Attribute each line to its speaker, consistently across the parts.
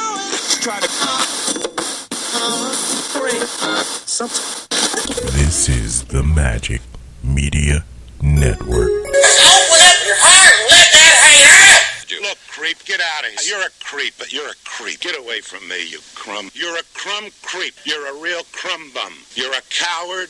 Speaker 1: try to break something.
Speaker 2: This is the Magic Media Network.
Speaker 3: Open up your heart and let that hate out.
Speaker 4: Look, creep, get out of here. You're a creep. You're a creep. Get away from me, you crumb. You're a crumb creep. You're a real crumb bum. You're a coward.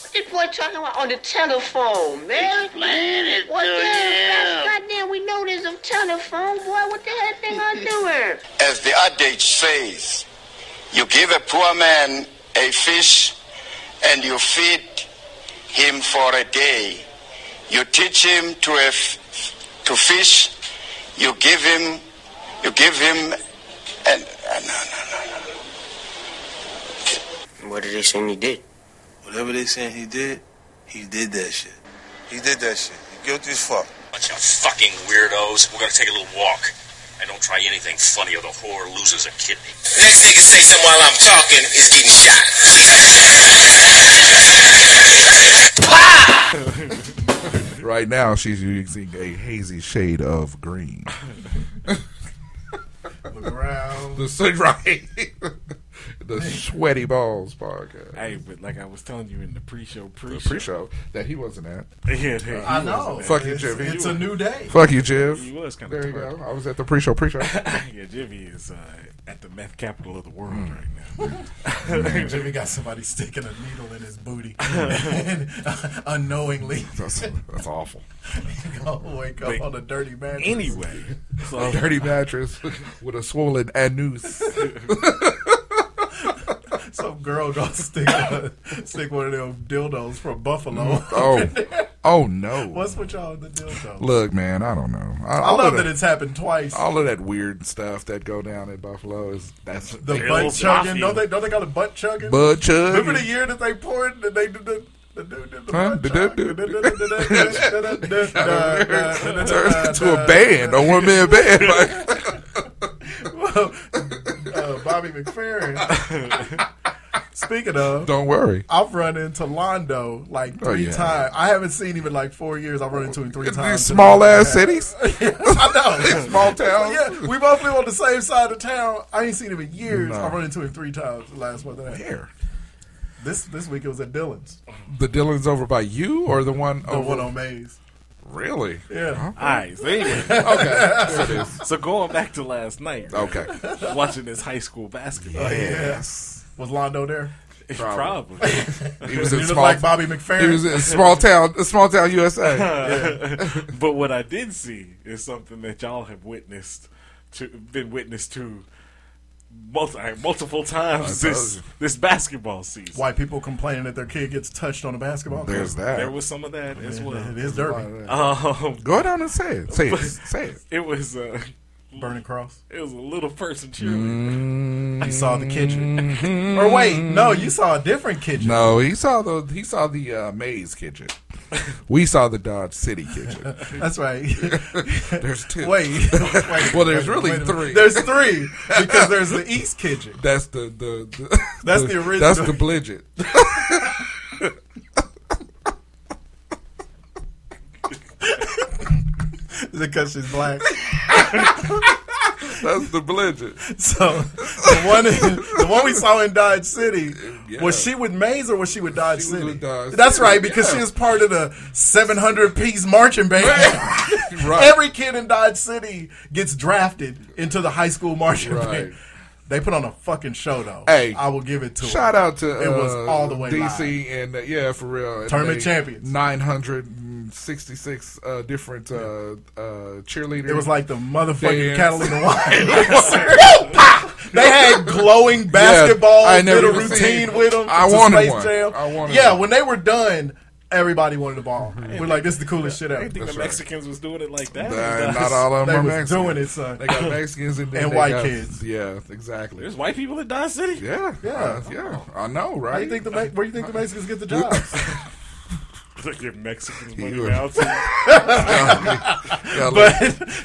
Speaker 5: What this boy talking about on the telephone, man? What the hell? Goddamn, we know there's a telephone, boy. What the hell thing I doing?
Speaker 6: As the adage says, you give a poor man a fish and you feed him for a day. You teach him to, a f- to fish, you give him, you give him, and, and no, no, no.
Speaker 5: What did they say you did?
Speaker 7: Whatever they saying he did, he did that shit. He did that shit. He guilty as fuck.
Speaker 3: Bunch of fucking weirdos. We're gonna take a little walk. And don't try anything funny or the whore loses a kidney. Next thing you think while I'm talking is getting shot.
Speaker 2: Right now, she's using a hazy shade of green.
Speaker 8: Look around.
Speaker 2: The sun, right? the sweaty balls podcast.
Speaker 8: Hey, but like I was telling you in the pre-show, pre-show, Uh,
Speaker 2: The pre-show that he wasn't at.
Speaker 8: Yeah, hey,
Speaker 2: I
Speaker 8: he
Speaker 2: know.
Speaker 8: was-
Speaker 2: Fuck you,
Speaker 8: it's-
Speaker 2: Jimmy.
Speaker 8: It's
Speaker 2: You-
Speaker 8: a new day.
Speaker 2: Fuck you, Jiv.
Speaker 8: He was kinda
Speaker 2: There you
Speaker 8: twerking.
Speaker 2: go. I was at the pre-show. Pre-show.
Speaker 8: yeah, Jimmy is uh, at the meth capital of the world right
Speaker 7: Jimmy got somebody sticking a needle in his booty and unknowingly
Speaker 2: that's, that's awful.
Speaker 7: go wake up
Speaker 8: Wait.
Speaker 7: on a dirty
Speaker 8: now.
Speaker 7: mattress.
Speaker 8: Anyway,
Speaker 2: A
Speaker 8: so
Speaker 2: dirty mattress with a swollen anus.
Speaker 7: Some girl gonna stick a, stick one of them dildos from Buffalo.
Speaker 2: Oh, oh no.
Speaker 7: What's with y'all and the dildos?
Speaker 2: Look, man, I don't know. I,
Speaker 7: I
Speaker 2: all
Speaker 7: love
Speaker 2: of
Speaker 7: that it's happened twice.
Speaker 2: all of that weird stuff that go down at Buffalo is that's
Speaker 7: The
Speaker 8: Dildos
Speaker 7: butt chugging.
Speaker 8: mafia.
Speaker 7: Don't they don't they call it butt chugging?
Speaker 2: butt chug.
Speaker 7: Remember the year that they poured that they did the the dude did the
Speaker 2: Huh?
Speaker 7: butt
Speaker 2: Did
Speaker 7: chug?
Speaker 2: that- Turned into
Speaker 7: to
Speaker 2: a band, a one man band. Like,
Speaker 7: uh, Bobby McFerrin. Speaking of,
Speaker 2: don't worry.
Speaker 7: I've run into Londo like
Speaker 2: Oh,
Speaker 7: three
Speaker 2: yeah.
Speaker 7: times. I haven't seen him in like four years. I've run into him three
Speaker 2: It's
Speaker 7: times.
Speaker 2: these small ass
Speaker 7: Yeah.
Speaker 2: cities,
Speaker 7: I know.
Speaker 2: small towns.
Speaker 7: Yeah, we both live on the same side of town. I ain't seen him in years.
Speaker 2: No.
Speaker 7: I've run into him three times the last month. and a half.
Speaker 2: Where?
Speaker 7: This this week it was at Dylan's,
Speaker 2: The Dylan's over by you, or the one
Speaker 7: the
Speaker 2: over?
Speaker 7: one on Mays.
Speaker 2: really?
Speaker 7: Yeah.
Speaker 8: all right. So anyway, okay. so going back to last night,
Speaker 2: Okay.
Speaker 7: Oh,
Speaker 8: watching this high school basketball.
Speaker 7: Yes. Was Londo there?
Speaker 8: Probably.
Speaker 2: He was
Speaker 7: He
Speaker 2: in
Speaker 7: looked
Speaker 2: small.
Speaker 7: like Bobby
Speaker 2: he was
Speaker 7: McFerrin.
Speaker 2: in small town, small town USA.
Speaker 8: but what I did see is something that y'all have witnessed to been witness to multi, multiple times
Speaker 2: I told
Speaker 8: this
Speaker 2: you.
Speaker 8: this basketball season.
Speaker 7: White people complaining that their kid gets touched on a basketball court.
Speaker 2: There's that.
Speaker 8: There was some of that as well.
Speaker 7: It is derby.
Speaker 8: Um,
Speaker 2: Go down and say it. Say it. Say it.
Speaker 8: it was uh,
Speaker 7: Burning Cross.
Speaker 8: it was a little
Speaker 2: Mm.
Speaker 8: person cheerleader.
Speaker 7: You saw the kitchen. Or wait, no, you saw a different kitchen.
Speaker 2: No, he saw the he saw the uh, Maze kitchen. We saw the Dodge City kitchen.
Speaker 7: That's right.
Speaker 2: There's two.
Speaker 7: wait, wait.
Speaker 2: Well, there's really
Speaker 7: wait a
Speaker 2: three.
Speaker 7: minute. There's three because there's the East kitchen.
Speaker 2: That's the the, the
Speaker 7: That's the original.
Speaker 2: That's the Blidget.
Speaker 7: because she's black.
Speaker 2: That's the Blidget.
Speaker 7: So the one, the one we saw in Dodge City,
Speaker 2: Yeah.
Speaker 7: was she with Mays or was she with Dodge
Speaker 2: She was
Speaker 7: City?
Speaker 2: with Dodge
Speaker 7: That's
Speaker 2: City,
Speaker 7: right, because
Speaker 2: yeah.
Speaker 7: she was part of the 700 piece marching band.
Speaker 2: Right.
Speaker 7: Every kid in Dodge City gets drafted into the high school marching
Speaker 2: Right.
Speaker 7: band. They put on a fucking show though.
Speaker 2: Hey,
Speaker 7: I will give it to 'em.
Speaker 2: Shout out to
Speaker 7: it was
Speaker 2: uh,
Speaker 7: all the way
Speaker 2: DC
Speaker 7: live.
Speaker 2: and uh, yeah, for real.
Speaker 7: Tournament champions.
Speaker 2: nine hundred and sixty-six uh, different uh, uh, cheerleaders.
Speaker 7: It was like the
Speaker 2: Dance.
Speaker 7: motherfucking Catalina wine. they had glowing basketball
Speaker 2: I never
Speaker 7: did a
Speaker 2: even
Speaker 7: routine
Speaker 2: seen-
Speaker 7: with them.
Speaker 2: I
Speaker 7: to
Speaker 2: wanted
Speaker 7: Space
Speaker 2: one.
Speaker 7: Jam.
Speaker 2: I wanted
Speaker 7: yeah,
Speaker 2: one. Mm-hmm.
Speaker 7: when they were done, everybody wanted the ball. We're like, this is the coolest shit
Speaker 8: I
Speaker 7: ever.
Speaker 8: didn't think the Mexicans was doing it like that.
Speaker 2: Nah, Uh, not all of them
Speaker 7: They
Speaker 2: are
Speaker 7: was
Speaker 2: Mexicans.
Speaker 7: doing it, son.
Speaker 2: They got Mexicans and, then
Speaker 7: And
Speaker 2: they
Speaker 7: white
Speaker 2: got-
Speaker 7: kids.
Speaker 2: Yeah, exactly.
Speaker 8: There's white people in Don City.
Speaker 2: Yeah, yeah,
Speaker 7: Yeah.
Speaker 2: yeah. I know,
Speaker 7: How you
Speaker 2: right?
Speaker 7: think the Me- where you think the Mexicans get the jobs?
Speaker 8: They give Mexicans money
Speaker 2: You-
Speaker 8: now too.
Speaker 2: Yeah, look.
Speaker 7: but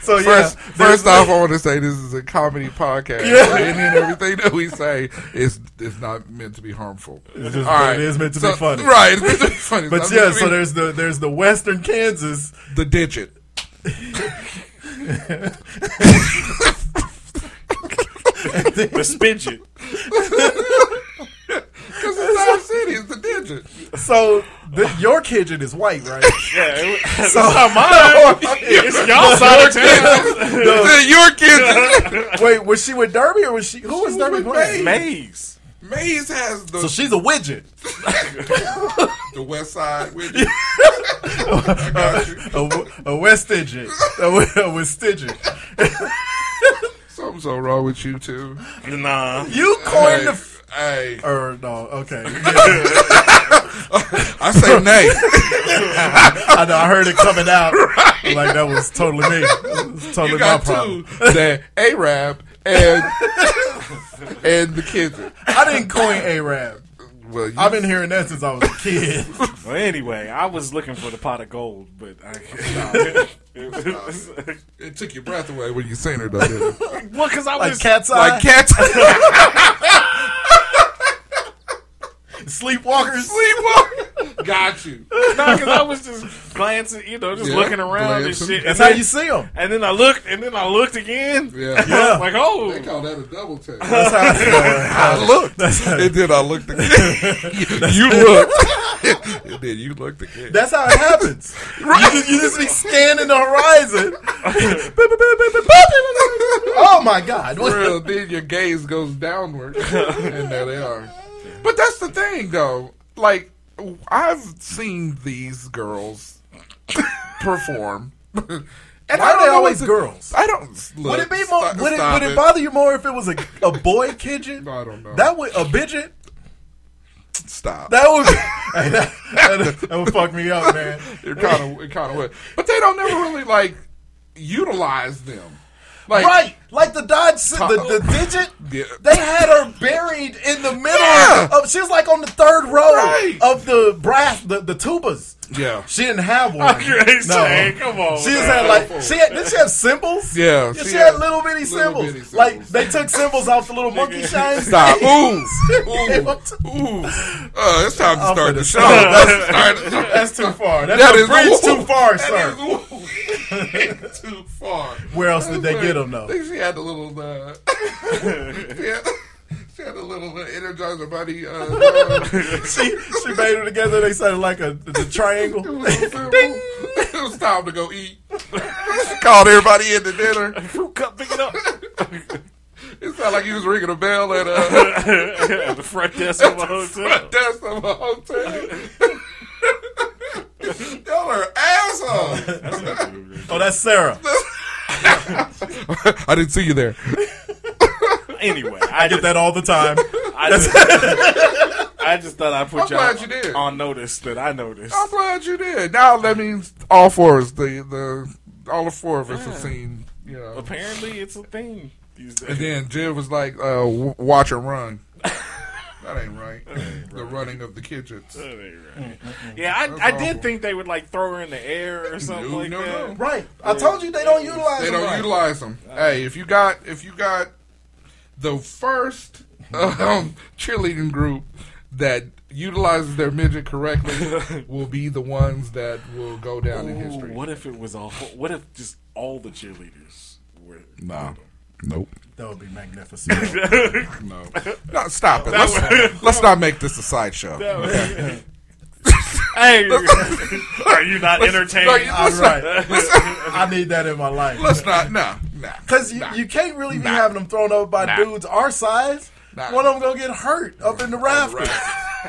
Speaker 7: so yeah,
Speaker 2: first, first off, I want to say this is a comedy podcast, and then everything that we say is is not meant to be harmful.
Speaker 7: It is,
Speaker 2: All right.
Speaker 7: it is meant to
Speaker 2: So-
Speaker 7: be funny,
Speaker 2: right? It's meant to be funny.
Speaker 7: But
Speaker 2: It's not
Speaker 7: yeah,
Speaker 2: meant to
Speaker 7: so
Speaker 2: be-
Speaker 7: there's the there's the Western Kansas,
Speaker 2: the digit.
Speaker 8: the spidget.
Speaker 2: Because it's our city. It's the digit.
Speaker 7: So the, your kitchen is white, right?
Speaker 8: Yeah, it, was-
Speaker 7: So
Speaker 8: it's y'all side of town.
Speaker 2: It's your kid.
Speaker 7: wait, was she with Derby or was she who was Derby
Speaker 2: with
Speaker 7: playing?
Speaker 8: Maze.
Speaker 2: Maze has the,
Speaker 7: So she's a widget,
Speaker 2: the west side with you. I got you.
Speaker 7: a, a West Digit, a, a West Digit.
Speaker 2: Something's so wrong with you too.
Speaker 8: Nah.
Speaker 7: You coined the. F-
Speaker 2: Hey,
Speaker 7: or no, okay.
Speaker 2: I say nay.
Speaker 7: I know. I heard it coming out. I'm like that was totally me. It was totally
Speaker 2: you
Speaker 7: my
Speaker 2: got
Speaker 7: problem.
Speaker 2: two. The Arab and and the kids.
Speaker 7: I didn't coin Arab.
Speaker 2: Well, you,
Speaker 7: I've been hearing that since I was a kid.
Speaker 8: Well, anyway, I was looking for the pot of gold, but I.
Speaker 2: it took your breath away when you seen her though. Didn't it?
Speaker 8: well, because I
Speaker 7: Like
Speaker 8: was.
Speaker 7: cat's eye,
Speaker 2: like cats,
Speaker 7: sleepwalkers.
Speaker 2: sleepwalk. Got you.
Speaker 8: Nah, 'cause I was just glancing, you know, just
Speaker 2: Yeah,
Speaker 8: looking around
Speaker 2: glancing.
Speaker 8: and shit.
Speaker 7: That's
Speaker 8: and
Speaker 7: how
Speaker 8: then,
Speaker 7: you see them.
Speaker 8: And then I looked, and then I looked again.
Speaker 2: Yeah.
Speaker 8: I was like,
Speaker 2: They
Speaker 8: oh,
Speaker 2: call that a double take.
Speaker 7: That's how.
Speaker 2: I looked. And then I looked again. you looked. and then you looked again.
Speaker 7: That's how it happens. you, just, you just be scanning the horizon. oh my god!
Speaker 2: For real, then your gaze goes downward, and there they are. But that's the thing, though. Like I've seen these girls perform, and
Speaker 7: Why are they always
Speaker 2: what-
Speaker 7: girls?
Speaker 2: I don't. Look,
Speaker 7: Would it be more?
Speaker 2: st-
Speaker 7: Would it,
Speaker 2: stop
Speaker 7: would it bother you more if it was a, a boy kidget?
Speaker 2: I don't know.
Speaker 7: That would a bidget.
Speaker 2: Stop.
Speaker 7: That would. Hey, that, that, that would fuck me up, man.
Speaker 2: it kind of it kind of would, but they don't never really like utilize them. Like
Speaker 7: right, like the Dodge, si- the, the digit.
Speaker 2: Yeah.
Speaker 7: They had her buried in the middle.
Speaker 2: Yeah.
Speaker 7: Of, she was like on the third row
Speaker 2: Right.
Speaker 7: of the brass, the, the tubas.
Speaker 2: Yeah.
Speaker 7: she didn't have one.
Speaker 8: Okay, say, come on,
Speaker 7: She just
Speaker 8: man.
Speaker 7: had like she had, did she have symbols?
Speaker 2: Yeah,
Speaker 7: she,
Speaker 2: she
Speaker 7: had,
Speaker 2: had
Speaker 7: little bitty
Speaker 2: little
Speaker 7: symbols.
Speaker 2: bitty
Speaker 7: Like
Speaker 2: symbols.
Speaker 7: they took symbols off the little monkey shines.
Speaker 2: Stop. Ooh.
Speaker 7: Gave them to-
Speaker 2: Ooh. Ooh. Uh, it's time to
Speaker 7: I'm
Speaker 2: start
Speaker 7: finna
Speaker 2: the show.
Speaker 7: stop.
Speaker 2: Let's start the show.
Speaker 7: That's too far. That's
Speaker 2: That
Speaker 7: a
Speaker 2: is woo.
Speaker 7: bridge too far, sir.
Speaker 2: That is way too far.
Speaker 7: Where else did they
Speaker 2: That's
Speaker 7: get
Speaker 2: like-
Speaker 7: them, though?
Speaker 2: I think she had the little. Uh, she, had, she had a little uh, Energizer Bunny. Uh, uh,
Speaker 7: she she made them together. They sounded like a the triangle. Ding.
Speaker 2: it was time to go eat. she called everybody in to dinner.
Speaker 8: fruit cup, pick it up.
Speaker 2: It sounded like you was ringing a bell at uh,
Speaker 8: At the front desk of a hotel.
Speaker 2: front desk of a hotel. Y'all are assholes.
Speaker 7: Oh, that's Sarah.
Speaker 2: I didn't see you there.
Speaker 8: Anyway,
Speaker 7: I get that all the time.
Speaker 8: I just, I just thought I put
Speaker 2: I'm
Speaker 8: y'all
Speaker 2: glad you did.
Speaker 8: on notice that I noticed.
Speaker 2: I'm glad you did. Now that means all four of us, the the all the four of us have seen. You know.
Speaker 8: Apparently, it's a thing these
Speaker 2: And
Speaker 8: days.
Speaker 2: then Jim was like, uh, w- "Watch and run." that ain't right. the running of the kitchens.
Speaker 8: That
Speaker 7: Mm,
Speaker 8: ain't right. Yeah, I, I did
Speaker 2: awful.
Speaker 8: think they would like throw her in the air or something
Speaker 2: No,
Speaker 8: like
Speaker 2: no,
Speaker 8: that. Uh.
Speaker 2: no.
Speaker 7: Right. I told you they don't utilize
Speaker 2: They
Speaker 7: them
Speaker 2: don't
Speaker 7: right.
Speaker 2: utilize them. Hey, if you got if you got the first um, cheerleading group that utilizes their midget correctly, will be the ones that will go down in
Speaker 8: Ooh,
Speaker 2: history.
Speaker 8: What if it was all? What if just all the cheerleaders were?
Speaker 2: Nah. Nope.
Speaker 7: That would be magnificent.
Speaker 2: No. no stop it. Let's, let's not make this a sideshow.
Speaker 8: Hey, are you not
Speaker 2: Let's-
Speaker 8: entertained?
Speaker 2: no, you-
Speaker 7: All
Speaker 2: let's not-
Speaker 7: right. I need that in my life.
Speaker 2: Let's not. No.
Speaker 7: Because you, you can't really be having them thrown up by
Speaker 2: Nah.
Speaker 7: dudes our size.
Speaker 2: Nah.
Speaker 7: One of them gonna get hurt up in the rafters.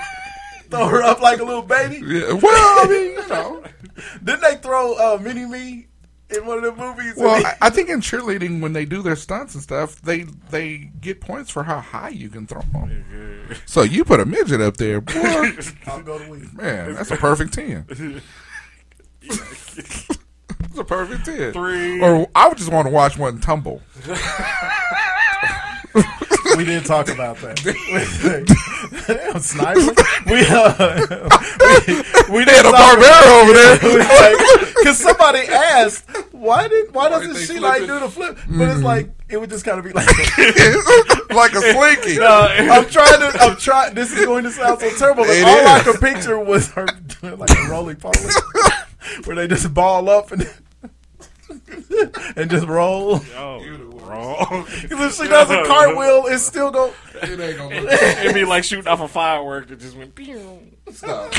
Speaker 7: throw her up like a little baby.
Speaker 2: Yeah, well, I mean, you know.
Speaker 7: Didn't they throw uh, Mini Me in one of the movies?
Speaker 2: Well,
Speaker 7: And
Speaker 2: I, I think in cheerleading, when they do their stunts and stuff, they they get points for how high you can throw them. So you put a midget up there, boy,
Speaker 7: I'll go to week.
Speaker 2: man, that's a perfect ten. It's a perfect ten.
Speaker 8: Three.
Speaker 2: Or I would just want to watch one tumble.
Speaker 7: we did talk about that. Damn, Sniper. We, uh, we, we
Speaker 2: They had
Speaker 7: did
Speaker 2: a
Speaker 7: talk-
Speaker 2: barbarian over there.
Speaker 7: Cause somebody asked, why did why doesn't
Speaker 2: they
Speaker 7: she
Speaker 2: flip
Speaker 7: like
Speaker 2: it?
Speaker 7: do the flip? But
Speaker 2: Mm-hmm.
Speaker 7: it's like it would just kind of be like,
Speaker 2: like a slinky.
Speaker 7: No, I'm trying to, I'm trying. This is going to sound so terrible, but
Speaker 2: It
Speaker 7: all I
Speaker 2: is.
Speaker 7: could picture was her doing like a rolling poly, where they just ball up and and just roll.
Speaker 8: Oh, wrong.
Speaker 7: Because if she does a cartwheel, it's still going.
Speaker 2: It ain't gonna look
Speaker 8: It'd be like shooting off a firework that just went. pew.
Speaker 2: stop.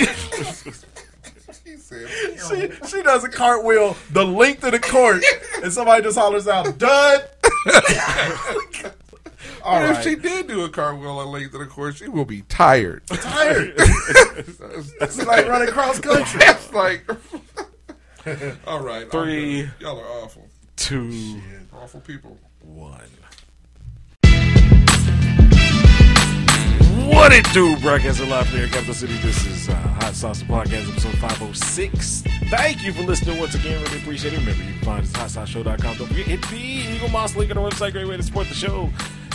Speaker 7: She she does a cartwheel the length of the court, and somebody just hollers out, "Dud!" All
Speaker 2: But if
Speaker 7: right,
Speaker 2: she did do a cartwheel on length of the course, she will be tired.
Speaker 7: tired.
Speaker 2: That's
Speaker 7: It's like running cross country.
Speaker 2: That's like. All right, I'm
Speaker 8: Three.
Speaker 2: done. Y'all are awful,
Speaker 8: Two.
Speaker 2: awful people.
Speaker 8: One. What it do, broadcaster live from here, in Capital City. This is uh, Hot Sauce Podcast, episode 506. Thank you for listening once again. Really appreciate it. Remember, you can find us at hotsauceshow.com. Don't forget, hit the Eagle Moss link on the website. Great way to support the show.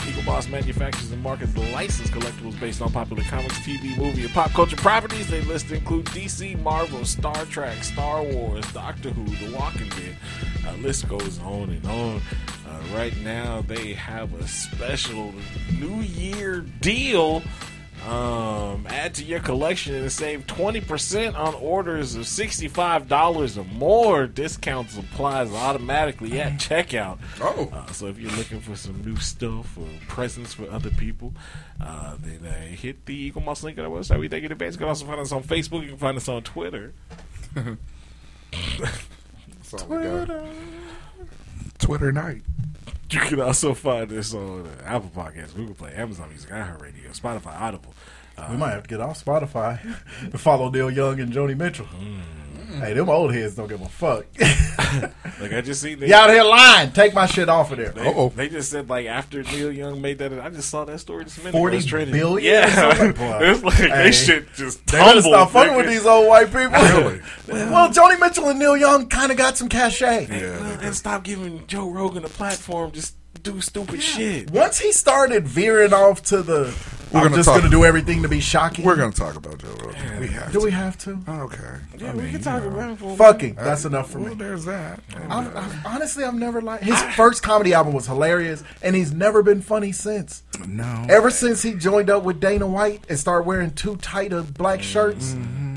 Speaker 8: Eagle Moss manufactures and markets licensed collectibles based on popular comics, TV, movie, and pop culture properties. They list include DC, Marvel, Star Trek, Star Wars, Doctor Who, The Walking Dead. Uh, list goes on and on. Uh, right now, they have a special New Year deal. Um, add to your collection and save 20% on orders of $65 or more. Discounts applies automatically at checkout.
Speaker 2: Oh.
Speaker 8: Uh, so if you're looking for some new stuff or presents for other people, uh, then uh, hit the Eagle Moss link on our website. We thank you in advance. You can also find us on Facebook. You can find us on Twitter.
Speaker 2: That's all we got. Twitter night.
Speaker 8: You can also find this on uh, Apple Podcasts, Google Play, Amazon Music, iHeartRadio, Spotify, Audible. Uh,
Speaker 7: We might have to get off Spotify and follow Neil Young and Joni Mitchell. Hey, them old heads don't give a fuck.
Speaker 8: Like I just seen, they,
Speaker 7: you out here lying. Take my shit off of there.
Speaker 8: they,
Speaker 2: Uh-oh.
Speaker 8: they just said like after Neil Young made that, I just saw that story just a minute. ago.
Speaker 7: Forty
Speaker 8: It's trending.
Speaker 7: billion.
Speaker 8: Yeah,
Speaker 7: or something? Boy.
Speaker 8: it's like
Speaker 7: Hey,
Speaker 8: they should just
Speaker 7: They gotta
Speaker 8: tumble.
Speaker 7: stop fucking
Speaker 8: nigga.
Speaker 7: with these old white people. well, Joni Mitchell and Neil Young kind of got some cachet.
Speaker 8: Well, and stop giving Joe Rogan a platform. Just do stupid shit.
Speaker 7: Once he started veering off to the,
Speaker 2: We're
Speaker 7: I'm
Speaker 2: gonna
Speaker 7: just
Speaker 2: talk-
Speaker 7: going to do everything to be shocking.
Speaker 2: We're gonna talk about Joe Rogan. We have
Speaker 7: do
Speaker 2: to.
Speaker 7: we have to?
Speaker 2: Okay.
Speaker 8: Yeah, we can talk about it for
Speaker 7: Fucking. That's enough for
Speaker 2: Well,
Speaker 7: me.
Speaker 2: there's that.
Speaker 7: I've, I've, honestly, I've never liked his first comedy album was hilarious, and he's never been funny since.
Speaker 2: no.
Speaker 7: Ever since he joined up with Dana White and started wearing too tight of black shirts,
Speaker 8: Mm-hmm.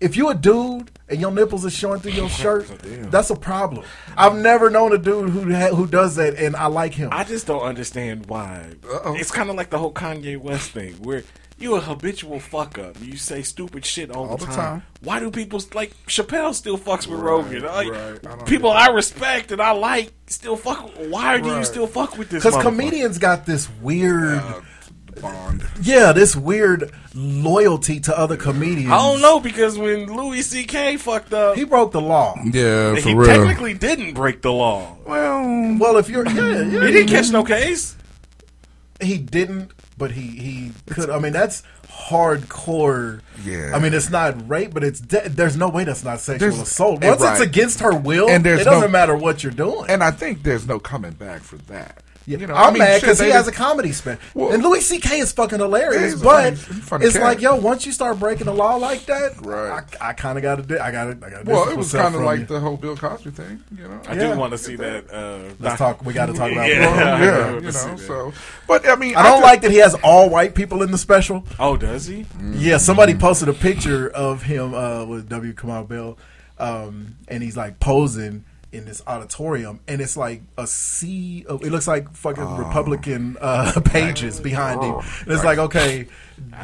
Speaker 7: if you a dude and your nipples are showing through your shirt,
Speaker 8: Oh,
Speaker 7: that's a problem. I've never known a dude who ha- who does that, and I like him.
Speaker 8: I just don't understand why.
Speaker 2: Uh-oh.
Speaker 8: It's kind of like the whole Kanye West thing, where you a habitual fuck up. You say stupid shit all, the, time. Why do people like Chappelle still fucks with Rogan? Like,
Speaker 2: right. I don't
Speaker 8: people I respect and I like still fuck. Why do you still fuck with this?
Speaker 7: Because
Speaker 8: motherfucker?
Speaker 7: comedians got this weird,
Speaker 2: Bond.
Speaker 7: yeah, this weird loyalty to other comedians.
Speaker 8: I don't know because when Louis C.K. fucked up,
Speaker 7: He
Speaker 8: he,
Speaker 7: broke the law.
Speaker 2: Yeah, for real.
Speaker 8: technically didn't break the law.
Speaker 2: well,
Speaker 7: Well, if you're, yeah, yeah,
Speaker 8: He didn't catch no case.
Speaker 7: he didn't, but he he could. I mean, that's hardcore.
Speaker 2: Yeah.
Speaker 7: I mean, it's not rape, but it's de- there's no way that's not sexual
Speaker 2: There's-
Speaker 7: assault.
Speaker 2: eh,
Speaker 7: Once
Speaker 2: right.
Speaker 7: it's against her will,
Speaker 2: And there's
Speaker 7: it doesn't
Speaker 2: no-
Speaker 7: matter what you're doing.
Speaker 2: and I think there's no coming back for that.
Speaker 7: Yeah.
Speaker 2: You know,
Speaker 7: I'm
Speaker 2: I mean,
Speaker 7: mad
Speaker 2: shit,
Speaker 7: because he
Speaker 2: they
Speaker 7: has a
Speaker 2: did-
Speaker 7: comedy spin,
Speaker 2: Well-
Speaker 7: and Louis C.K. is fucking
Speaker 2: Yeah,
Speaker 7: hilarious.
Speaker 2: he's a
Speaker 7: but
Speaker 2: funny- funny
Speaker 7: it's like,
Speaker 2: cat.
Speaker 7: yo, once you start breaking the law like that,
Speaker 2: Right.
Speaker 7: I, I kind of got to do. I got to. I got
Speaker 2: Well, it was kind of like the whole Bill Cosby thing. You know,
Speaker 8: I
Speaker 7: Yeah.
Speaker 8: do want to see that. Uh,
Speaker 7: Let's
Speaker 8: doc-
Speaker 7: talk. We got to talk about.
Speaker 8: Yeah.
Speaker 7: it.
Speaker 2: Well,
Speaker 8: I
Speaker 2: yeah,
Speaker 8: would
Speaker 2: you know.
Speaker 8: see that.
Speaker 2: So, but I mean,
Speaker 7: I don't
Speaker 2: just-
Speaker 7: like that he has all white people in the special.
Speaker 8: Oh, does he?
Speaker 7: Yeah, somebody posted a picture of him uh, with W. Kamau Bell, um, and he's like posing in this auditorium, and it's like a sea of. It looks like fucking
Speaker 2: Oh.
Speaker 7: Republican uh, pages behind him. And it's like, okay,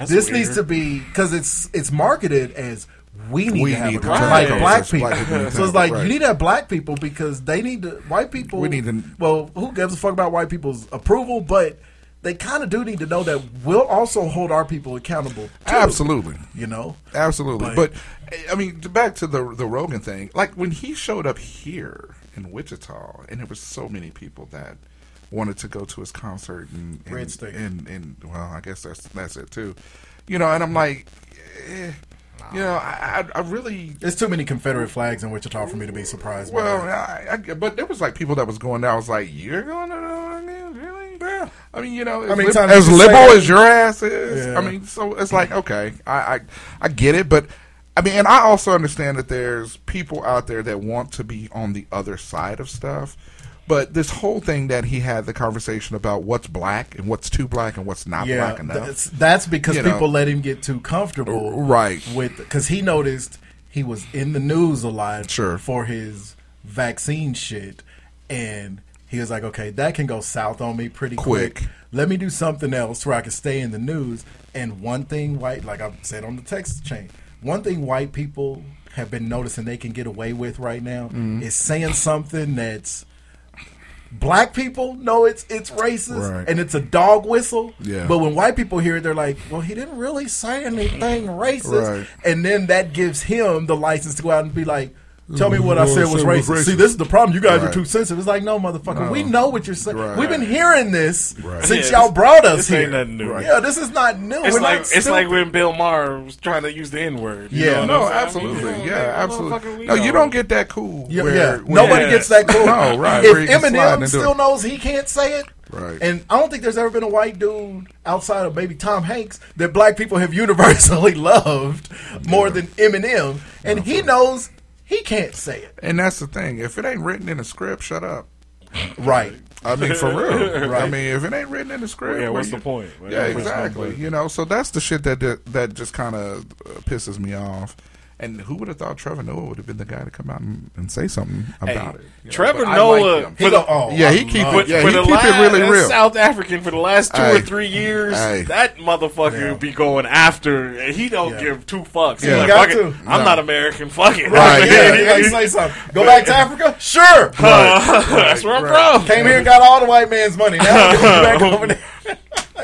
Speaker 7: this
Speaker 8: weird.
Speaker 7: needs to be because it's it's marketed as we need
Speaker 2: We
Speaker 7: to have
Speaker 2: need
Speaker 7: a
Speaker 2: to
Speaker 7: conversation.
Speaker 2: have
Speaker 7: Like
Speaker 2: a
Speaker 7: black
Speaker 2: conversation.
Speaker 7: people.
Speaker 2: Black people need to
Speaker 7: so it's
Speaker 2: have-
Speaker 7: like
Speaker 2: right.
Speaker 7: you need to have black people because they need to white people
Speaker 2: We need to-
Speaker 7: Well, who gives a fuck about white people's approval, but they kind of do need to know that we'll also hold our people accountable. too.
Speaker 2: Absolutely.
Speaker 7: You know?
Speaker 2: Absolutely.
Speaker 7: But-
Speaker 2: But, I mean, to- back to the the Rogan thing. Like when he showed up here in Wichita, and there were so many people that wanted to go to his concert and and,
Speaker 7: Red State.
Speaker 2: and and well, I guess that's that's it too. You know, and I'm like, eh, you know, I I I really
Speaker 7: There's too many Confederate flags in Wichita for me to be surprised. by
Speaker 2: well,
Speaker 7: that.
Speaker 2: I, I, but there was like people that was going there. I was like, you're going to the really? I mean, you know,
Speaker 7: How
Speaker 2: as,
Speaker 7: many
Speaker 2: lib-
Speaker 7: times
Speaker 2: as
Speaker 7: did you
Speaker 2: liberal
Speaker 7: say-
Speaker 2: as your ass is,
Speaker 7: Yeah.
Speaker 2: I mean, so it's like, okay, I, I, I get it, but I mean, and I also understand that there's people out there that want to be on the other side of stuff. But this whole thing that he had the conversation about what's black and what's too black and what's not
Speaker 7: yeah,
Speaker 2: black enough.
Speaker 7: that's, that's because
Speaker 2: You know.
Speaker 7: people let him get too comfortable,
Speaker 2: Right.
Speaker 7: With because he noticed he was in the news a lot,
Speaker 2: Sure.
Speaker 7: for his vaccine shit, and he was like, okay, that can go south on me pretty quick.
Speaker 2: Quick.
Speaker 7: Let me do something else where I can stay in the news. And one thing white, like I said on the text chain, one thing white people have been noticing they can get away with right now
Speaker 2: Mm-hmm.
Speaker 8: Mhm.
Speaker 7: is saying something that's black people know it's it's racist
Speaker 8: Right.
Speaker 7: and it's a dog whistle.
Speaker 8: Yeah.
Speaker 7: But when white people hear it, they're like, "Well, he didn't really say anything racist,"
Speaker 8: Right.
Speaker 7: and then that gives him the license to go out and be like. Tell me what I
Speaker 8: Well,
Speaker 7: said
Speaker 8: I
Speaker 7: was
Speaker 8: said it was
Speaker 7: racist. See,
Speaker 8: racist.
Speaker 7: this is the problem. You guys are
Speaker 8: Right.
Speaker 7: too sensitive. It's like, no, motherfucker.
Speaker 8: No.
Speaker 7: We know what you're saying.
Speaker 8: Right.
Speaker 7: We've been hearing this
Speaker 8: Right.
Speaker 7: since
Speaker 8: Yeah,
Speaker 7: y'all
Speaker 8: this-
Speaker 7: brought us
Speaker 8: this
Speaker 7: here.
Speaker 8: ain't nothing new. Right.
Speaker 7: Yeah, this is not new.
Speaker 8: It's
Speaker 7: We're
Speaker 8: like
Speaker 7: not
Speaker 8: it's like
Speaker 7: stupid.
Speaker 8: when Bill Maher was trying to use the N word.
Speaker 7: Yeah.
Speaker 2: no, absolutely, yeah, absolutely. No, you don't get that cool.
Speaker 7: Yeah,
Speaker 2: where-
Speaker 7: yeah.
Speaker 2: where-
Speaker 7: nobody gets that cool.
Speaker 2: No, right. where you
Speaker 7: If
Speaker 2: can slide and do
Speaker 7: Eminem
Speaker 2: it.
Speaker 7: still knows he can't say it,
Speaker 2: Right.
Speaker 7: And I don't think there's ever been a white dude outside of maybe Tom Hanks that black people have universally loved more than Eminem, and he knows he can't say it.
Speaker 2: And that's the thing. If it ain't written in a script, shut up.
Speaker 7: Right.
Speaker 2: I mean, for real.
Speaker 8: Right.
Speaker 2: I mean, if it ain't written in the script,
Speaker 8: Yeah, what's
Speaker 2: well,
Speaker 8: the point?
Speaker 2: you-
Speaker 8: Right?
Speaker 2: Yeah,
Speaker 8: What's the
Speaker 2: exactly.
Speaker 8: point?
Speaker 2: You know, so that's the shit that that, that just kind of pisses me off. And who would have thought Trevor Noah would have been the guy to come out and, and say something
Speaker 8: Hey,
Speaker 2: about it? you know?
Speaker 8: Trevor
Speaker 2: But I
Speaker 8: Noah
Speaker 2: like him.
Speaker 8: for the
Speaker 7: "Oh,
Speaker 2: yeah, he keep
Speaker 8: for-
Speaker 2: it, yeah,
Speaker 8: for
Speaker 2: he
Speaker 8: the
Speaker 2: keep
Speaker 8: last-
Speaker 2: it really
Speaker 8: that
Speaker 2: real.
Speaker 8: South African for the last two or
Speaker 2: Hey.
Speaker 8: three years,
Speaker 2: Hey.
Speaker 8: that motherfucker be going after. and He don't give two fucks. He's
Speaker 2: Yeah.
Speaker 8: like,
Speaker 2: He got
Speaker 8: "Fuck it,
Speaker 2: to.
Speaker 8: I'm
Speaker 2: No.
Speaker 8: not American. Fuck it.
Speaker 2: Right, yeah.
Speaker 7: He like, say something. Go back to Africa? Sure.
Speaker 8: Huh. That's where I'm from.
Speaker 7: Came here and got all the white man's money. Now he's back over there.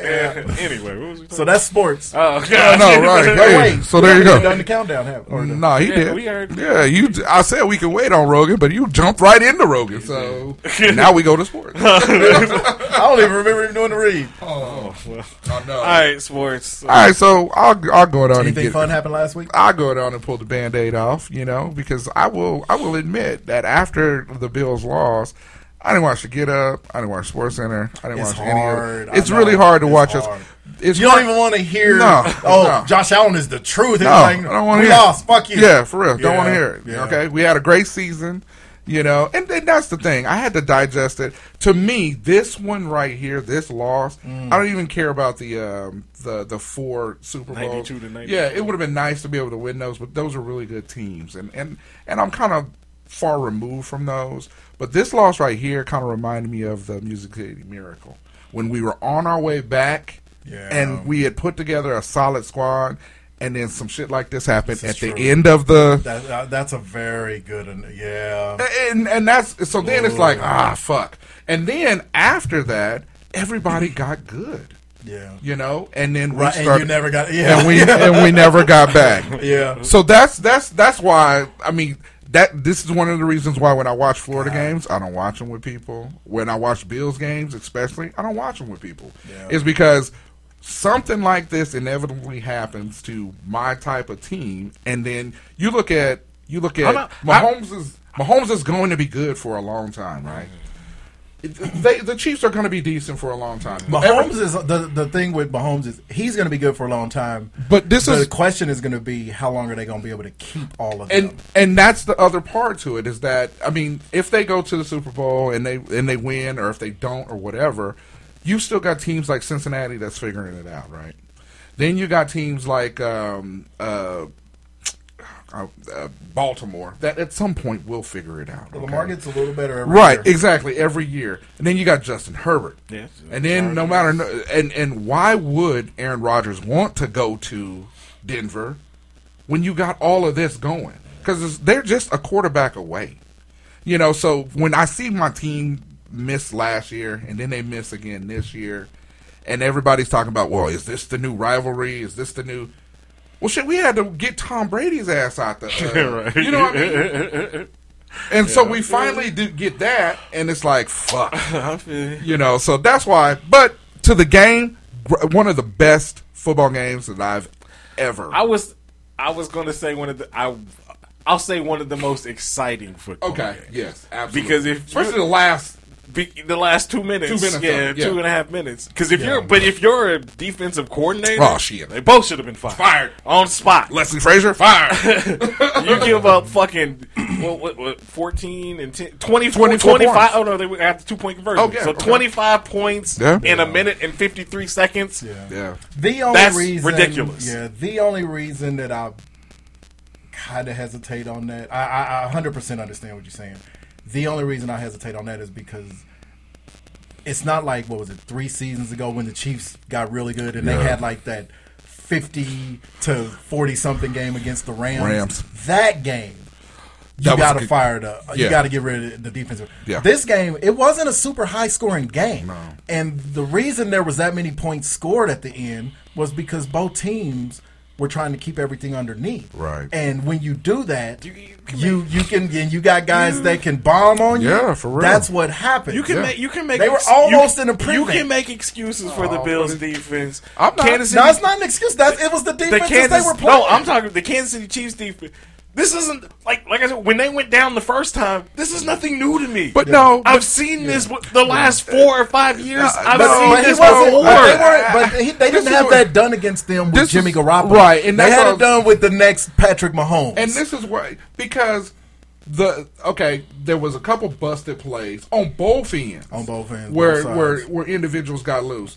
Speaker 8: anyway, what was we
Speaker 7: So that's sports.
Speaker 8: Oh,
Speaker 2: I know, right? Hey, so there you go.
Speaker 7: Done the countdown. Have, or no.
Speaker 2: Nah, he
Speaker 8: Yeah,
Speaker 2: did.
Speaker 8: we heard.
Speaker 2: Yeah, you. I said we could wait on Rogan, but you jumped right into Rogan. So now we go to sports.
Speaker 7: I don't even remember him doing the read.
Speaker 8: Oh, well.
Speaker 2: no.
Speaker 8: All right, sports.
Speaker 2: All right, so I'll I'll go down and
Speaker 7: Anything
Speaker 2: get
Speaker 7: fun happened last week?
Speaker 2: I go down and pull the band-aid off, you know, because I will I will admit that after the Bills lost, I didn't watch the get up, I didn't watch Sports Center, I didn't
Speaker 7: It's
Speaker 2: watch
Speaker 7: hard,
Speaker 2: any
Speaker 7: I
Speaker 2: of It's
Speaker 7: know,
Speaker 2: really hard to
Speaker 7: it's
Speaker 2: watch
Speaker 7: hard.
Speaker 2: us. It's
Speaker 7: You don't
Speaker 2: hard-
Speaker 7: even want to hear.
Speaker 2: No,
Speaker 7: oh,
Speaker 2: no.
Speaker 7: Josh Allen is the truth.
Speaker 2: No,
Speaker 7: It's like,
Speaker 2: I don't want to
Speaker 7: we
Speaker 2: hear. it.
Speaker 7: lost. Fuck you.
Speaker 2: Yeah, for real.
Speaker 7: Yeah,
Speaker 2: Don't want to hear it.
Speaker 7: yeah.
Speaker 2: Okay, we had a great season, you know, and, and that's the thing. I had to digest it. To me, this one right here, this loss,
Speaker 7: Mm.
Speaker 2: I don't even care about the um, the the four Super Bowls.
Speaker 8: 92 to 94.
Speaker 2: Yeah, it would have been nice to be able to win those, but those are really good teams, and and and I'm kind of far removed from those. But this loss right here kind of reminded me of the Music City Miracle when we were on our way back.
Speaker 7: Yeah.
Speaker 2: And we had put together a solid squad, and then some shit like this happened
Speaker 7: This
Speaker 2: at
Speaker 7: is
Speaker 2: the
Speaker 7: true.
Speaker 2: end of the.
Speaker 7: That, uh, that's a very good. an- Yeah.
Speaker 2: And and that's so. Then it's like
Speaker 7: Ooh.
Speaker 2: ah fuck. And then after that, everybody got good,
Speaker 7: Yeah.
Speaker 2: you know. And then we
Speaker 7: Right, and you
Speaker 2: started,
Speaker 7: never got- yeah.
Speaker 2: and we and we never got back.
Speaker 7: Yeah.
Speaker 2: So that's that's that's why I mean that this is one of the reasons why when I watch Florida games, I don't watch them with people. When I watch Bills games, especially, I don't watch them with people.
Speaker 7: Yeah.
Speaker 2: It's because something like this inevitably happens to my type of team, and then you look at you look at
Speaker 8: I'm not- I-
Speaker 2: Mahomes is Mahomes is going to be good for a long time, right?
Speaker 8: Mm.
Speaker 2: It- They, the Chiefs are going to be decent for a long time.
Speaker 7: Mahomes is the the thing with Mahomes is he's going to be good for a long time.
Speaker 2: But this
Speaker 7: the
Speaker 2: is-
Speaker 7: question is going to be how long are they going to be able to keep all of
Speaker 2: and
Speaker 7: them?
Speaker 2: and that's the other part to it is that I mean, if they go to the Super Bowl and they and they win, or if they don't, or whatever, you still got teams like Cincinnati that's figuring it out, right? Then you got teams like um, uh, uh, uh, Baltimore that at some point will figure it out.
Speaker 7: But Lamar
Speaker 2: okay?
Speaker 7: gets a little better. Every
Speaker 2: Right,
Speaker 7: year.
Speaker 2: exactly. Every year, and then you got Justin Herbert.
Speaker 8: Yes.
Speaker 2: And then no matter no, and and why would Aaron Rodgers want to go to Denver when you got all of this going? Because they're just a quarterback away. You know, so when I see my team miss last year and then they miss again this year, and everybody's talking about, well, is this the new rivalry? Is this the new. Well, shit, we had to get Tom Brady's ass out the. Uh,
Speaker 8: Right.
Speaker 2: You know what I mean? And so we finally did get that, and it's like fuck, you know. So that's why. But to the game, gr- one of the best football games that I've ever.
Speaker 8: I was I was going to say one of the I I'll say one of the most exciting football.
Speaker 2: Okay,
Speaker 8: games.
Speaker 2: yes, absolutely.
Speaker 8: Because if
Speaker 2: Especially the last
Speaker 8: be, the last two minutes,
Speaker 2: Two minutes
Speaker 8: yeah,
Speaker 2: of it, yeah.
Speaker 8: two and a half minutes. Because if
Speaker 2: Yeah.
Speaker 8: you're but if you're a defensive coordinator,
Speaker 2: Oh, shit.
Speaker 8: they both should have been fired.
Speaker 2: Fired.
Speaker 8: on spot.
Speaker 2: Leslie Frazier fired.
Speaker 8: you give up fucking what, what, what, 14 and 10, 20,
Speaker 2: 24
Speaker 8: 25
Speaker 2: points.
Speaker 8: oh no they were after two point conversion
Speaker 2: Oh, yeah,
Speaker 8: so
Speaker 2: okay.
Speaker 8: 25 points
Speaker 2: Yeah.
Speaker 8: in a minute and 53 seconds
Speaker 2: yeah.
Speaker 7: The only
Speaker 8: That's
Speaker 7: reason,
Speaker 8: ridiculous.
Speaker 7: Yeah, the only reason that I kind of hesitate on that, I, I, I 100% understand what you're saying. The only reason I hesitate on that is because it's not like what was it three seasons ago when the Chiefs got really good and
Speaker 2: Yeah.
Speaker 7: they had like that 50 to 40 something game against the Rams.
Speaker 2: Rams.
Speaker 7: That game. You
Speaker 2: That was a
Speaker 7: gotta
Speaker 2: good-
Speaker 7: fire it up.
Speaker 2: Yeah.
Speaker 7: You gotta get rid of the defensive.
Speaker 2: Yeah.
Speaker 7: This game, it wasn't a super high scoring game.
Speaker 2: No.
Speaker 7: And the reason there was that many points scored at the end was because both teams were trying to keep everything underneath.
Speaker 2: Right.
Speaker 7: And when you do that, you you, can and you got guys that can bomb on you.
Speaker 2: Yeah, for real.
Speaker 7: That's what happened.
Speaker 8: you can make you can make
Speaker 7: They were
Speaker 8: ex-
Speaker 7: almost
Speaker 8: you,
Speaker 7: in a prevent.
Speaker 8: you can make excuses for the Bills defense
Speaker 2: I'm not-
Speaker 8: Kansas
Speaker 7: No,
Speaker 8: City-
Speaker 7: it's not an excuse. That's it was the
Speaker 8: the
Speaker 7: defense
Speaker 8: Kansas
Speaker 7: they were playing.
Speaker 8: no I'm talking the Kansas City Chiefs defense this isn't like like I said when they went down the first time this is nothing new to me
Speaker 2: But no,
Speaker 8: I've seen this w- the last four or five years I've
Speaker 2: but-
Speaker 8: seen
Speaker 7: but he
Speaker 8: this
Speaker 7: wasn't.
Speaker 8: before
Speaker 7: But they, weren't, but he, they
Speaker 2: This
Speaker 7: didn't
Speaker 2: is
Speaker 7: have
Speaker 2: what-
Speaker 7: that done against them
Speaker 2: This
Speaker 7: with
Speaker 2: is-
Speaker 7: Jimmy Garoppolo,
Speaker 2: right, and
Speaker 7: they
Speaker 2: that's
Speaker 7: had
Speaker 2: what-
Speaker 7: it done with the next Patrick Mahomes.
Speaker 2: And this is why because the okay, there was a couple busted plays on both ends.
Speaker 7: On both ends,
Speaker 2: where
Speaker 7: both sides.
Speaker 2: where where individuals got loose.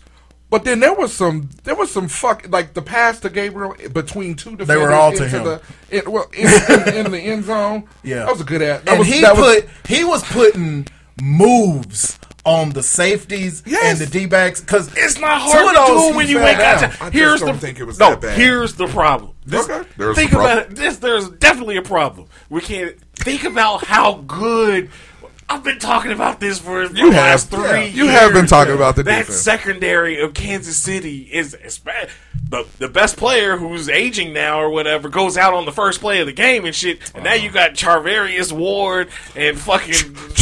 Speaker 2: But then there was some there was some fuck like the pass to Gabriel between two defenders
Speaker 7: were all to
Speaker 2: into
Speaker 7: him.
Speaker 2: the in, well in, in, in the end zone.
Speaker 7: Yeah.
Speaker 2: that was a good ass. That
Speaker 7: and
Speaker 2: was,
Speaker 7: he
Speaker 2: that
Speaker 7: put
Speaker 2: was-
Speaker 7: he was putting moves on the safeties
Speaker 2: Yes.
Speaker 7: and the D backs because
Speaker 8: It's not hard to do when you ain't got
Speaker 2: I
Speaker 8: time.
Speaker 2: just
Speaker 8: Here's
Speaker 2: don't
Speaker 8: the
Speaker 2: think it was
Speaker 8: no.
Speaker 2: that bad.
Speaker 8: Here's the problem. This-
Speaker 2: Okay. There's
Speaker 8: think
Speaker 2: the problem.
Speaker 8: about it. this. There's definitely a problem. We can't think about how good. I've been talking about this for the
Speaker 2: You
Speaker 8: last
Speaker 2: have.
Speaker 8: three.
Speaker 2: Yeah.
Speaker 8: years.
Speaker 2: You have been talking about the
Speaker 8: that
Speaker 2: defense.
Speaker 8: secondary of Kansas City is espe- the the best player who's aging now or whatever goes out on the first play of the game and shit. And
Speaker 2: Uh-huh.
Speaker 8: now you got Charvarius Ward and fucking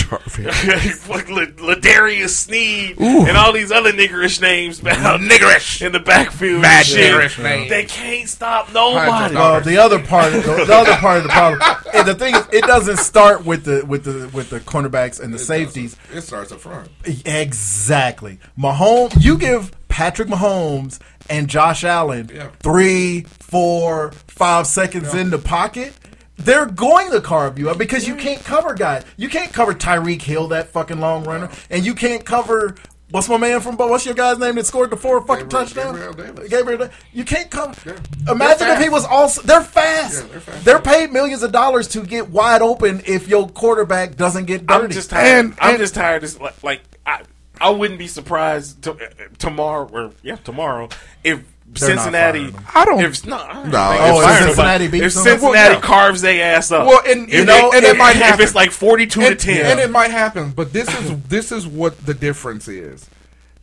Speaker 8: Fuck Ladarius Sneed and all these other niggerish names out
Speaker 2: Niggerish.
Speaker 8: in the backfield.
Speaker 2: Bad
Speaker 8: and shit.
Speaker 2: niggerish names. Oh,
Speaker 8: They can't stop nobody.
Speaker 2: Hundred
Speaker 7: Uh, the other part, of the, the other part of the problem, and the thing is, it doesn't start with the with the with the cornerbacks and the safeties.
Speaker 2: It starts up front.
Speaker 7: Exactly, Mahomes. You give Patrick Mahomes and Josh Allen
Speaker 2: Yeah.
Speaker 7: three, four, five seconds in the pocket. They're going to carve you up because you can't cover guys. You can't cover Tyreek Hill, that fucking long runner, and you can't cover. What's my man from? What's your guy's name that scored the four fucking
Speaker 2: Gabriel-
Speaker 7: touchdowns?
Speaker 2: Gabriel Davis.
Speaker 7: Gabriel Da- You can't cover.
Speaker 2: Yeah.
Speaker 7: Imagine
Speaker 2: They're
Speaker 7: if he
Speaker 2: fast.
Speaker 7: was also. They're fast.
Speaker 2: Yeah, they're
Speaker 7: they're
Speaker 2: fast.
Speaker 7: paid millions of dollars to get wide open if your quarterback doesn't get dirty.
Speaker 8: I'm just tired.
Speaker 2: And-
Speaker 8: I'm
Speaker 2: and-
Speaker 8: just tired. Of, like, like I, I wouldn't be surprised to, uh, tomorrow or yeah tomorrow if
Speaker 7: not
Speaker 8: Cincinnati.
Speaker 7: firing them.
Speaker 2: I don't-
Speaker 8: If no, I don't
Speaker 2: No.
Speaker 8: think
Speaker 2: Oh, if
Speaker 8: they're firing
Speaker 7: Cincinnati
Speaker 8: nobody. if
Speaker 7: beats them?
Speaker 8: Cincinnati
Speaker 2: Well, yeah.
Speaker 8: carves their ass up.
Speaker 2: Well, and, you
Speaker 8: if
Speaker 2: know,
Speaker 8: they-
Speaker 2: and it
Speaker 8: if-
Speaker 2: might
Speaker 8: if
Speaker 2: happen.
Speaker 8: it's like forty-two to
Speaker 2: and,
Speaker 8: ten,
Speaker 2: and it might happen. But this is this is what the difference is.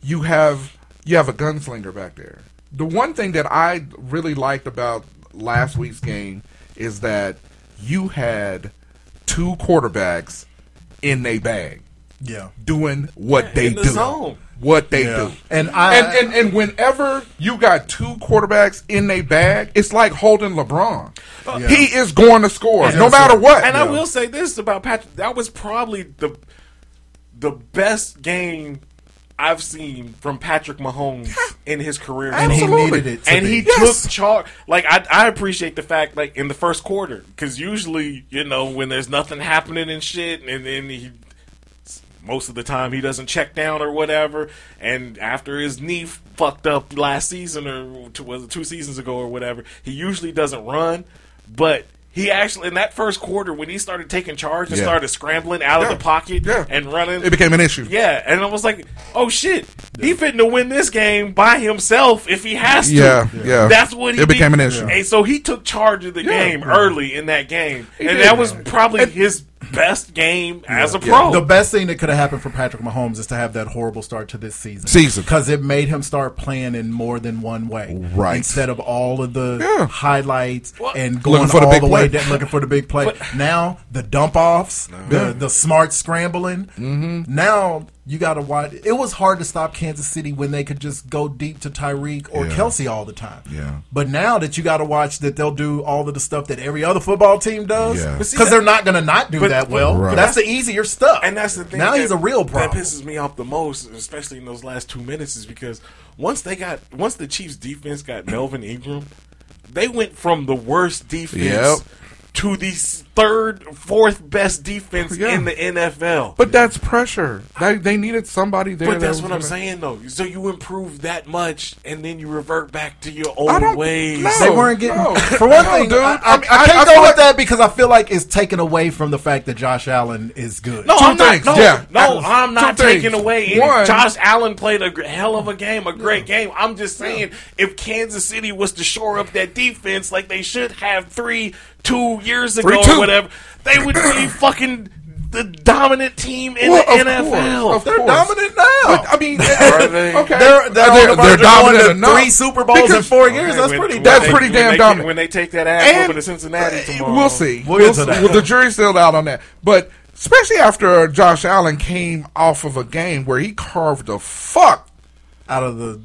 Speaker 2: You have you have a gunslinger back there. The one thing that I really liked about last week's game is that you had two quarterbacks in they bag
Speaker 7: yeah.
Speaker 2: doing what they
Speaker 8: in the
Speaker 2: do.
Speaker 8: zone.
Speaker 2: What they
Speaker 7: Yeah.
Speaker 2: do.
Speaker 7: And I-
Speaker 2: and, and and whenever you got two quarterbacks in a bag, it's like holding LeBron. He is going to score no
Speaker 7: gonna
Speaker 2: matter
Speaker 7: score.
Speaker 2: what.
Speaker 8: Uh, And I
Speaker 7: Yeah.
Speaker 8: will say this about Patrick: that was probably the the best game I've seen from Patrick Mahomes in his career.
Speaker 7: And he
Speaker 2: Absolutely.
Speaker 7: needed it. To
Speaker 8: and
Speaker 7: be.
Speaker 8: he
Speaker 2: Yes.
Speaker 8: took charge. Like I, I appreciate the fact, like in the first quarter, because usually, you know, when there's nothing happening and shit, and then he, most of the time, he doesn't check down or whatever. And after his knee fucked up last season or two, was it two seasons ago or whatever, he usually doesn't run, but. He actually in that first quarter when he started taking charge and
Speaker 2: Yeah.
Speaker 8: started scrambling out of the pocket and running,
Speaker 2: It became an issue.
Speaker 8: Yeah, and I was like, "Oh shit, he fitting to win this game by himself if he has to."
Speaker 2: Yeah, yeah.
Speaker 8: That's what he
Speaker 2: It became
Speaker 8: did.
Speaker 2: an issue.
Speaker 8: and so he took charge of the game early in that game,
Speaker 2: He
Speaker 8: and
Speaker 2: did.
Speaker 8: that was probably his best game as a
Speaker 7: Yeah.
Speaker 8: pro.
Speaker 7: The best thing that could have happened for Patrick Mahomes is to have that horrible start to this season.
Speaker 2: Season.
Speaker 7: Because it made him start playing in more than one way.
Speaker 2: Right.
Speaker 7: Instead of all of the highlights and
Speaker 2: Looking
Speaker 7: going
Speaker 2: for the
Speaker 7: all
Speaker 2: big
Speaker 7: the way
Speaker 2: play.
Speaker 7: down, looking for the big play. now, the dump offs,
Speaker 2: Yeah.
Speaker 7: the, the smart scrambling. Mm-hmm. Now, you got to watch. It was hard to stop Kansas City when they could just go deep to Tyreek or
Speaker 2: Yeah.
Speaker 7: Kelsey all the time.
Speaker 2: Yeah.
Speaker 7: But now that you got to watch that they'll do all of the stuff that every other football team does,
Speaker 2: Yeah. But
Speaker 7: because
Speaker 8: see,
Speaker 7: they're not going to not do
Speaker 8: But-
Speaker 7: that well.
Speaker 2: Right.
Speaker 7: That's the easier stuff.
Speaker 8: And that's the thing.
Speaker 7: Now
Speaker 8: that-
Speaker 7: he's a real problem.
Speaker 8: That pisses me off the most, especially in those last two minutes, is because once they got once the Chiefs defense got Melvin Ingram, they went from the worst defense
Speaker 2: Yep.
Speaker 8: to the s- third, fourth best defense
Speaker 2: Yeah.
Speaker 8: in the NFL.
Speaker 2: But that's pressure. They, they needed somebody there.
Speaker 8: But
Speaker 2: that was
Speaker 8: that's what I'm
Speaker 2: gonna-
Speaker 8: saying, though. So you improve that much, and then you revert back to your
Speaker 2: I
Speaker 8: old
Speaker 2: don't-
Speaker 8: ways.
Speaker 2: no.
Speaker 7: They weren't getting
Speaker 2: No.
Speaker 7: for one
Speaker 2: No,
Speaker 7: thing.
Speaker 2: dude.
Speaker 7: I, I-
Speaker 2: I mean,
Speaker 7: I
Speaker 2: I-
Speaker 7: can't
Speaker 2: I
Speaker 7: go
Speaker 2: feel
Speaker 7: with
Speaker 2: like-
Speaker 7: that because I feel like it's taken away from the fact that Josh Allen is good.
Speaker 8: No,
Speaker 2: Two
Speaker 8: I'm
Speaker 2: things,
Speaker 8: not. No,
Speaker 2: yeah.
Speaker 8: no,
Speaker 2: That-
Speaker 8: I'm not
Speaker 2: two
Speaker 8: taking
Speaker 2: things.
Speaker 8: away. any-
Speaker 2: One-
Speaker 8: Josh Allen played a gr- hell of a game, a great game. I'm just saying, if Kansas City was to shore up that defense like they should have three, two years ago
Speaker 2: Three,
Speaker 8: or
Speaker 2: two.
Speaker 8: whatever, they would be fucking the dominant team in
Speaker 2: Well,
Speaker 8: the
Speaker 2: of
Speaker 8: NFL.
Speaker 2: course, of
Speaker 7: they're
Speaker 2: course.
Speaker 7: dominant now.
Speaker 2: But, uh, I mean,
Speaker 8: Are they?
Speaker 2: okay.
Speaker 7: They're, they're,
Speaker 2: They're-
Speaker 7: on the
Speaker 2: they're
Speaker 7: verge of going
Speaker 2: dominant
Speaker 7: to
Speaker 2: enough.
Speaker 7: Three Super Bowls in
Speaker 2: Because-
Speaker 7: four years. That's
Speaker 8: When-
Speaker 7: pretty.
Speaker 8: when
Speaker 2: that's
Speaker 8: they-
Speaker 7: dominant.
Speaker 2: pretty
Speaker 8: when
Speaker 2: damn
Speaker 8: they-
Speaker 2: dominant.
Speaker 8: When they take that ass over to Cincinnati
Speaker 2: uh,
Speaker 8: tomorrow,
Speaker 2: We'll see.
Speaker 7: We'll
Speaker 2: We'll,
Speaker 7: get to that.
Speaker 2: well, the jury's still out on that. But especially after uh, Josh Allen came off of a game where he carved a fuck.
Speaker 7: out of the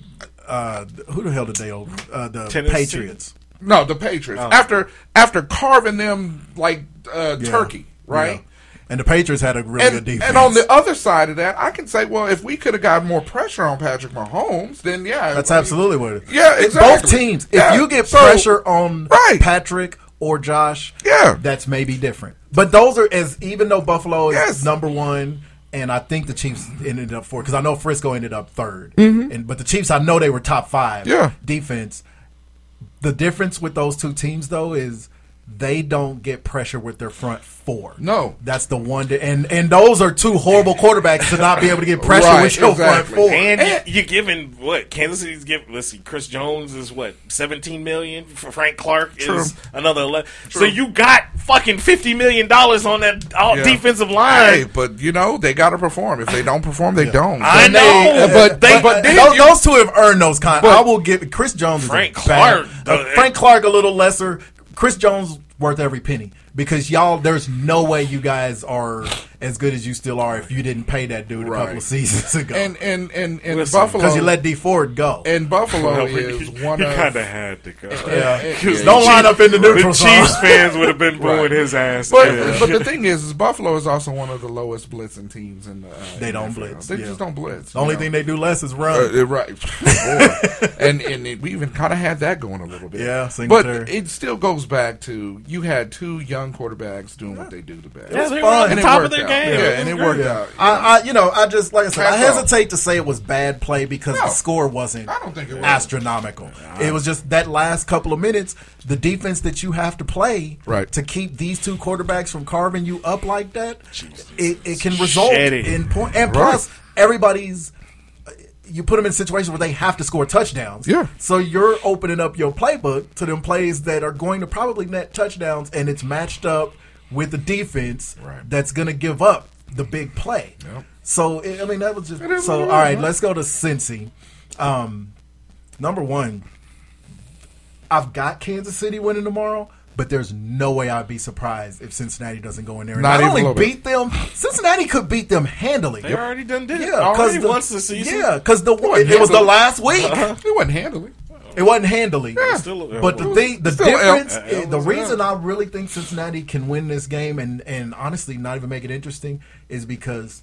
Speaker 7: uh, who the hell did they over uh, the
Speaker 8: Tennessee.
Speaker 7: Patriots?
Speaker 2: No, the Patriots.
Speaker 8: Oh.
Speaker 2: After after carving them like uh,
Speaker 7: Yeah.
Speaker 2: turkey, right?
Speaker 7: Yeah. And the Patriots had a really good
Speaker 2: And,
Speaker 7: defense.
Speaker 2: and on the other side of that, I can say, well, if we could have got more pressure on Patrick Mahomes, then yeah,
Speaker 7: That's
Speaker 2: we-
Speaker 7: absolutely what it is.
Speaker 2: Yeah,
Speaker 7: It's
Speaker 2: exactly.
Speaker 7: Both teams.
Speaker 2: Yeah.
Speaker 7: If you get
Speaker 2: So-
Speaker 7: pressure on
Speaker 2: Right.
Speaker 7: Patrick or Josh,
Speaker 2: Yeah.
Speaker 7: that's maybe different. But those are as even though Buffalo is
Speaker 2: Yes.
Speaker 7: number one, and I think the Chiefs ended up four because I know Frisco ended up 3rd and but the Chiefs I know they were top five.
Speaker 2: Mm-hmm. Yeah.
Speaker 7: defense. The difference with those two teams though is. They don't get pressure with their front four.
Speaker 2: No.
Speaker 7: that's the one. That, and and those are two horrible quarterbacks to not be able to get pressure
Speaker 2: Right,
Speaker 7: with your
Speaker 2: exactly.
Speaker 7: front four.
Speaker 8: And,
Speaker 2: And-
Speaker 8: you, you're giving what Kansas City's giving. Let's see, Chris Jones is what seventeen million. F- Frank Clark is another eleven. So you got fucking fifty million dollars on that all
Speaker 2: Yeah.
Speaker 8: defensive line.
Speaker 2: Hey, but you know they got to perform. If they don't perform, they don't.
Speaker 8: I
Speaker 2: But-
Speaker 8: know,
Speaker 2: but
Speaker 8: they-
Speaker 2: but, but then
Speaker 7: those,
Speaker 2: you-
Speaker 7: those two have earned those kind.
Speaker 2: But-
Speaker 7: I will give Chris Jones. is a
Speaker 8: Frank
Speaker 7: bad-
Speaker 8: Clark,
Speaker 7: uh,
Speaker 8: though,
Speaker 7: Frank Clark a little lesser. Chris Jones worth every penny because y'all. There's no way you guys are as good as you still are if you didn't pay that dude a couple
Speaker 2: Right.
Speaker 7: of seasons ago.
Speaker 2: and and and and
Speaker 8: Listen,
Speaker 2: Buffalo
Speaker 7: because you let D Ford go.
Speaker 2: and Buffalo
Speaker 8: Well,
Speaker 2: is
Speaker 8: you
Speaker 2: one of
Speaker 8: kind of had to go.
Speaker 7: yeah.
Speaker 2: yeah,
Speaker 7: don't
Speaker 8: yeah.
Speaker 7: line up in the
Speaker 8: The
Speaker 7: neutral zone.
Speaker 8: Chiefs fans would have been booing
Speaker 2: Right.
Speaker 8: his ass.
Speaker 2: But,
Speaker 8: Yeah.
Speaker 2: but the thing is, is Buffalo is also one of the lowest blitzing teams in the. Uh,
Speaker 7: They don't
Speaker 2: NFL.
Speaker 7: blitz,
Speaker 2: They
Speaker 7: yeah.
Speaker 2: just don't blitz.
Speaker 7: The only
Speaker 2: you know.
Speaker 7: thing they do less is
Speaker 2: Uh,
Speaker 7: run.
Speaker 2: uh, right, Boy. and and it- we even kind of had that going a little bit.
Speaker 7: Yeah, Singletary.
Speaker 2: but it still goes back to you had two young quarterbacks doing what they do the best.
Speaker 8: Yeah, they were
Speaker 7: fun.
Speaker 8: on
Speaker 2: And
Speaker 8: the
Speaker 2: it
Speaker 8: top of
Speaker 2: worked
Speaker 8: their
Speaker 2: out.
Speaker 8: game.
Speaker 2: Yeah, and it
Speaker 8: was
Speaker 2: worked
Speaker 8: great.
Speaker 2: out.
Speaker 7: I, I, you know, I just like I said, I
Speaker 2: Hats off.
Speaker 7: hesitate to say it was bad play because
Speaker 2: No.
Speaker 7: the score wasn't.
Speaker 2: I don't think it was.
Speaker 7: astronomical. It was just that last couple of minutes, the defense that you have to play
Speaker 2: Right.
Speaker 7: to keep these two quarterbacks from carving you up like that. It, it can result
Speaker 8: Shitty.
Speaker 7: in point, and
Speaker 2: Right.
Speaker 7: plus everybody's. You put them in situations where they have to score touchdowns.
Speaker 2: Yeah.
Speaker 7: So you're opening up your playbook to them plays that are going to probably net touchdowns, and it's matched up with the defense
Speaker 2: Right.
Speaker 7: that's going to give up the big play.
Speaker 2: Yep.
Speaker 7: So it, I mean, that was just
Speaker 2: It is
Speaker 7: so.
Speaker 2: what
Speaker 7: All
Speaker 2: it is,
Speaker 7: right,
Speaker 2: huh?
Speaker 7: let's go to Cincy. Um, number one, I've got Kansas City winning tomorrow, but there's no way I'd be surprised if Cincinnati doesn't go in there and
Speaker 2: Not
Speaker 7: not,
Speaker 2: even a
Speaker 7: only
Speaker 2: little
Speaker 7: beat them. Cincinnati could beat them handily.
Speaker 8: They already done did it.
Speaker 7: Yeah,
Speaker 8: Already
Speaker 7: the-
Speaker 8: once the season.
Speaker 7: Yeah, because the
Speaker 2: wasn't
Speaker 7: it, was the
Speaker 2: handily.
Speaker 7: last week.
Speaker 2: It wasn't handling.
Speaker 7: It wasn't handily.
Speaker 8: Still a-
Speaker 7: But the
Speaker 8: Well,
Speaker 7: thing, the
Speaker 2: still L.
Speaker 7: difference, eh,
Speaker 2: Uh,
Speaker 7: the reason I really think Cincinnati can win this game and and honestly not even make it interesting is because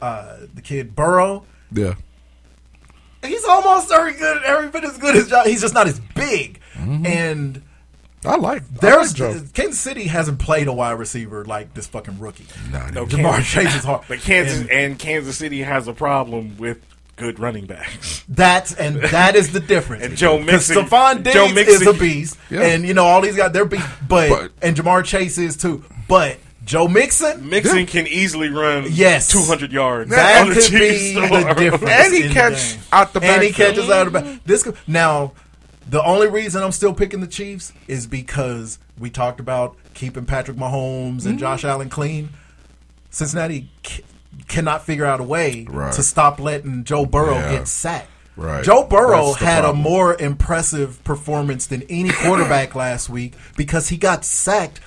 Speaker 7: uh, the kid Burrow,
Speaker 2: Yeah.
Speaker 7: he's almost every good, every bit as good as John. He's just not as big. And
Speaker 2: Mm-hmm. I like
Speaker 7: there's
Speaker 2: I like Joe.
Speaker 7: Kansas City hasn't played a wide receiver like this fucking rookie.
Speaker 8: No,
Speaker 7: Jamar
Speaker 8: Kansas-
Speaker 7: Chase is hard.
Speaker 8: But Kansas
Speaker 7: And-
Speaker 8: and, Kansas City has a problem with good running backs.
Speaker 7: That's and that is the difference.
Speaker 8: And Joe
Speaker 7: 'Cause
Speaker 8: Mixon-
Speaker 7: Stephon Diggs
Speaker 8: Joe
Speaker 7: is a
Speaker 8: Mixon-
Speaker 7: beast,
Speaker 8: Yeah.
Speaker 7: and you know all these guys they're beast. But, and Jamar Chase is too. But Joe Mixon,
Speaker 8: Mixon can easily run
Speaker 7: Yes.
Speaker 8: 200 yards.
Speaker 7: That
Speaker 8: on the
Speaker 7: could be
Speaker 8: Chiefs
Speaker 7: the
Speaker 8: tomorrow.
Speaker 7: difference. in the game. And he catches out of the back. This could- now, the only reason I'm still picking the Chiefs is because we talked about keeping Patrick Mahomes
Speaker 2: Mm-hmm.
Speaker 7: and Josh Allen clean. Cincinnati c- cannot figure out a way
Speaker 2: Right.
Speaker 7: to stop letting Joe Burrow
Speaker 2: Yeah.
Speaker 7: get sacked.
Speaker 2: Right.
Speaker 7: Joe Burrow
Speaker 2: That's the
Speaker 7: had
Speaker 2: problem.
Speaker 7: a more impressive performance than any quarterback last week because he got sacked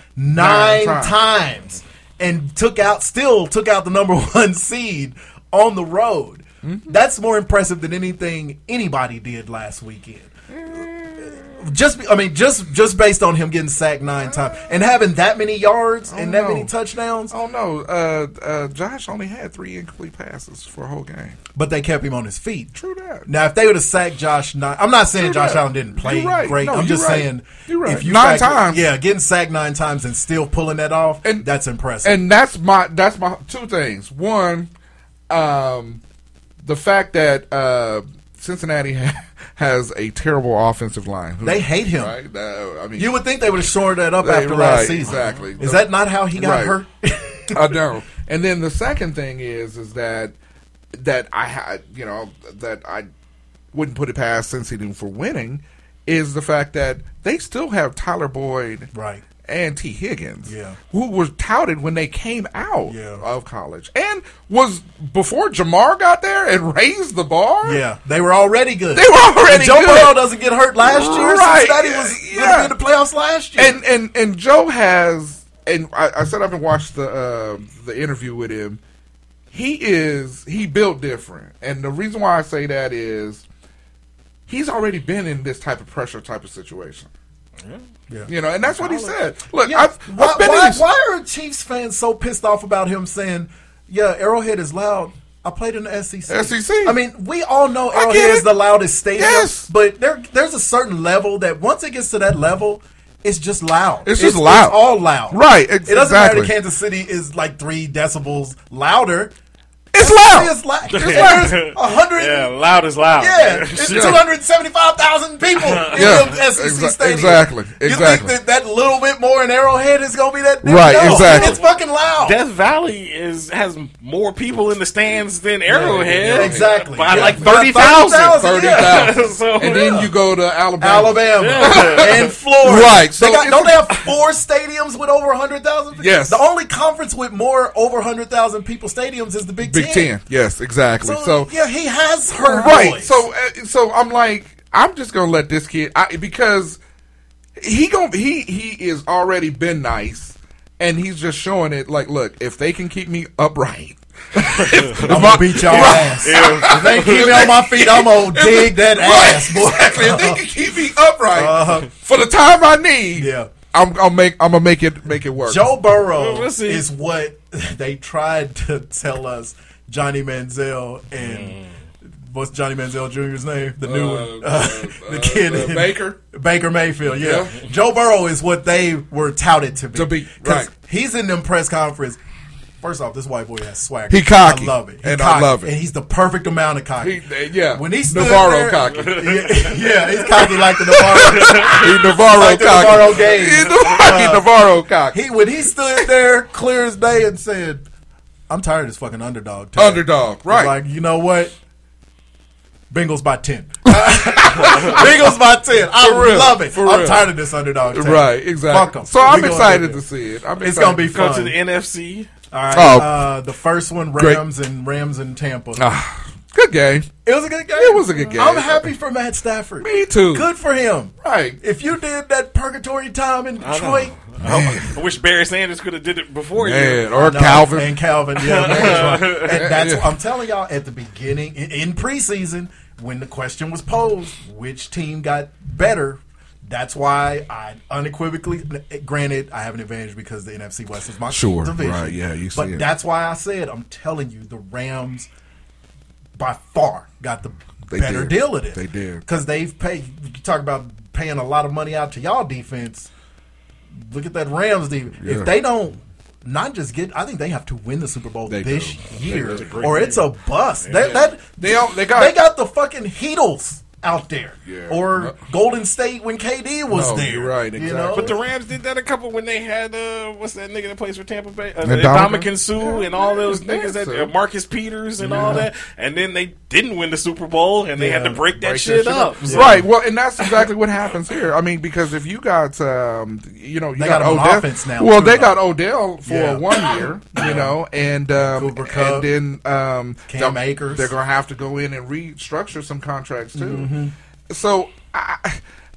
Speaker 2: Nine
Speaker 7: nine,
Speaker 2: times.
Speaker 7: times and took out still took out the number one seed on the road.
Speaker 2: Mm-hmm.
Speaker 7: That's more impressive than anything anybody did last weekend.
Speaker 2: Mm.
Speaker 7: Just be- I mean just just based on him getting sacked nine times and having that many yards and that many touchdowns.
Speaker 2: Oh no, uh, uh, Josh only had three incomplete passes for a whole game.
Speaker 7: but they kept him on his feet.
Speaker 2: True that.
Speaker 7: Now, if they would have sacked Josh, nine, I'm not saying
Speaker 2: You're
Speaker 7: Josh
Speaker 2: right.
Speaker 7: Allen didn't play
Speaker 2: You're right.
Speaker 7: great.
Speaker 2: No,
Speaker 7: I'm
Speaker 2: you're
Speaker 7: just
Speaker 2: right.
Speaker 7: saying
Speaker 2: You're right.
Speaker 7: if you
Speaker 2: Nine
Speaker 7: factor-
Speaker 2: times.
Speaker 7: yeah, getting sacked nine times and still pulling that off, that's impressive.
Speaker 2: And that's my that's my two things. One, um, the fact that uh, Cincinnati ha- has a terrible offensive line.
Speaker 7: They hate him.
Speaker 2: Right? Uh, I mean,
Speaker 7: you would think they would have shored that up
Speaker 2: They-
Speaker 7: after last
Speaker 2: right,
Speaker 7: season.
Speaker 2: Exactly.
Speaker 7: Is that not how he got hurt?
Speaker 2: I know. And then the second thing is, is that that I had, you know, that I wouldn't put it past Cincinnati for winning is the fact that they still have Tyler Boyd,
Speaker 7: right,
Speaker 2: and T. Higgins,
Speaker 7: Yeah.
Speaker 2: who was touted when they came out
Speaker 7: Yeah.
Speaker 2: of college and was before Jamar got there and raised the bar.
Speaker 7: Yeah, they were already good.
Speaker 2: They were already
Speaker 7: And Joe
Speaker 2: good.
Speaker 7: Burrow doesn't get hurt last year.
Speaker 2: Right.
Speaker 7: Cincinnati was
Speaker 2: Yeah.
Speaker 7: gonna be in the playoffs last year.
Speaker 2: and and and Joe has and I, I sat up and watched the uh, the interview with him. He is he built different, and the reason why I say that is he's already been in this type of pressure type of situation.
Speaker 7: Yeah.
Speaker 2: You know, and that's what he said. Look,
Speaker 7: Yeah.
Speaker 2: I've,
Speaker 7: why,
Speaker 2: I've been
Speaker 7: why,
Speaker 2: in this-
Speaker 7: why are Chiefs fans so pissed off about him saying, "Yeah, Arrowhead is loud"? I played in the SEC.
Speaker 2: SEC.
Speaker 7: I mean, we all know
Speaker 2: E I
Speaker 7: Arrowhead
Speaker 2: get
Speaker 7: is
Speaker 2: it.
Speaker 7: the loudest stadium,
Speaker 2: Yes.
Speaker 7: but there there's a certain level that once it gets to that level. It's just loud.
Speaker 2: It's just loud.
Speaker 7: It's all loud.
Speaker 2: Right, ex-
Speaker 7: It doesn't matter if
Speaker 2: exactly.
Speaker 7: Kansas City is like three decibels louder.
Speaker 2: It's
Speaker 7: Kansas
Speaker 2: loud.
Speaker 7: City is
Speaker 2: It's
Speaker 7: loud.
Speaker 2: loud.
Speaker 7: There's a hundred.
Speaker 8: Yeah, loud is loud.
Speaker 7: Yeah, it's
Speaker 8: Yeah.
Speaker 7: 275,000 people in
Speaker 2: Yeah,
Speaker 7: the SEC
Speaker 2: exa-
Speaker 7: stadium.
Speaker 2: exactly,
Speaker 7: You think
Speaker 2: exactly.
Speaker 7: that that little bit more in Arrowhead is going to be that? big?
Speaker 2: Right,
Speaker 7: No,
Speaker 2: exactly.
Speaker 7: It's fucking loud.
Speaker 8: Death Valley is has more people in the stands than Arrowhead.
Speaker 7: yeah, exactly.
Speaker 8: By
Speaker 7: Yeah.
Speaker 8: like
Speaker 7: By
Speaker 8: 30,000.
Speaker 7: 30,000, yeah.
Speaker 8: 30,000. so,
Speaker 2: and then you go to Alabama.
Speaker 7: Alabama
Speaker 8: Yeah.
Speaker 7: and Florida.
Speaker 2: Right, so
Speaker 7: they got,
Speaker 2: it's-
Speaker 7: don't they have four stadiums with over 100,000 people?
Speaker 2: Yes.
Speaker 7: The only conference with more over 100,000 people stadiums is the Big,
Speaker 2: Big Ten. Yes, exactly. So,
Speaker 7: yeah, he has her
Speaker 2: right.
Speaker 7: voice.
Speaker 2: So uh, so I'm like I'm just gonna let this kid I, because he going he he is already been nice and he's just showing it like look if they can keep me upright.
Speaker 7: I'm going to beat y'all ass. If they keep me on my feet, I'm going to dig that ass, boy.
Speaker 2: Exactly. If they can keep me upright
Speaker 7: Uh-huh.
Speaker 2: for the time I need,
Speaker 7: Yeah.
Speaker 2: I'm I'll make I'm gonna make it make it work.
Speaker 7: Joe Burrow
Speaker 8: Well, we'll see.
Speaker 7: is what they tried to tell us Johnny Manziel
Speaker 2: Mm.
Speaker 7: and what's Johnny Manziel Jr.'s name? The new one.
Speaker 2: Uh,
Speaker 7: Uh,
Speaker 2: uh,
Speaker 7: the kid.
Speaker 2: uh,
Speaker 7: in-
Speaker 2: Baker?
Speaker 7: Baker Mayfield, yeah.
Speaker 2: Yeah.
Speaker 7: Joe Burrow is what they were touted to be.
Speaker 2: To be,
Speaker 7: 'Cause
Speaker 2: right.
Speaker 7: He's in them press conference. First off, this white boy has swagger.
Speaker 2: He cocky,
Speaker 7: I love it. He
Speaker 2: and I
Speaker 7: cocky,
Speaker 2: love it.
Speaker 7: And he's the perfect amount of
Speaker 2: He,
Speaker 7: cocky.
Speaker 2: uh, yeah,
Speaker 7: when he stood
Speaker 2: Navarro
Speaker 7: there-
Speaker 2: cocky,
Speaker 7: yeah, yeah, he's cocky like the Navarro.
Speaker 2: he Navarro
Speaker 7: Like the
Speaker 2: cocky,
Speaker 7: Navarro game.
Speaker 2: He Navarro, he
Speaker 7: Uh,
Speaker 2: Navarro cocky.
Speaker 7: He when he stood there clear as day and said, "I'm tired of this fucking underdog." tag."
Speaker 2: Underdog, right?
Speaker 7: Like you know what? Bengals by ten. Bengals by ten. I
Speaker 2: For real,
Speaker 7: love it.
Speaker 2: for
Speaker 7: I'm
Speaker 2: real.
Speaker 7: tired of this underdog. Tag.
Speaker 2: Right,
Speaker 7: Fuck
Speaker 2: exactly.
Speaker 7: 'em.
Speaker 2: So
Speaker 7: We
Speaker 2: I'm
Speaker 7: gonna
Speaker 2: excited
Speaker 7: do
Speaker 2: to
Speaker 7: this.
Speaker 2: see it. I'm
Speaker 7: It's
Speaker 2: excited.
Speaker 7: gonna be
Speaker 8: go
Speaker 7: fun.
Speaker 8: to the NFC.
Speaker 7: All right.
Speaker 2: Oh.
Speaker 7: Uh, the first one,
Speaker 2: Great.
Speaker 7: Rams and Rams and Tampa.
Speaker 2: Ah, good game.
Speaker 7: It was a good game.
Speaker 2: It was a good game.
Speaker 7: I'm happy for Matt Stafford.
Speaker 2: Me too.
Speaker 7: Good for him.
Speaker 2: Right.
Speaker 7: If you did that purgatory time in Detroit,
Speaker 8: I wish Barry Sanders could have did it before
Speaker 2: Man,
Speaker 8: you.
Speaker 2: or
Speaker 7: No,
Speaker 2: Calvin.
Speaker 7: and Calvin. Yeah, man, that's right. And that's
Speaker 2: Yeah.
Speaker 7: I'm telling y'all at the beginning in, in preseason when the question was posed, which team got better. That's why I unequivocally granted I have an advantage because the NFC West is my
Speaker 2: Sure,
Speaker 7: division.
Speaker 2: right, yeah, you see
Speaker 7: but
Speaker 2: it.
Speaker 7: that's why I said I'm telling you the Rams by far got the
Speaker 2: They
Speaker 7: better
Speaker 2: did.
Speaker 7: deal of this.
Speaker 2: They did.
Speaker 7: because they've paid. You talk about paying a lot of money out to y'all defense. Look at that Rams defense.
Speaker 2: Yeah.
Speaker 7: If they don't not just get. I think they have to win the Super Bowl this
Speaker 2: do.
Speaker 7: year,
Speaker 2: It's a great
Speaker 7: or it's
Speaker 2: year.
Speaker 7: a bust.
Speaker 2: Yeah.
Speaker 7: That, that
Speaker 2: They all- they got-
Speaker 7: the fucking Heatles out there,
Speaker 2: Yeah.
Speaker 7: or
Speaker 2: No.
Speaker 7: Golden State when KD was
Speaker 2: No,
Speaker 7: there.
Speaker 2: you're right,
Speaker 7: you
Speaker 2: exactly.
Speaker 7: know?
Speaker 8: But the Rams did that a couple when they had uh, what's that nigga that plays for Tampa Bay, uh,
Speaker 2: Ndamukong?
Speaker 8: Dominican Sue, and all those
Speaker 2: Yeah,
Speaker 8: niggas that
Speaker 2: so-
Speaker 8: uh, Marcus Peters and all
Speaker 2: Yeah.
Speaker 8: that, and then they didn't win the Super Bowl, and they had to break that shit up. So-
Speaker 2: Right. Well, and that's exactly what happens here. I I mean, because if you got, um, you know, you
Speaker 7: They
Speaker 2: got,
Speaker 7: got him on
Speaker 2: Odell.
Speaker 7: offense now,
Speaker 2: Well,
Speaker 7: too,
Speaker 2: they
Speaker 7: though.
Speaker 2: got Odell for
Speaker 7: Yeah.
Speaker 2: one year, you know, and um,
Speaker 7: Kupp,
Speaker 2: and then um,
Speaker 7: Cam
Speaker 2: they'll-
Speaker 7: Akers.
Speaker 2: They're gonna have to go in and restructure some contracts too.
Speaker 7: Mhm.
Speaker 2: So I,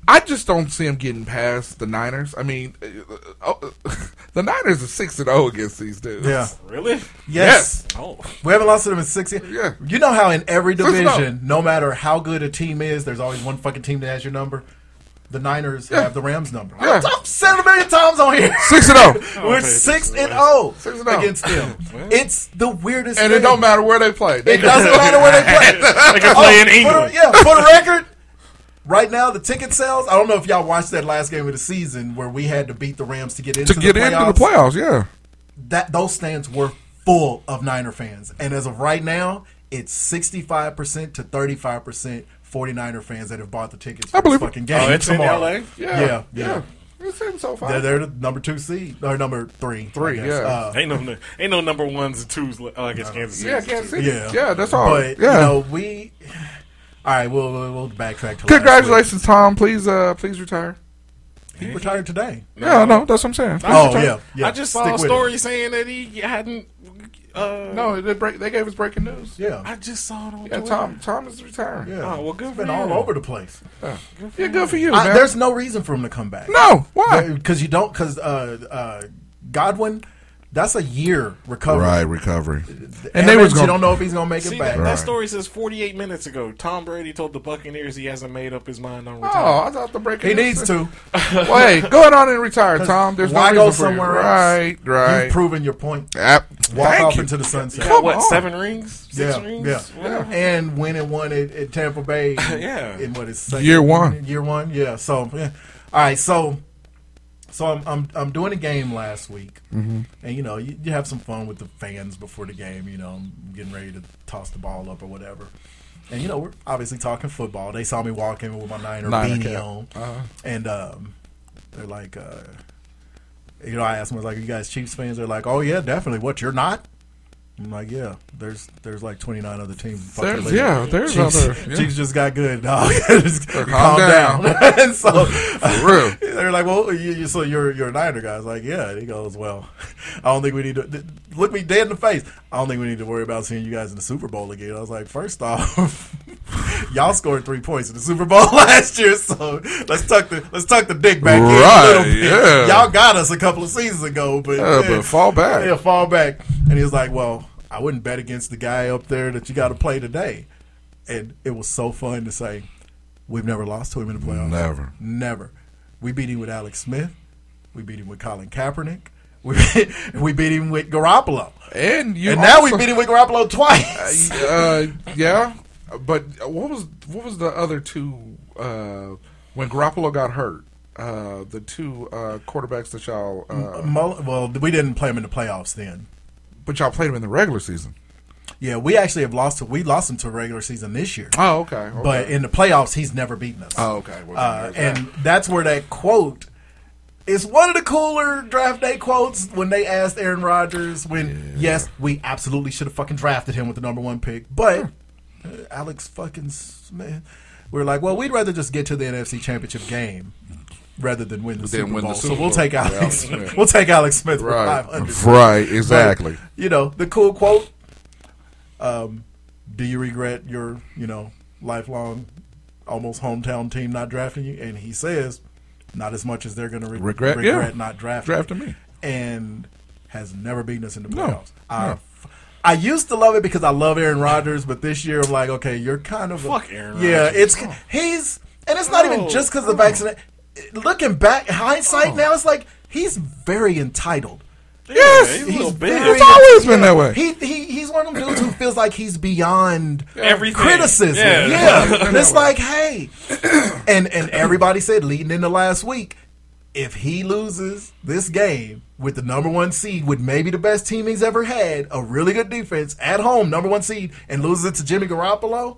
Speaker 2: I just don't see them getting past the Niners. I mean, uh, uh, the Niners are six and zero against these dudes.
Speaker 7: Yeah.
Speaker 8: Really?
Speaker 7: Yes.
Speaker 8: Oh.
Speaker 7: We haven't lost to them in six years.
Speaker 2: Yeah.
Speaker 7: You know how in every
Speaker 2: Six and oh.
Speaker 7: division, no matter how good a team is, there's always one fucking team that has your number. The Niners have the Rams number.
Speaker 2: Yeah.
Speaker 7: I've said it a million times on here.
Speaker 2: Six and oh.
Speaker 7: We're six and oh against them.
Speaker 2: Well.
Speaker 7: It's the weirdest.
Speaker 2: And it
Speaker 7: thing.
Speaker 2: don't matter where they play.
Speaker 7: It doesn't matter where they play.
Speaker 8: They can play in
Speaker 7: Oh, For the,
Speaker 8: England.
Speaker 7: yeah, for the record, right now the ticket sales. I don't know if y'all watched that last game of the season where we had to beat the Rams to get into
Speaker 2: to get
Speaker 7: the
Speaker 2: into the playoffs. Yeah.
Speaker 7: that those stands were full of Niner fans. And as of right now, it's 65% to 35% 49er fans that have bought the tickets for this fucking game.
Speaker 8: Oh, it's in
Speaker 7: tomorrow.
Speaker 8: LA?
Speaker 7: Yeah. Yeah.
Speaker 2: It's in so far.
Speaker 7: They're, they're the number two seed or number three. I
Speaker 2: Three,
Speaker 7: guess.
Speaker 2: yeah.
Speaker 7: Uh,
Speaker 8: ain't no ain't no number ones and twos. li- Oh, I guess Kansas City.
Speaker 2: Yeah, Kansas City.
Speaker 7: yeah,
Speaker 2: Yeah, that's all.
Speaker 7: But
Speaker 2: yeah.
Speaker 7: you know, we. All right, we'll we'll, we'll backtrack to last
Speaker 2: Congratulations, Tom. Please, uh, please retire.
Speaker 7: week. He retired today.
Speaker 2: Yeah, no, that's what I'm saying.
Speaker 7: Oh, yeah, yeah.
Speaker 8: I just saw
Speaker 7: Stick
Speaker 8: a
Speaker 7: with it.
Speaker 8: story saying that he hadn't. Uh,
Speaker 2: No, they break. They gave us breaking news.
Speaker 7: Yeah,
Speaker 8: I just saw it on
Speaker 2: Yeah,
Speaker 8: Twitter.
Speaker 2: Tom. Tom is retiring.
Speaker 7: yeah.
Speaker 8: Oh, well, good
Speaker 7: It's
Speaker 8: for
Speaker 7: been
Speaker 8: him.
Speaker 7: all over the place.
Speaker 2: Yeah, good for you,
Speaker 7: I,
Speaker 2: man.
Speaker 7: there's no reason for him to come back.
Speaker 2: no why.
Speaker 7: Because you don't. Because uh, uh, Godwin, that's a year recovery.
Speaker 2: recovery.
Speaker 7: And
Speaker 2: And they was
Speaker 7: you
Speaker 2: gonna-
Speaker 7: don't know if he's gonna make it
Speaker 8: See,
Speaker 7: back.
Speaker 8: that, that story says 48 minutes ago. Tom Brady told the Buccaneers he hasn't made up his mind on
Speaker 2: Oh,
Speaker 8: retirement.
Speaker 2: I thought the breaking.
Speaker 7: he
Speaker 2: news
Speaker 7: needs to.
Speaker 2: Well, hey, go on and retire, Tom. There's
Speaker 7: Why
Speaker 2: no
Speaker 7: go
Speaker 2: reason for
Speaker 7: somewhere
Speaker 2: you.
Speaker 7: else?
Speaker 2: Right, right.
Speaker 7: You've proven your point.
Speaker 2: App-
Speaker 7: Walk
Speaker 2: Thank
Speaker 7: off
Speaker 2: you.
Speaker 7: into the sunset.
Speaker 8: Got, what
Speaker 2: come on.
Speaker 8: seven rings? Six rings? Whatever.
Speaker 7: And when it won at, at Tampa Bay,
Speaker 8: Yeah.
Speaker 7: in what is second,
Speaker 2: Year one.
Speaker 7: year one, yeah. So, yeah. all right, so, so I'm I'm, I'm doing a game last week,
Speaker 2: Mm-hmm.
Speaker 7: and you know you, you have some fun with the fans before the game. You know, I'm getting ready to toss the ball up or whatever, and you know we're obviously talking football. They saw me walking with my Niner,
Speaker 2: Niner
Speaker 7: beanie
Speaker 2: cap. Uh-huh.
Speaker 7: on, and um, they're like, uh, you know, I asked them I was like, "Are you guys Chiefs fans?" They're like, "Oh yeah, definitely." What you're not? I'm like, yeah, there's there's like 29 other teams. in the fucking
Speaker 2: There's-
Speaker 7: league.
Speaker 2: yeah, there's
Speaker 7: Chiefs,
Speaker 2: other- yeah.
Speaker 7: Chiefs just got good. dog. Just calm, down.
Speaker 2: down.
Speaker 7: and so
Speaker 2: real.
Speaker 7: they're like, well, you, you, so you're you're a Niner guy. I was like, yeah. And he goes, well, I don't think we need to th- look me dead in the face. I don't think we need to worry about seeing you guys in the Super Bowl again. I was like, first off, y'all scored three points in the Super Bowl last year, so let's tuck the let's tuck the dick back in a
Speaker 2: Right,
Speaker 7: little bit.
Speaker 2: yeah.
Speaker 7: Y'all got us a couple of seasons ago, but
Speaker 2: Yeah, but fall back.
Speaker 7: yeah, fall back. And he was like, Well, I wouldn't bet against the guy up there that you got to play today. And it was so fun to say, We've never lost to him in the playoffs.
Speaker 2: Never.
Speaker 7: Never. We beat him with Alex Smith. We beat him with Colin Kaepernick. We, we beat him with Garoppolo.
Speaker 2: And you.
Speaker 7: and now we
Speaker 2: also-
Speaker 7: beat him with Garoppolo twice.
Speaker 2: uh, yeah, but what was what was the other two uh, when Garoppolo got hurt? Uh, the two uh, quarterbacks that y'all, uh,
Speaker 7: Mull- well, we didn't play him in the playoffs then.
Speaker 2: but y'all played him in the regular season.
Speaker 7: Yeah, we actually have lost to we lost him to regular season this year.
Speaker 2: Oh, okay. okay.
Speaker 7: But in the playoffs, he's never beaten us.
Speaker 2: Oh, okay. Well,
Speaker 7: uh,
Speaker 2: there's that.
Speaker 7: and that's where that quote is one of the cooler draft day quotes when they asked Aaron Rodgers when yes, we absolutely should have fucking drafted him with the number one pick, but uh, Alex fucking Smith, we're like, well, we'd rather just get to the NFC Championship game. Rather than win the,
Speaker 2: Then
Speaker 7: Super,
Speaker 2: win the
Speaker 7: Bowl.
Speaker 2: Super
Speaker 7: so we'll
Speaker 2: Bowl.
Speaker 7: take
Speaker 2: Yeah,
Speaker 7: Alex.
Speaker 2: yeah.
Speaker 7: We'll take Alex Smith for
Speaker 2: Right.
Speaker 7: five hundred.
Speaker 2: Right, exactly.
Speaker 7: you know the cool quote um, do you regret your you know lifelong almost hometown team not drafting you and he says not as much as they're going to re- regret,
Speaker 2: Regret-
Speaker 7: regret
Speaker 2: yeah.
Speaker 7: not drafting
Speaker 2: Drafting me.
Speaker 7: and has never beaten us in the
Speaker 2: No,
Speaker 7: playoffs I, f- I used to love it because I love Aaron Rodgers but this year I'm like okay you're kind of a-
Speaker 8: Fuck Aaron
Speaker 7: yeah
Speaker 8: Rodgers.
Speaker 7: it's he's and it's not even
Speaker 8: Oh.
Speaker 7: just because the vaccine looking back hindsight now it's like he's very entitled
Speaker 2: yes,
Speaker 8: he's a
Speaker 7: He's
Speaker 8: little bitch.
Speaker 7: very-
Speaker 2: It's always been that way.
Speaker 7: He, he he's one of them dudes who feels like he's beyond
Speaker 8: Everything.
Speaker 7: criticism.
Speaker 8: Yeah.
Speaker 7: Yeah, it's like hey, and and everybody said leading into last week, if he loses this game with the number one seed, with maybe the best team he's ever had, a really good defense at home, number one seed, and loses it to Jimmy Garoppolo,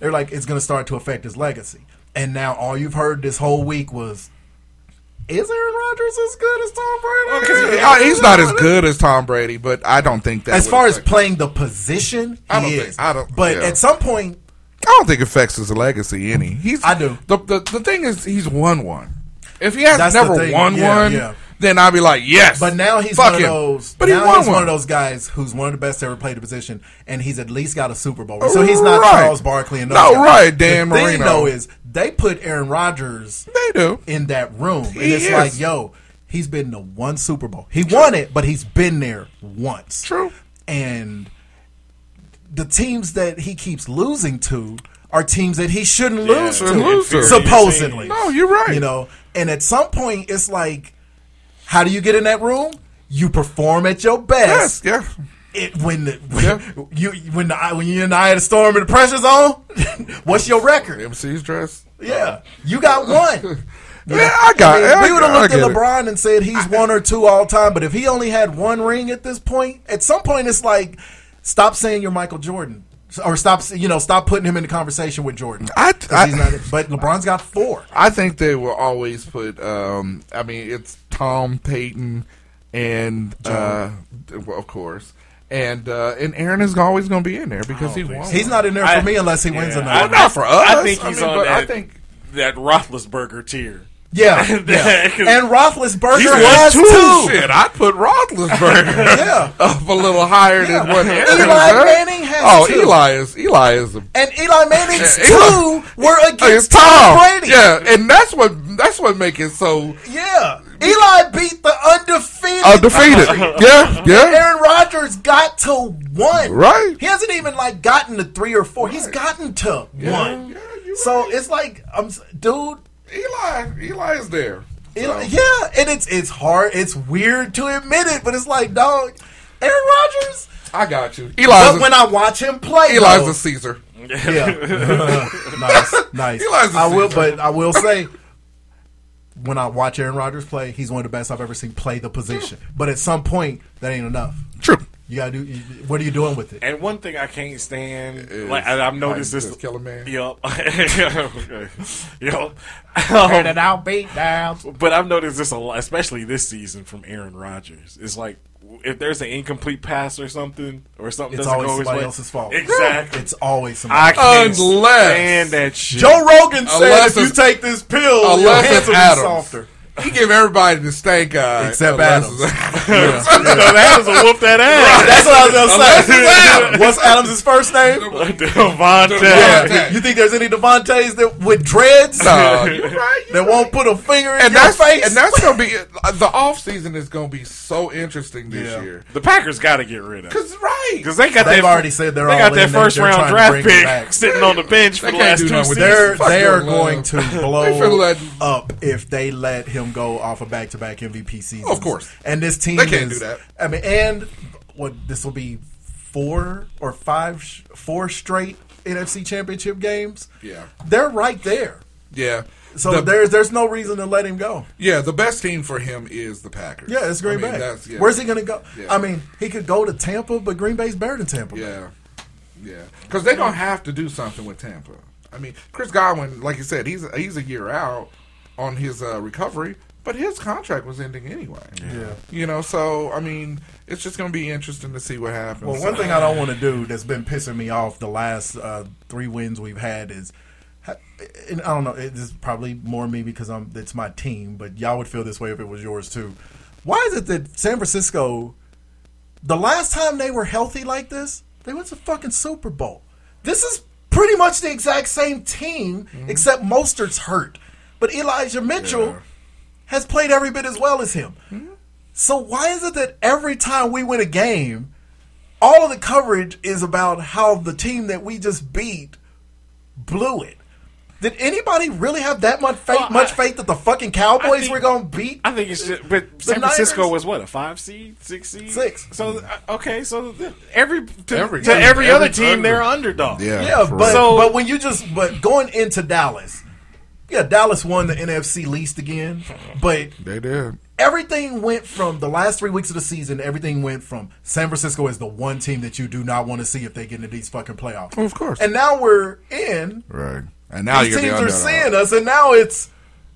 Speaker 7: they're like, it's going to start to affect his legacy. And now all you've heard this whole week was, is Aaron Rodgers as good as Tom Brady?
Speaker 2: Uh, he's not as good as Tom Brady, but I don't think that.
Speaker 7: As
Speaker 2: would
Speaker 7: far as
Speaker 2: affect-
Speaker 7: playing the position,
Speaker 2: I don't
Speaker 7: he
Speaker 2: think-
Speaker 7: is.
Speaker 2: I don't-
Speaker 7: but
Speaker 2: yeah.
Speaker 7: at some point,
Speaker 2: I don't think it affects his legacy any. He's I do. The, the the thing is, he's won one. If he has
Speaker 7: That's the
Speaker 2: never
Speaker 7: thing.
Speaker 2: won
Speaker 7: Yeah,
Speaker 2: one,
Speaker 7: yeah.
Speaker 2: then I'd be like, yes.
Speaker 7: But now he's
Speaker 2: fuck
Speaker 7: one
Speaker 2: him.
Speaker 7: of those.
Speaker 2: But
Speaker 7: But
Speaker 2: he
Speaker 7: now
Speaker 2: won
Speaker 7: he's one.
Speaker 2: one.
Speaker 7: of those guys who's one of the best to ever play the position, and he's at least got a Super Bowl. So he's not
Speaker 2: Right.
Speaker 7: Charles Barkley and those
Speaker 2: No,
Speaker 7: guys.
Speaker 2: right, Dan
Speaker 7: the Thing
Speaker 2: Marino.
Speaker 7: though is they put Aaron Rodgers
Speaker 2: they do
Speaker 7: in that room, and
Speaker 2: He
Speaker 7: it's
Speaker 2: is.
Speaker 7: like, yo, he's been to one Super Bowl. He won it, but he's been there once. True. And the teams that he keeps losing to are teams that he shouldn't
Speaker 2: Yeah,
Speaker 7: lose to,
Speaker 2: shouldn't lose to.
Speaker 7: supposedly.
Speaker 2: No, you're right.
Speaker 7: You know, and at some point, it's like, how do you get in that room? You perform at your best.
Speaker 2: Yes,
Speaker 7: yeah. It, when the when you when the eye- when you're in the eye of the storm and the pressure's on, what's your record?
Speaker 2: MC's dress.
Speaker 7: Yeah, you got one.
Speaker 2: Yeah, I got.
Speaker 7: mean,
Speaker 2: it. I
Speaker 7: we would
Speaker 2: got-
Speaker 7: have
Speaker 2: I
Speaker 7: looked at
Speaker 2: get it.
Speaker 7: LeBron and said he's one or two all time, but if he only had one ring at this point, at some point it's like, stop saying you're Michael Jordan, or stop you know stop putting him in the conversation with Jordan.
Speaker 2: I-
Speaker 7: 'Cause
Speaker 2: I-
Speaker 7: he's not, but LeBron's got four.
Speaker 2: I think they will always put. Um, I mean, it's Tom Payton and uh, well, of course, and uh, and Aaron is always going to be in there because he won.
Speaker 7: Oh, He's not in there for
Speaker 2: I-
Speaker 7: me unless he wins
Speaker 8: Yeah,
Speaker 7: another.
Speaker 8: I-
Speaker 7: one.
Speaker 2: not for us.
Speaker 8: I think he's
Speaker 2: mean,
Speaker 8: on
Speaker 2: but
Speaker 8: that,
Speaker 2: I think
Speaker 8: that Roethlisberger tier.
Speaker 7: Yeah,
Speaker 8: That-
Speaker 7: yeah.
Speaker 8: 'cause
Speaker 7: and Roethlisberger
Speaker 8: He's
Speaker 7: has
Speaker 8: won
Speaker 7: two.
Speaker 8: two.
Speaker 2: shit. I put Roethlisberger up a little higher than what Aaron
Speaker 7: Eli
Speaker 2: is, huh?
Speaker 7: Manning has
Speaker 2: Oh,
Speaker 7: two.
Speaker 2: Eli is Eli is the
Speaker 7: And Eli Manning's
Speaker 2: Yeah, Eli-
Speaker 7: two were against
Speaker 2: Tom.
Speaker 7: Tom Brady.
Speaker 2: Yeah, and that's what that's what makes it so
Speaker 7: Yeah. Eli beat the undefeated.
Speaker 2: Undefeated. Yeah, yeah.
Speaker 7: Aaron Rodgers got to one.
Speaker 2: Right.
Speaker 7: He hasn't even like gotten to three or four. He's gotten to
Speaker 2: Yeah.
Speaker 7: one. so it's like, I'm, s- dude.
Speaker 2: Eli. Eli is there.
Speaker 7: Eli, Yeah, and it's it's hard. It's weird to admit it, but it's like, dog, Aaron Rodgers.
Speaker 2: I got you.
Speaker 7: But
Speaker 2: Eli's a-
Speaker 7: when I watch him play,
Speaker 2: Eli's
Speaker 7: though-
Speaker 2: a Caesar.
Speaker 7: Yeah. nice, nice.
Speaker 2: Eli's a
Speaker 7: I will,
Speaker 2: Caesar.
Speaker 7: but I will say, when I watch Aaron Rodgers play, he's one of the best I've ever seen play the position. But at some point, that ain't enough.
Speaker 2: True.
Speaker 7: You gotta do. you- What are you doing with it?
Speaker 8: And one thing I can't stand,
Speaker 2: Is
Speaker 8: like and I've noticed
Speaker 2: like
Speaker 8: this,
Speaker 2: just kill a man.
Speaker 8: Yup, Okay. yup.
Speaker 7: Turn it
Speaker 8: Um,
Speaker 7: out, beat down.
Speaker 8: but I've noticed this a lot, especially this season from Aaron Rodgers. It's like if there's an incomplete pass or something, or something
Speaker 7: It's
Speaker 8: doesn't
Speaker 7: always
Speaker 8: go his
Speaker 7: somebody
Speaker 8: way,
Speaker 7: else's fault.
Speaker 8: Exactly.
Speaker 7: It's always somebody.
Speaker 8: I can't
Speaker 2: Unless-
Speaker 8: stand that shit.
Speaker 7: Joe Rogan said,
Speaker 2: Unless
Speaker 7: "If you
Speaker 2: it's-
Speaker 7: take this pill, your
Speaker 2: Unless
Speaker 7: hands
Speaker 2: it's
Speaker 7: will be
Speaker 2: Adams.
Speaker 7: softer."
Speaker 2: He give everybody the stank eye.
Speaker 7: Except
Speaker 2: unless
Speaker 7: Adams.
Speaker 2: it's-
Speaker 8: You know, that is a whoop that ass.
Speaker 7: That's what I was
Speaker 8: Unless
Speaker 7: gonna say.
Speaker 8: it's Adams.
Speaker 7: What's Adams' first name?
Speaker 8: Devontae.
Speaker 7: Yeah. You think there's any Devontae's that with dreads
Speaker 2: No, you're Oh, right.
Speaker 7: that won't put a finger in
Speaker 2: And
Speaker 7: your
Speaker 2: that's
Speaker 7: face?
Speaker 2: and that's gonna be the off season is gonna be so interesting this
Speaker 7: Yeah.
Speaker 2: year.
Speaker 8: The Packers got to get rid of him.
Speaker 2: Cause right,
Speaker 8: Because they got
Speaker 7: They've
Speaker 8: that,
Speaker 7: already said they're
Speaker 8: they
Speaker 7: all
Speaker 8: got that
Speaker 7: in. They're
Speaker 8: first
Speaker 7: just
Speaker 8: round
Speaker 7: trying to
Speaker 8: draft
Speaker 7: bring him
Speaker 8: pick
Speaker 7: back.
Speaker 8: sitting on the bench for
Speaker 2: They
Speaker 8: the
Speaker 2: can't
Speaker 8: last
Speaker 2: do
Speaker 8: two
Speaker 2: nothing with
Speaker 8: seasons.
Speaker 2: that.
Speaker 7: they're
Speaker 2: Fuck
Speaker 7: they're
Speaker 2: your
Speaker 7: going
Speaker 2: love.
Speaker 7: to
Speaker 2: They finna
Speaker 7: blow
Speaker 2: let-
Speaker 7: up if they let him go off of back to back MVP seasons.
Speaker 2: Of course.
Speaker 7: and this team
Speaker 2: They can't
Speaker 7: is-
Speaker 2: do that.
Speaker 7: I mean, and what this will be four or five, sh- four straight NFC Championship games.
Speaker 2: Yeah.
Speaker 7: they're right there.
Speaker 2: yeah.
Speaker 7: So
Speaker 2: The-
Speaker 7: there's there's no reason to let him go.
Speaker 2: yeah, the best team for him is the Packers.
Speaker 7: Yeah, it's Green
Speaker 2: I mean,
Speaker 7: Bay.
Speaker 2: that's- yeah.
Speaker 7: Where's he going to go?
Speaker 2: Yeah.
Speaker 7: I mean, he could go to Tampa, but Green Bay's better than Tampa.
Speaker 2: Yeah, yeah. Because they don't have to do something with Tampa. I mean, Chris Godwin, like you said, he's he's a year out on his uh, recovery, but his contract was ending anyway.
Speaker 7: Yeah.
Speaker 2: You know, so I mean, it's just going to be interesting to see what happens.
Speaker 7: Well, one thing I don't want to do that's been pissing me off the last uh, three wins we've had is, ha- and I don't know, it's probably more me because I'm it's my team, but y'all would feel this way if it was yours too. Why is it that San Francisco, the last time they were healthy like this, they went to fucking Super Bowl. This is pretty much the exact same team, except Mostert's hurt, but Elijah Mitchell has played every bit as well as him. So why is it that every time we win a game? all of the coverage is about how the team that we just beat blew it. Did anybody really have that much faith,
Speaker 8: Well, I-
Speaker 7: much faith that the fucking Cowboys
Speaker 8: I think-
Speaker 7: were going to beat?
Speaker 8: I think it's just, but San
Speaker 7: Niners-
Speaker 8: Francisco was what a five seed, six seed,
Speaker 7: Six.
Speaker 8: So uh, okay, so th- every
Speaker 2: Every
Speaker 8: to every,
Speaker 2: team-
Speaker 8: to every other
Speaker 2: every
Speaker 8: team,
Speaker 2: under-
Speaker 8: they're underdog.
Speaker 7: yeah, but
Speaker 8: So-
Speaker 7: but when you just but going into Dallas, yeah, Dallas won the NFC least again, but
Speaker 2: they did.
Speaker 7: Everything went from the last three weeks of the season. Everything went from San Francisco is the one team that you do not want to see if they get into these fucking playoffs.
Speaker 2: Of course.
Speaker 7: And now we're in.
Speaker 2: Right. And now
Speaker 7: These
Speaker 2: you're the
Speaker 7: teams are
Speaker 2: underdog.
Speaker 7: seeing us, and now it's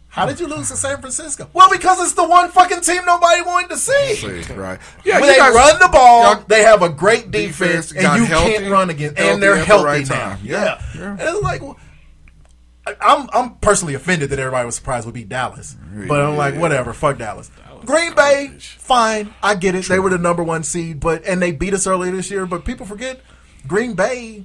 Speaker 7: how did you lose to San Francisco? Well, because it's the one fucking team nobody wanted to see.
Speaker 2: See, right.
Speaker 7: Yeah,
Speaker 2: Yeah,
Speaker 7: when
Speaker 2: you
Speaker 7: they
Speaker 2: guys-
Speaker 7: run the ball,
Speaker 2: y'all-
Speaker 7: they have a great defense,
Speaker 2: Defense,
Speaker 7: and
Speaker 2: got
Speaker 7: you
Speaker 2: healthy,
Speaker 7: can't run against.
Speaker 2: healthy
Speaker 7: And they're
Speaker 2: at the
Speaker 7: healthy
Speaker 2: right
Speaker 7: now.
Speaker 2: time.
Speaker 7: Yeah.
Speaker 2: Yeah,
Speaker 7: and it's like well, I- I'm I'm personally offended that everybody was surprised we beat Dallas, but I'm like
Speaker 2: Yeah.
Speaker 7: whatever, fuck Dallas. Green Bay, fine, I get it. They were the number one seed, but and they beat us earlier this year. But people forget Green Bay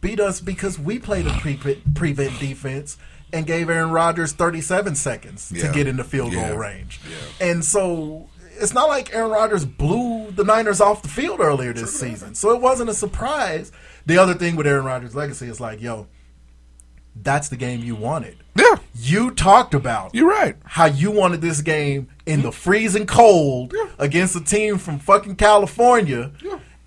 Speaker 7: beat us because we played a pre prevent defense and gave Aaron Rodgers 37 seconds
Speaker 2: Yeah.
Speaker 7: to get in the field
Speaker 2: Yeah.
Speaker 7: goal range. And so it's not like Aaron Rodgers blew the Niners off the field earlier this season. So it wasn't a surprise. The other thing with Aaron Rodgers' legacy is like, yo, that's the game you wanted.
Speaker 2: Yeah.
Speaker 7: You talked about
Speaker 2: You're right.
Speaker 7: how you wanted this game in the freezing cold against a team from fucking California.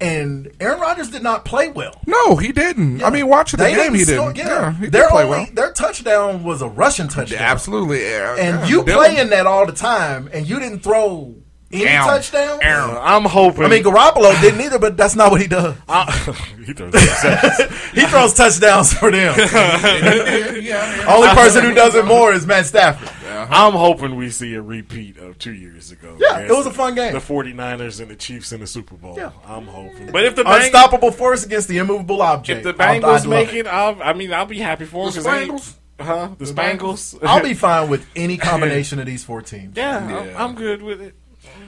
Speaker 7: And Aaron Rodgers did not play well.
Speaker 2: No, he didn't. I mean, watching the
Speaker 7: They
Speaker 2: game, he
Speaker 7: didn't score-
Speaker 2: didn't.
Speaker 7: yeah.
Speaker 2: Yeah, he
Speaker 7: their
Speaker 2: did play
Speaker 7: only,
Speaker 2: well.
Speaker 7: their touchdown was a rushing touchdown.
Speaker 2: Absolutely. Yeah,
Speaker 7: And
Speaker 2: yeah.
Speaker 7: you
Speaker 2: Dylan-
Speaker 7: playing that all the time, and you didn't throw any
Speaker 2: Damn.
Speaker 7: touchdown.
Speaker 2: Damn.
Speaker 8: I'm hoping.
Speaker 7: I mean, Garoppolo didn't either, but that's not what he does.
Speaker 8: he throws interceptions.
Speaker 7: he throws touchdowns for them.
Speaker 2: yeah,
Speaker 7: Only person who does it more is Matt Stafford.
Speaker 8: I'm hoping we see a repeat of two years ago.
Speaker 7: Yeah,
Speaker 8: Yes,
Speaker 7: it was a fun game.
Speaker 8: The 49ers and the Chiefs in the Super Bowl.
Speaker 7: Yeah.
Speaker 8: I'm hoping. But if the Bengals,
Speaker 7: Unstoppable force against the immovable object.
Speaker 8: if the
Speaker 7: I'll- I'd
Speaker 8: Bengals
Speaker 7: love
Speaker 8: make
Speaker 7: it.
Speaker 8: it, I'll, I mean, I'll be happy for
Speaker 2: The
Speaker 8: them. 'cause they-
Speaker 2: Spangles?
Speaker 8: Huh? The Spangles?
Speaker 7: I'll be fine with any combination of these four teams,
Speaker 8: yeah, I'm,
Speaker 2: Yeah.
Speaker 8: I'm good with it.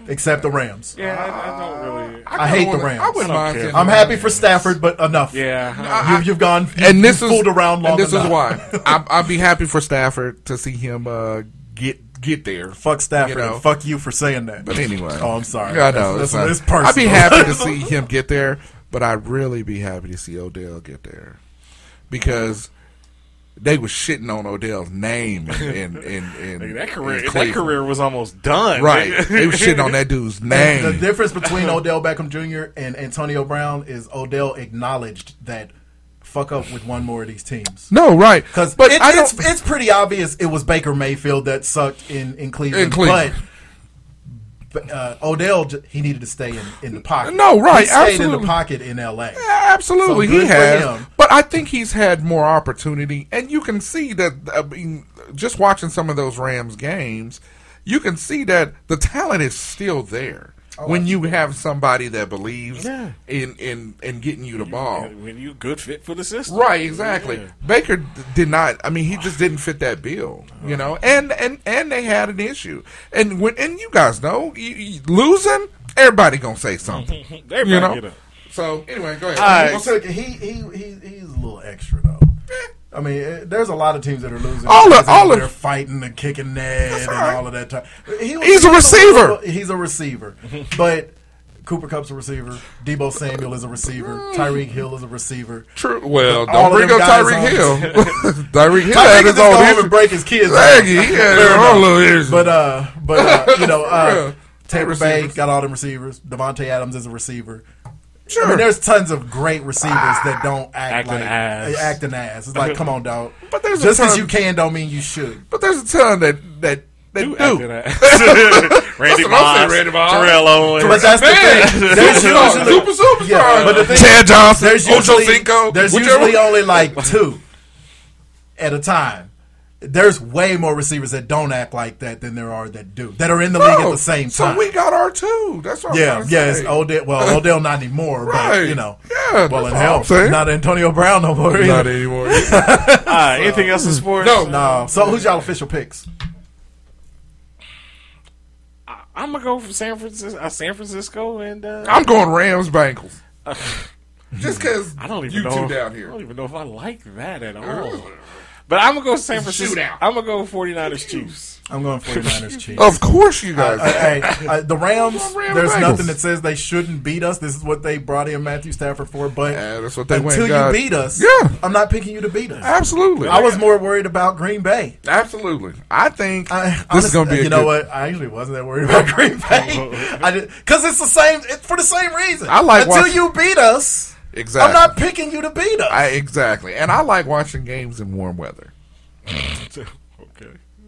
Speaker 7: except the Rams.
Speaker 8: Yeah, I, I don't really.
Speaker 7: I hate the
Speaker 2: wouldn't-
Speaker 7: Rams.
Speaker 2: I wouldn't mind.
Speaker 8: care.
Speaker 2: seeing the
Speaker 7: I'm happy
Speaker 2: Rams.
Speaker 7: for Stafford, but enough.
Speaker 8: yeah.
Speaker 7: you've, you've gone you've
Speaker 2: and this is
Speaker 7: fooled around long
Speaker 2: and this
Speaker 7: enough.
Speaker 2: is why I, I'd be happy for Stafford to see him uh, get get there.
Speaker 7: Fuck Stafford
Speaker 2: You know.
Speaker 7: and fuck you for saying that.
Speaker 2: But anyway,
Speaker 7: oh, I'm sorry.
Speaker 2: I know it's,
Speaker 7: That's- that's-
Speaker 2: not-
Speaker 7: it's personal.
Speaker 2: I'd be happy to see him get there, but I'd really be happy to see Odell get there because. They were shitting on Odell's name and and, and,
Speaker 8: Nigga,
Speaker 2: and
Speaker 8: that career,
Speaker 2: in
Speaker 8: that
Speaker 2: Cleveland.
Speaker 8: career was almost done.
Speaker 2: right?
Speaker 8: nigga.
Speaker 2: They were shitting on that dude's
Speaker 7: the
Speaker 2: name.
Speaker 7: difference between Odell Beckham Jr. and Antonio Brown is Odell acknowledged that fuck up with one more of these teams.
Speaker 2: No, right?
Speaker 7: Because
Speaker 2: but I don't,
Speaker 7: it's, it's pretty obvious it was Baker Mayfield that sucked in, in Cleveland.
Speaker 2: In Cleveland.
Speaker 7: But, but uh, Odell, j- he needed to stay in, in the pocket.
Speaker 2: No, right,
Speaker 7: He stayed in the
Speaker 2: absolutely.
Speaker 7: pocket in L.A.
Speaker 2: Yeah, absolutely,
Speaker 7: So
Speaker 2: he
Speaker 7: good for
Speaker 2: has.
Speaker 7: him.
Speaker 2: But I think he's had more opportunity, and you can see that. I mean, just watching some of those Rams games, you can see that the talent is still there when you have somebody that believes
Speaker 8: Yeah.
Speaker 2: in in in getting you the ball.
Speaker 8: When you good fit for the system.
Speaker 2: Right, exactly.
Speaker 8: Yeah.
Speaker 2: Baker d- did not. I mean, he just didn't fit that bill, you know. And and and they had an issue, and when and you guys know, you, you- losing, everybody gonna say something,
Speaker 8: They
Speaker 2: you
Speaker 8: might
Speaker 2: know.
Speaker 8: get up.
Speaker 2: So anyway, go ahead.
Speaker 8: right.
Speaker 7: Well, so he, he, he, he's a little extra though. I mean, eh, there's a lot of teams that are losing.
Speaker 2: All
Speaker 7: He's
Speaker 2: of- all
Speaker 7: over
Speaker 2: of-
Speaker 7: there fighting and kicking net and
Speaker 2: right.
Speaker 7: all of that. Time. He was-
Speaker 2: He's a receiver.
Speaker 7: little- he's a receiver, but Cooper Cup's a receiver. Debo Samuel is a receiver.
Speaker 2: Mm.
Speaker 7: Tyreek Hill is a receiver.
Speaker 2: True. Well,
Speaker 7: all of
Speaker 2: don't bring
Speaker 7: them
Speaker 2: up
Speaker 7: guys
Speaker 2: Tyreek
Speaker 7: on-
Speaker 2: Hill. Tyreek Hill
Speaker 7: Tyreek
Speaker 2: had
Speaker 7: is
Speaker 2: his
Speaker 7: going
Speaker 2: own
Speaker 7: home
Speaker 2: issue.
Speaker 7: and break his kids.
Speaker 2: Zaggy,
Speaker 7: out.
Speaker 2: he had
Speaker 7: Fair
Speaker 2: his
Speaker 7: enough.
Speaker 2: own little issue.
Speaker 7: But uh, but uh, you know, uh,
Speaker 2: real.
Speaker 7: Tampa
Speaker 2: Good
Speaker 7: Bay
Speaker 2: receivers.
Speaker 7: got all them receivers. Devontae Adams is a receiver.
Speaker 2: sure. Ah,
Speaker 7: I mean, there's tons of great receivers that don't act
Speaker 8: Acting
Speaker 7: like
Speaker 8: ass.
Speaker 7: acting ass. It's like, come on, dog.
Speaker 2: But there's a
Speaker 7: just because
Speaker 2: ton-
Speaker 7: you can don't mean you should.
Speaker 2: but there's a ton that that that do.
Speaker 8: Who acted that?
Speaker 2: That's
Speaker 8: Randy
Speaker 2: what I'm saying,
Speaker 8: Moss,
Speaker 2: Randy Moss.
Speaker 8: Terrell Owens.
Speaker 7: But that's
Speaker 2: Man,
Speaker 7: the thing. There's
Speaker 2: superstar,
Speaker 7: usually,
Speaker 2: super superstar.
Speaker 7: Yeah, but the thing
Speaker 2: Chad Johnson,
Speaker 7: there's
Speaker 2: Ocho
Speaker 7: usually,
Speaker 2: Cinco.
Speaker 7: there's
Speaker 2: whichever-
Speaker 7: usually only like two at a time. There's way more receivers that don't act like that than there are that do that are in the league at
Speaker 2: Oh,
Speaker 7: the same time.
Speaker 2: So we got our two. That's what
Speaker 7: yeah,
Speaker 2: I'm trying to
Speaker 7: yeah,
Speaker 2: say.
Speaker 7: it's Odell. Well, Odell not anymore, but
Speaker 2: Right.
Speaker 7: you know,
Speaker 2: Yeah,
Speaker 7: well,
Speaker 2: that's
Speaker 7: in
Speaker 2: what I'm
Speaker 7: hell,
Speaker 2: saying.
Speaker 7: not Antonio Brown no more.
Speaker 2: Not
Speaker 7: Either.
Speaker 2: anymore.
Speaker 8: All right, anything else in sports?
Speaker 2: No.
Speaker 7: No, Uh, so who's y'all official picks?
Speaker 8: I'm gonna go for San Francisco, uh, San Francisco, and uh,
Speaker 2: I'm going Rams Bengals. Just because
Speaker 8: I don't even
Speaker 2: you
Speaker 8: know
Speaker 2: two
Speaker 8: if-
Speaker 2: down
Speaker 8: I
Speaker 2: here.
Speaker 8: don't even know if I like that at all. But I'm gonna go San Francisco.
Speaker 2: Shootout.
Speaker 8: I'm gonna go 49ers Chiefs.
Speaker 7: I'm going 49ers Chiefs.
Speaker 2: Of course, you guys.
Speaker 7: Uh, hey, uh, the Rams.
Speaker 2: Come on, Ram
Speaker 7: there's
Speaker 2: Bengals.
Speaker 7: nothing that says they shouldn't beat us. This is what they brought in Matthew Stafford for. But
Speaker 2: Yeah, that's what they went
Speaker 7: until you
Speaker 2: got.
Speaker 7: beat us,
Speaker 2: Yeah.
Speaker 7: I'm not picking you to beat us.
Speaker 2: absolutely.
Speaker 7: I was more worried about Green Bay.
Speaker 2: absolutely. I think
Speaker 7: I,
Speaker 2: this
Speaker 7: honest-
Speaker 2: is going to be. A
Speaker 7: you know
Speaker 2: good-
Speaker 7: what? I actually wasn't that worried about Green Bay. I because it's the same it, for the same reason.
Speaker 2: I like
Speaker 7: until
Speaker 2: watching-
Speaker 7: you beat us.
Speaker 2: Exactly.
Speaker 7: I'm not picking you to beat us.
Speaker 2: I exactly, and I like watching games in warm weather.
Speaker 8: okay.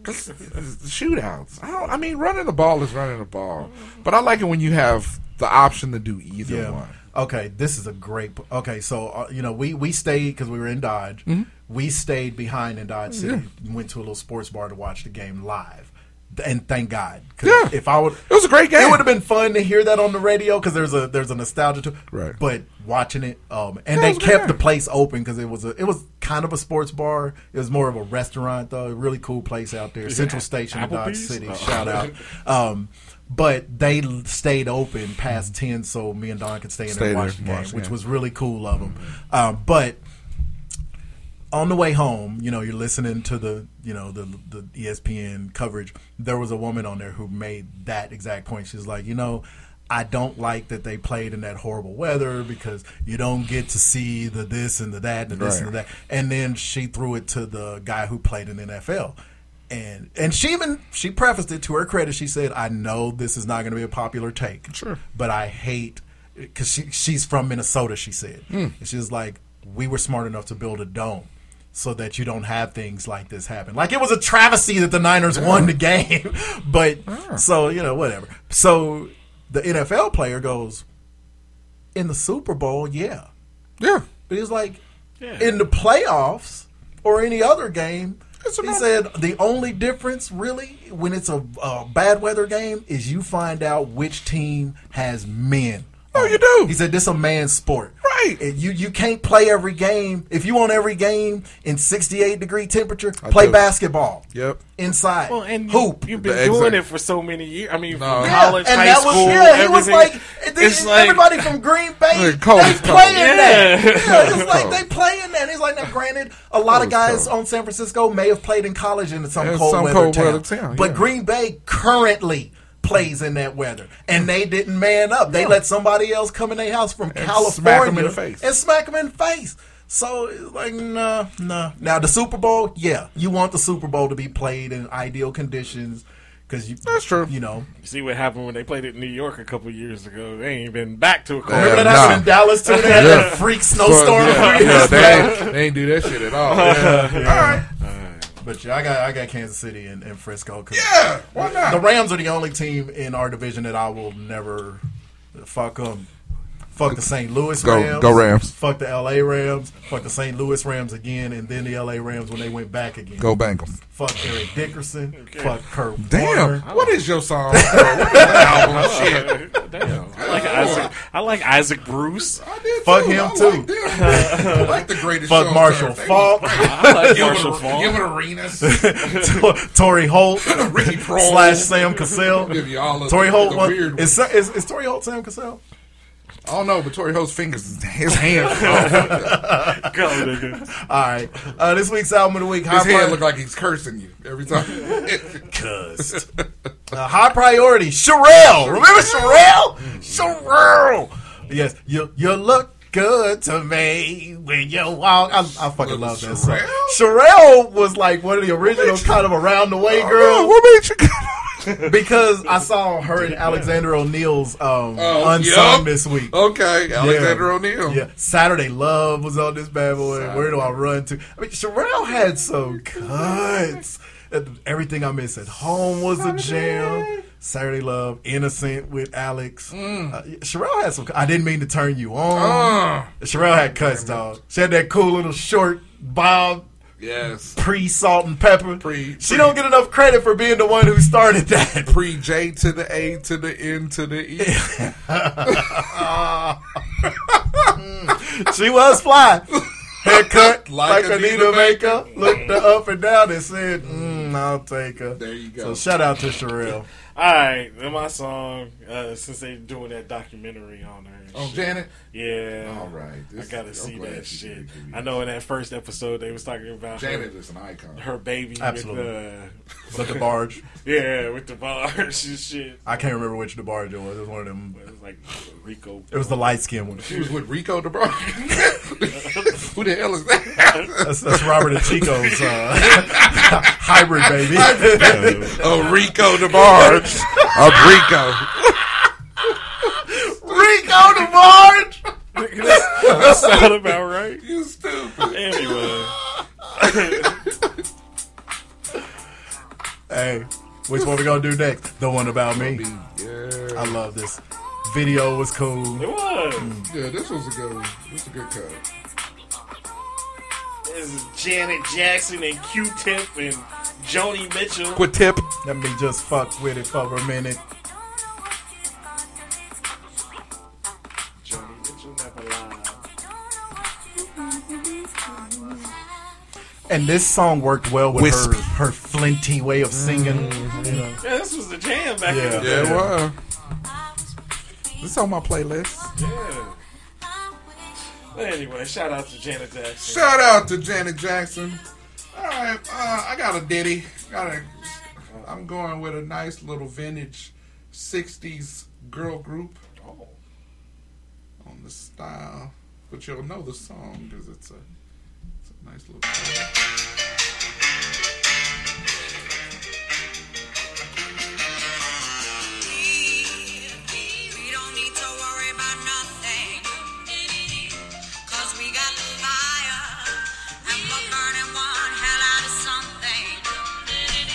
Speaker 2: shootouts. I, don't, I mean, running the ball is running the ball, but I like it when you have the option to do either one.
Speaker 7: Okay, this is a great. p- Okay, so uh, you know we we stayed because we were in Dodge.
Speaker 2: Mm-hmm.
Speaker 7: We stayed behind in Dodge City. Went to a little sports bar to watch the game live, Th- and thank God. 'cause if I would, it was
Speaker 2: a great game.
Speaker 7: It would have been fun to hear that on the radio because there's a there's a nostalgia to
Speaker 2: Right.
Speaker 7: But watching it, um,
Speaker 2: Yeah, it
Speaker 7: and they
Speaker 2: was a good
Speaker 7: kept the
Speaker 2: game.
Speaker 7: place open because it was a it was kind of a sports bar. It was more of a restaurant though. A really cool place out there,
Speaker 8: Yeah.
Speaker 7: Central Station in Dodge
Speaker 8: Applebee's?
Speaker 7: City.
Speaker 8: Oh.
Speaker 7: Shout out. Um, but they l- stayed open past ten, so me and Don could stay in
Speaker 2: Mm-hmm. Stay
Speaker 7: there and
Speaker 2: there
Speaker 7: watch the
Speaker 2: and
Speaker 7: game,
Speaker 2: watch the
Speaker 7: which
Speaker 2: game.
Speaker 7: was really cool of them. Um, but on the way home, you know, you're listening to the you know the the E ESPN coverage. There was a woman on there who made that exact point. She's like, you know. I don't like that they played in that horrible weather because you don't get to see the this and the that and the this and the
Speaker 2: Right.
Speaker 7: that. And then she threw it to the guy who played in the NFL. And and she even she prefaced it to her credit. She said, "I know this is not going to be a popular take, sure, but I hate because she she's from Minnesota." She said,
Speaker 8: Mm.
Speaker 7: and she was like, "We were smart enough to build a dome." So that you don't have things like this happen. Like it was a travesty that the Niners won the game, but so you know whatever. So the NFL player goes in the Super Bowl, yeah,
Speaker 2: yeah.
Speaker 7: But he's like,
Speaker 8: Yeah.
Speaker 7: in the playoffs or any other game.
Speaker 2: a
Speaker 7: He said the only difference, really, when it's a, a bad weather game, is you find out which team has men. Oh, you do. He said this a man's sport, right? you you can't play every game. If you want every game in sixty eight degree temperature, play
Speaker 8: do.
Speaker 7: basketball
Speaker 2: Yep.
Speaker 7: inside.
Speaker 8: Well, and
Speaker 7: hoop.
Speaker 8: You've been doing it for so many years. I mean, from
Speaker 7: Yeah,
Speaker 8: college,
Speaker 7: and
Speaker 8: high
Speaker 7: that was-
Speaker 8: school,
Speaker 7: yeah, he
Speaker 8: everything.
Speaker 7: was like-
Speaker 8: it's
Speaker 7: everybody from Green Bay,
Speaker 8: Like, cold
Speaker 7: they
Speaker 8: is cold.
Speaker 7: playing that.
Speaker 8: Yeah.
Speaker 7: Yeah, it's like
Speaker 8: Cold.
Speaker 7: they playing that. And it's like, now, granted, a lot of
Speaker 8: Cold
Speaker 7: guys on San Francisco may have played in college in some
Speaker 2: In
Speaker 7: cold
Speaker 2: some
Speaker 7: weather
Speaker 2: cold
Speaker 7: town,
Speaker 2: weather town,
Speaker 7: but
Speaker 2: yeah.
Speaker 7: Green Bay currently plays in that weather, and they didn't man up. They let somebody else come in their house from California
Speaker 2: smack 'em in the face.
Speaker 7: and smack them in the face. So it's like, nah, nah. Now the Super Bowl, yeah, you want the Super Bowl to be played in ideal conditions because you, that's true. You know,
Speaker 8: You see what happened when they played it in New York a couple years ago. They ain't been back to a cold.
Speaker 7: Remember that happened in Dallas too? They had that freak snowstorm.
Speaker 2: yeah, yeah, they, ain't, they ain't do that shit at all. Yeah.
Speaker 7: All right. But yeah, I got I got Kansas City and, and Frisco. Cause
Speaker 2: Yeah, why not?
Speaker 7: The Rams are the only team in our division that I will never fuck them. Fuck the St. Louis
Speaker 2: Go-
Speaker 7: Rams.
Speaker 2: go Rams.
Speaker 7: Fuck the L.A. Rams. Fuck the St. Louis Rams again, and then the L.A. Rams when they went back again.
Speaker 2: Go Bengals.
Speaker 7: Fuck Eric Dickerson. Fuck Kurt
Speaker 2: Damn,
Speaker 7: Warner.
Speaker 2: what is your song? bro? What is your album? Shit.
Speaker 8: Damn. I like Isaac. I like Isaac Bruce. I
Speaker 2: did
Speaker 7: Fuck too. him I too. liked
Speaker 2: I like the greatest.
Speaker 7: Fuck
Speaker 2: shows
Speaker 7: Marshall
Speaker 2: ever.
Speaker 7: Falk.
Speaker 8: I like Marshall
Speaker 2: Gilbert-
Speaker 8: Falk.
Speaker 2: Gilbert Arenas.
Speaker 7: Tory Holt
Speaker 2: Ricky Prohl.
Speaker 7: slash Sam Cassell.
Speaker 2: Give you all of
Speaker 7: Tory
Speaker 2: the-
Speaker 7: Holt
Speaker 2: the
Speaker 7: one-
Speaker 2: weird
Speaker 7: is, is, is Tory Holt Sam Cassell?
Speaker 2: I don't know, but Tory Ho's fingers, his hands. Oh,
Speaker 8: Go, nigga.
Speaker 7: All right. Uh, this week's album of the week.
Speaker 2: His
Speaker 7: Pri-
Speaker 2: hand look like he's cursing you every time.
Speaker 7: Cussed. uh, high priority. Sherelle. Remember Sherelle?
Speaker 2: Mm-hmm.
Speaker 7: Sherelle. Yes. You you look good to me when you walk. I, I fucking love that song. Sherelle was like one of the original kind of around the way girls. because I saw her and Alexander O'Neal's um,
Speaker 2: Oh,
Speaker 7: unsung
Speaker 2: yup.
Speaker 7: this week.
Speaker 2: Okay, Alexander
Speaker 7: Yeah.
Speaker 2: O'Neal.
Speaker 7: Yeah, Saturday Love was on this bad boy. Where do I run to? I mean, Sherelle had some cuts. Everything I miss at home was a jam. Saturday Love, Innocent with Alex.
Speaker 2: Mm.
Speaker 7: Uh, Sherelle had some. I didn't mean to turn you on.
Speaker 2: Ah.
Speaker 7: Sherelle had cuts, dog. She had that cool little short bob
Speaker 2: Yes.
Speaker 7: pre salt and pepper.
Speaker 2: Pre-
Speaker 7: she don't get enough credit for being the one who started that.
Speaker 2: Pre J to the A to the N to the E.
Speaker 7: she was fly. Haircut
Speaker 2: Like
Speaker 7: like, Anita
Speaker 2: Anita
Speaker 7: Baker. Looked her up and down and said, mm, "I'll take her."
Speaker 2: There you
Speaker 7: So
Speaker 2: go.
Speaker 7: shout out to Sherelle.
Speaker 8: All right, then my song. Uh, since they doing that documentary on her. and
Speaker 2: Oh,
Speaker 8: shit.
Speaker 2: Janet?
Speaker 8: Yeah.
Speaker 2: All right.
Speaker 8: I
Speaker 2: This-
Speaker 8: gotta
Speaker 2: I'm
Speaker 8: see
Speaker 2: glad
Speaker 8: that
Speaker 2: you
Speaker 8: shit.
Speaker 2: did give me
Speaker 8: I know in that first episode they was talking about
Speaker 2: Janet
Speaker 8: her,
Speaker 2: is an icon.
Speaker 8: Her baby.
Speaker 7: Absolutely.
Speaker 8: With, uh,
Speaker 7: But the barge,
Speaker 8: Yeah, with the barge and shit.
Speaker 7: I can't remember which the barge it was. It was one of them.
Speaker 8: It was like Rico.
Speaker 7: It was the light skinned one.
Speaker 2: She was with Rico DeBron. Who the hell is that?
Speaker 7: That's, that's Robert and Chico's uh, hybrid baby.
Speaker 2: oh, Rico DeBarge. Of
Speaker 7: Rico the barge.
Speaker 8: that sound about right.
Speaker 2: Rico. You stupid.
Speaker 8: Anyway.
Speaker 7: Hey, which one we gonna do next? The one about me. I love this. Video was cool.
Speaker 2: Yeah, this was a good one. This was a good cut.
Speaker 8: This is Janet Jackson and Q-Tip and Joni Mitchell.
Speaker 2: tip.
Speaker 7: Let me just fuck with it for a minute.
Speaker 8: Joni Mitchell never lied.
Speaker 7: And this song worked well with Mm-hmm.
Speaker 8: Wisp.
Speaker 7: her her flinty way of singing. You know.
Speaker 8: Yeah, this was the jam back
Speaker 7: Yeah.
Speaker 8: in the
Speaker 2: Yeah,
Speaker 8: day.
Speaker 2: it was. This on my playlist.
Speaker 8: Yeah. But anyway, shout out to Janet Jackson.
Speaker 2: Shout out to Janet Jackson. All right, uh, I got a ditty. Got a. I'm going with a nice little vintage '60s girl group. Oh. On the style, but you'll know the song because it's a, it's a nice little.
Speaker 4: We don't need to worry about nothing. Cause we got the fire. And we're burning one hell out of something.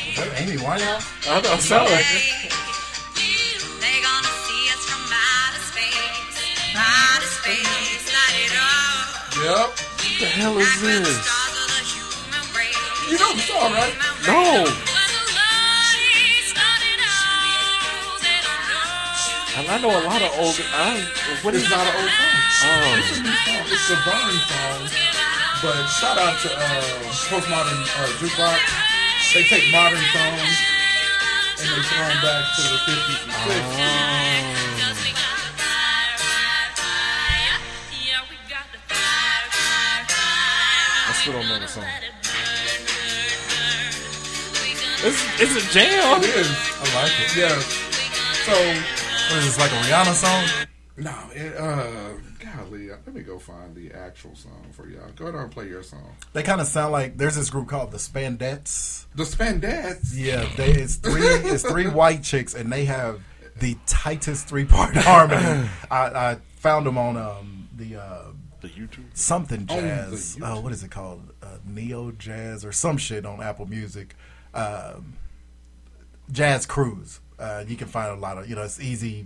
Speaker 7: Is that Amy Winehouse?
Speaker 8: I know, it sound like it.
Speaker 4: They gonna see us from outer space. Outer space, light it up.
Speaker 2: Yep.
Speaker 8: What the hell is this?
Speaker 2: You know the song, right?
Speaker 8: No. And I know a lot of old. I, what
Speaker 2: It's
Speaker 8: is
Speaker 2: not an old song.
Speaker 8: Oh.
Speaker 2: It's a new song. It's a burning song. But shout out to uh, Postmodern uh, Jukebox. They take modern songs and they throw them back to the 50s and 60s.
Speaker 8: I still don't know the song. It's, it's
Speaker 7: Oh.
Speaker 8: a jam.
Speaker 2: It is.
Speaker 7: I like it.
Speaker 2: Yeah. So,
Speaker 7: What is this, like a Rihanna song?
Speaker 2: no, it, uh, golly, let me go find the actual song for y'all. Go down and play your song.
Speaker 7: They kind of sound like there's this group called the Spandettes.
Speaker 2: The Spandettes?
Speaker 7: Yeah, they, it's three it's three white chicks and they have the tightest three part harmony. I, I found them on um, the uh,
Speaker 8: the YouTube
Speaker 7: something
Speaker 8: On the
Speaker 7: jazz. Uh, what is it called? Uh, Neo jazz or some shit on Apple Music. Um, jazz cruise. Uh, you can find a lot of you know it's easy.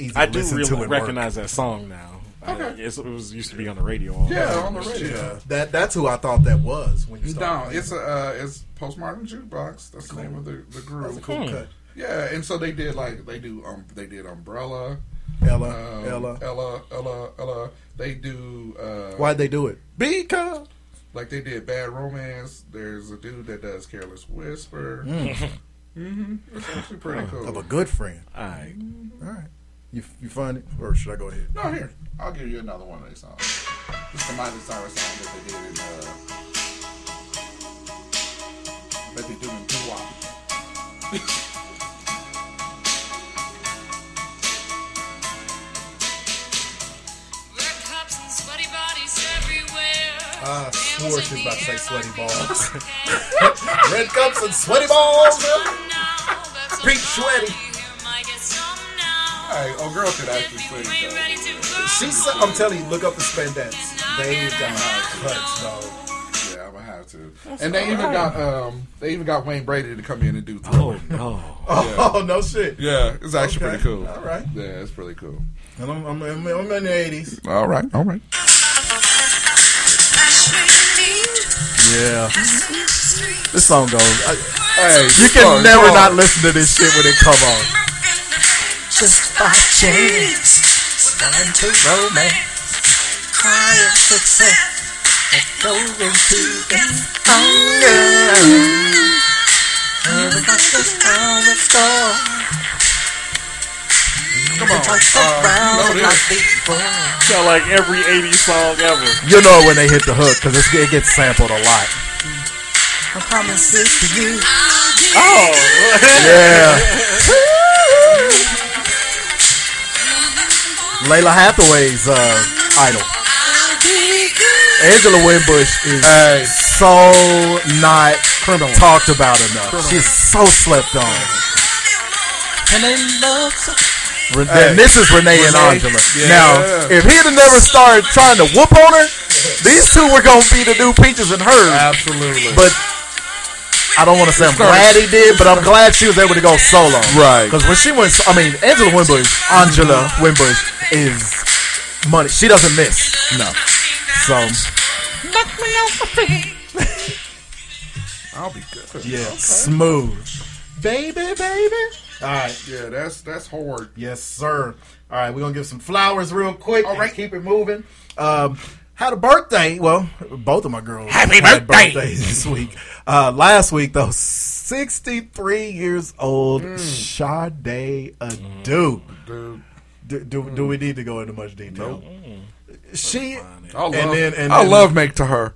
Speaker 7: Easy
Speaker 8: I
Speaker 7: to
Speaker 8: do
Speaker 7: listen
Speaker 8: really
Speaker 7: to and work.
Speaker 8: recognize that song now. I, it's, it was used to be on the radio. All
Speaker 2: Yeah, on the radio.
Speaker 7: Yeah, Uh, that that's who I thought that was when you started.
Speaker 2: No, it's a uh, it's postmodern jukebox. That's the name of the the group.
Speaker 7: That's a cool Hmm. cut.
Speaker 2: Yeah, and so they did like they do um they did Umbrella,
Speaker 7: Ella,
Speaker 2: um,
Speaker 7: Ella.
Speaker 2: Ella, Ella, Ella. They do uh,
Speaker 7: Why'd they do it? Because
Speaker 2: like they did Bad Romance. There's a dude that does Careless Whisper.
Speaker 7: Mm.
Speaker 2: hmm It's actually pretty
Speaker 7: of
Speaker 2: cool.
Speaker 7: a good friend.
Speaker 8: All right,
Speaker 7: all right. You you find it, or should I go ahead?
Speaker 2: No, here I'll give you another one of their songs. It's the Miley Cyrus song that they did in uh, that they do in Doo Wop.
Speaker 4: Red cups and sweaty bodies everywhere.
Speaker 7: I swore she was Ah, about to say sweaty balls. Red cups and sweaty balls. Pink sweaty.
Speaker 2: Hey, oh girl could actually sing though.
Speaker 7: She's. I'm telling you, look up the spandettes. They got cuts, dog.
Speaker 2: Yeah, I'm gonna have to.
Speaker 7: That's
Speaker 2: and they even
Speaker 7: alright.
Speaker 2: got um, they even got Wayne Brady to come in and do.
Speaker 8: Oh
Speaker 2: Thriller.
Speaker 8: no!
Speaker 7: Oh no shit.
Speaker 2: Yeah, it's actually
Speaker 7: Okay.
Speaker 2: pretty cool.
Speaker 7: All right.
Speaker 2: Yeah, it's pretty cool.
Speaker 7: And I'm, I'm, I'm, I'm in the 80s.
Speaker 2: All right, all right.
Speaker 7: Yeah. This song goes. I,
Speaker 2: hey,
Speaker 7: you can
Speaker 2: sorry,
Speaker 7: never
Speaker 2: sorry.
Speaker 7: not listen to this shit when it come on.
Speaker 4: Just by chance, starting to romance. Cry of success, and going to the hunger. Everybody's just on the floor.
Speaker 2: Come on.
Speaker 4: Uh,
Speaker 8: know this. Sound like every '80s song ever.
Speaker 7: You know when they hit the hook because it gets sampled a lot.
Speaker 4: I promise it to you.
Speaker 8: Oh,
Speaker 7: Yeah. Layla Hathaway's uh, idol. Angela Winbush is so not talked about enough.
Speaker 4: Criminal.
Speaker 7: She's so slept on.
Speaker 4: And I love
Speaker 7: Re-
Speaker 4: Hey.
Speaker 7: This is Renee, and
Speaker 4: Renee.
Speaker 7: Angela.
Speaker 4: Yeah.
Speaker 7: Now, if he'd have never started trying to whoop on her, these two were gonna be the new peaches and her.
Speaker 2: Absolutely.
Speaker 7: But I don't want to say I'm glad he did, but I'm glad she was able to go solo. Right. Because when she went, I mean, Angela Winbush, Angela Winbush is money. She doesn't miss. No. So,
Speaker 2: I'll be good.
Speaker 7: yeah,
Speaker 2: Okay.
Speaker 7: smooth. Baby, baby. All right.
Speaker 2: Yeah, that's that's hard.
Speaker 7: Yes, sir. All right, we're gonna give some flowers real quick. All right, keep it moving. Um, had a birthday. Well, both of my girls happy birthday birthdays this week. Uh, last week though, sixty-three years old, Sade Adu.
Speaker 2: Dude.
Speaker 7: Do, do, do we need to go into much detail? She
Speaker 2: I love,
Speaker 7: and then and
Speaker 2: I
Speaker 7: then-
Speaker 2: love make to her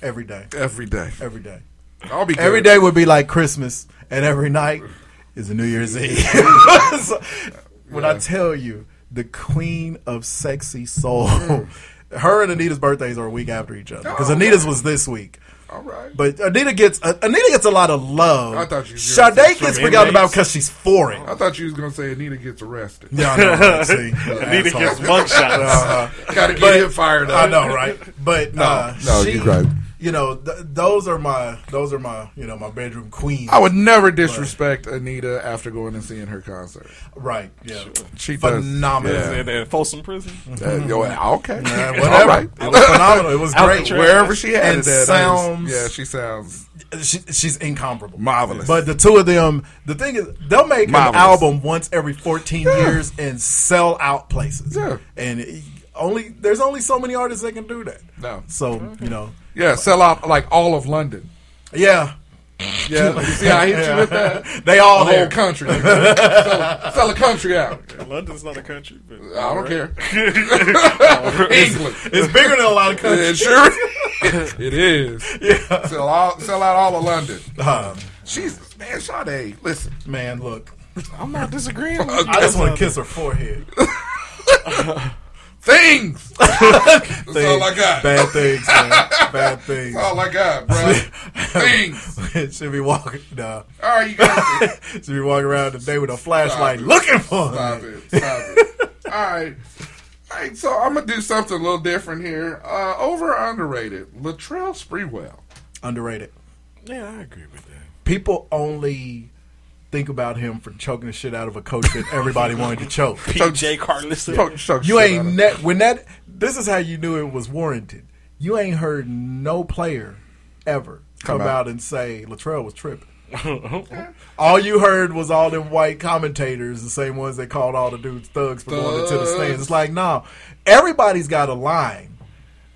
Speaker 7: every day.
Speaker 2: every day.
Speaker 7: Every day.
Speaker 2: I'll be good.
Speaker 7: Every day would be like Christmas, and every night is a New Year's Eve. So, when I tell you, the queen of sexy soul, her and Anita's birthdays are a week after each other because
Speaker 2: Oh,
Speaker 7: Anita's was this week.
Speaker 2: All right.
Speaker 7: But Anita gets uh, Anita gets a lot of love.
Speaker 2: I thought you was gonna
Speaker 7: Sade
Speaker 2: say
Speaker 7: gets
Speaker 2: from
Speaker 7: forgotten
Speaker 2: inmates.
Speaker 7: about because she's foreign.
Speaker 2: I thought you was gonna say Anita gets arrested.
Speaker 7: Yeah, I know, right? See?
Speaker 8: Anita
Speaker 7: Asshole.
Speaker 8: gets mug shots.
Speaker 7: Uh-huh.
Speaker 2: Gotta get
Speaker 7: But-
Speaker 2: him fired up.
Speaker 7: I know, right? But
Speaker 2: No,
Speaker 7: uh,
Speaker 2: no,
Speaker 7: she,
Speaker 2: you're right.
Speaker 7: You know, th- those are my those are my you know my bedroom queens.
Speaker 2: I would never disrespect Anita after going and seeing her concert.
Speaker 7: Right. Yeah.
Speaker 2: She does.
Speaker 7: phenomenal.
Speaker 2: Yeah.
Speaker 8: And then Folsom Prison.
Speaker 2: Uh, yo, okay.
Speaker 7: Yeah,
Speaker 2: All
Speaker 7: whatever.
Speaker 2: right.
Speaker 7: It was phenomenal. It was great.
Speaker 2: Wherever she had
Speaker 7: And
Speaker 2: it at, I was-
Speaker 7: sounds-
Speaker 2: yeah, she sounds
Speaker 7: She, she's incomparable.
Speaker 2: marvelous.
Speaker 7: But the two of them, the thing is, they'll make an
Speaker 2: Marvelous.
Speaker 7: album once every 14 years and sell out places.
Speaker 2: Yeah.
Speaker 7: And it- only there's only so many artists that can do that.
Speaker 2: no,
Speaker 7: So you know,
Speaker 2: yeah, sell out like all of London.
Speaker 7: yeah,
Speaker 2: Yeah, you see, I hit you with that.
Speaker 7: they all
Speaker 2: The whole
Speaker 7: there.
Speaker 2: country, sell, sell a country out.
Speaker 8: London's not a country, but
Speaker 2: I don't care. England,
Speaker 7: It's bigger than a lot of
Speaker 2: Yeah,
Speaker 7: countries.
Speaker 2: sure, it is. Yeah, sell all, sell out all of London.
Speaker 7: Um,
Speaker 2: Jesus, man, Sade, listen,
Speaker 7: man, look,
Speaker 8: I'm not disagreeing. with you.
Speaker 7: I just want to kiss her forehead.
Speaker 2: things. That's all I got.
Speaker 7: Bad things, man. Bad things.
Speaker 2: That's all I got, Oh, bro. things.
Speaker 7: should be walking. Nah.
Speaker 2: All right, you guys.
Speaker 7: should be walking around today with a flashlight
Speaker 2: it.
Speaker 7: looking for
Speaker 2: Stop
Speaker 7: her.
Speaker 2: it. Stop it. All right. All right, so I'm gonna do something a little different here. Uh, over or underrated, Latrell Sprewell.
Speaker 7: Underrated.
Speaker 8: Yeah, I agree with that.
Speaker 7: People only think about him for choking the shit out of a coach that everybody wanted to choke.
Speaker 8: PJ Carlison.
Speaker 2: Choke- choke
Speaker 7: You
Speaker 2: shit out
Speaker 7: ain't
Speaker 2: of-
Speaker 7: net when that. This is how you knew it was warranted. You ain't heard no player ever come,
Speaker 2: out.
Speaker 7: out. and say Latrell was tripping. all you heard was all them white commentators, the same ones that called all the dudes thugs for going into the stands. It's like, no, everybody's got a line,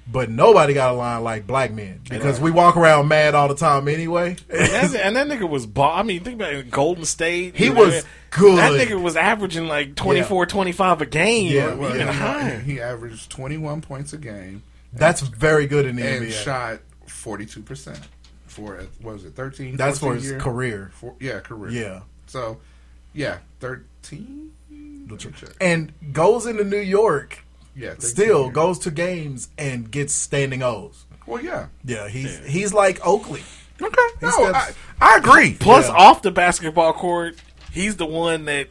Speaker 7: but nobody got a line like black men because we walk around mad all the time anyway.
Speaker 8: That's it. and that nigga was ball. I mean, think about it. Golden State.
Speaker 7: He
Speaker 8: You know,
Speaker 7: was
Speaker 8: that-
Speaker 7: good.
Speaker 8: That nigga was averaging like 24, 25 a game.
Speaker 7: Yeah,
Speaker 8: or even
Speaker 7: yeah.
Speaker 8: higher.
Speaker 2: He averaged 21 points a game
Speaker 7: That's very good in the
Speaker 2: and
Speaker 7: NBA.
Speaker 2: shot 42 percent for what was it 13?
Speaker 7: That's for
Speaker 2: 14
Speaker 7: his
Speaker 2: year?
Speaker 7: career.
Speaker 2: For, yeah, career.
Speaker 7: Yeah.
Speaker 2: So, yeah, 13. Let me check.
Speaker 7: and goes into New York.
Speaker 2: Yeah, 13
Speaker 7: still
Speaker 2: year.
Speaker 7: goes to games and gets standing O's.
Speaker 2: Well, yeah.
Speaker 7: Yeah, he's he's like Oakley.
Speaker 2: Okay. No, I,
Speaker 7: steps-
Speaker 2: I agree.
Speaker 8: Plus,
Speaker 7: Yeah.
Speaker 8: off the basketball court, he's the one that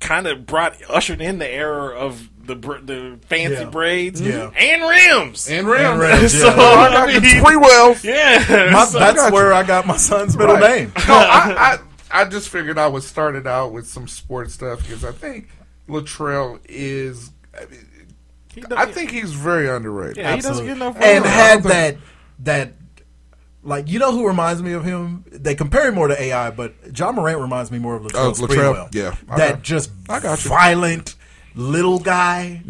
Speaker 8: kind of brought ushered in the era of the br- the fancy
Speaker 7: Yeah.
Speaker 8: braids
Speaker 7: Yeah.
Speaker 8: and rims.
Speaker 2: And Ram.
Speaker 7: And Rams,
Speaker 8: so
Speaker 7: yeah.
Speaker 8: I mean,
Speaker 2: Sprewell.
Speaker 8: yeah,
Speaker 7: My-
Speaker 8: so-
Speaker 7: that's where I got my son's middle
Speaker 2: Right.
Speaker 7: name.
Speaker 2: No, I, I I just figured I would start it out with some sports stuff because I think Latrell is. I, mean,
Speaker 8: He
Speaker 2: I
Speaker 8: doesn't-
Speaker 2: think he's very underrated.
Speaker 8: Yeah, he doesn't get enough.
Speaker 7: And
Speaker 8: room.
Speaker 7: had that that like you know who reminds me of him? They compare him more to AI, but John Morant reminds me more of Latrell
Speaker 2: Oh, Latrell,
Speaker 7: Sprewell.
Speaker 2: yeah. I
Speaker 7: that
Speaker 2: got-
Speaker 7: just
Speaker 2: I got you.
Speaker 7: violent little guy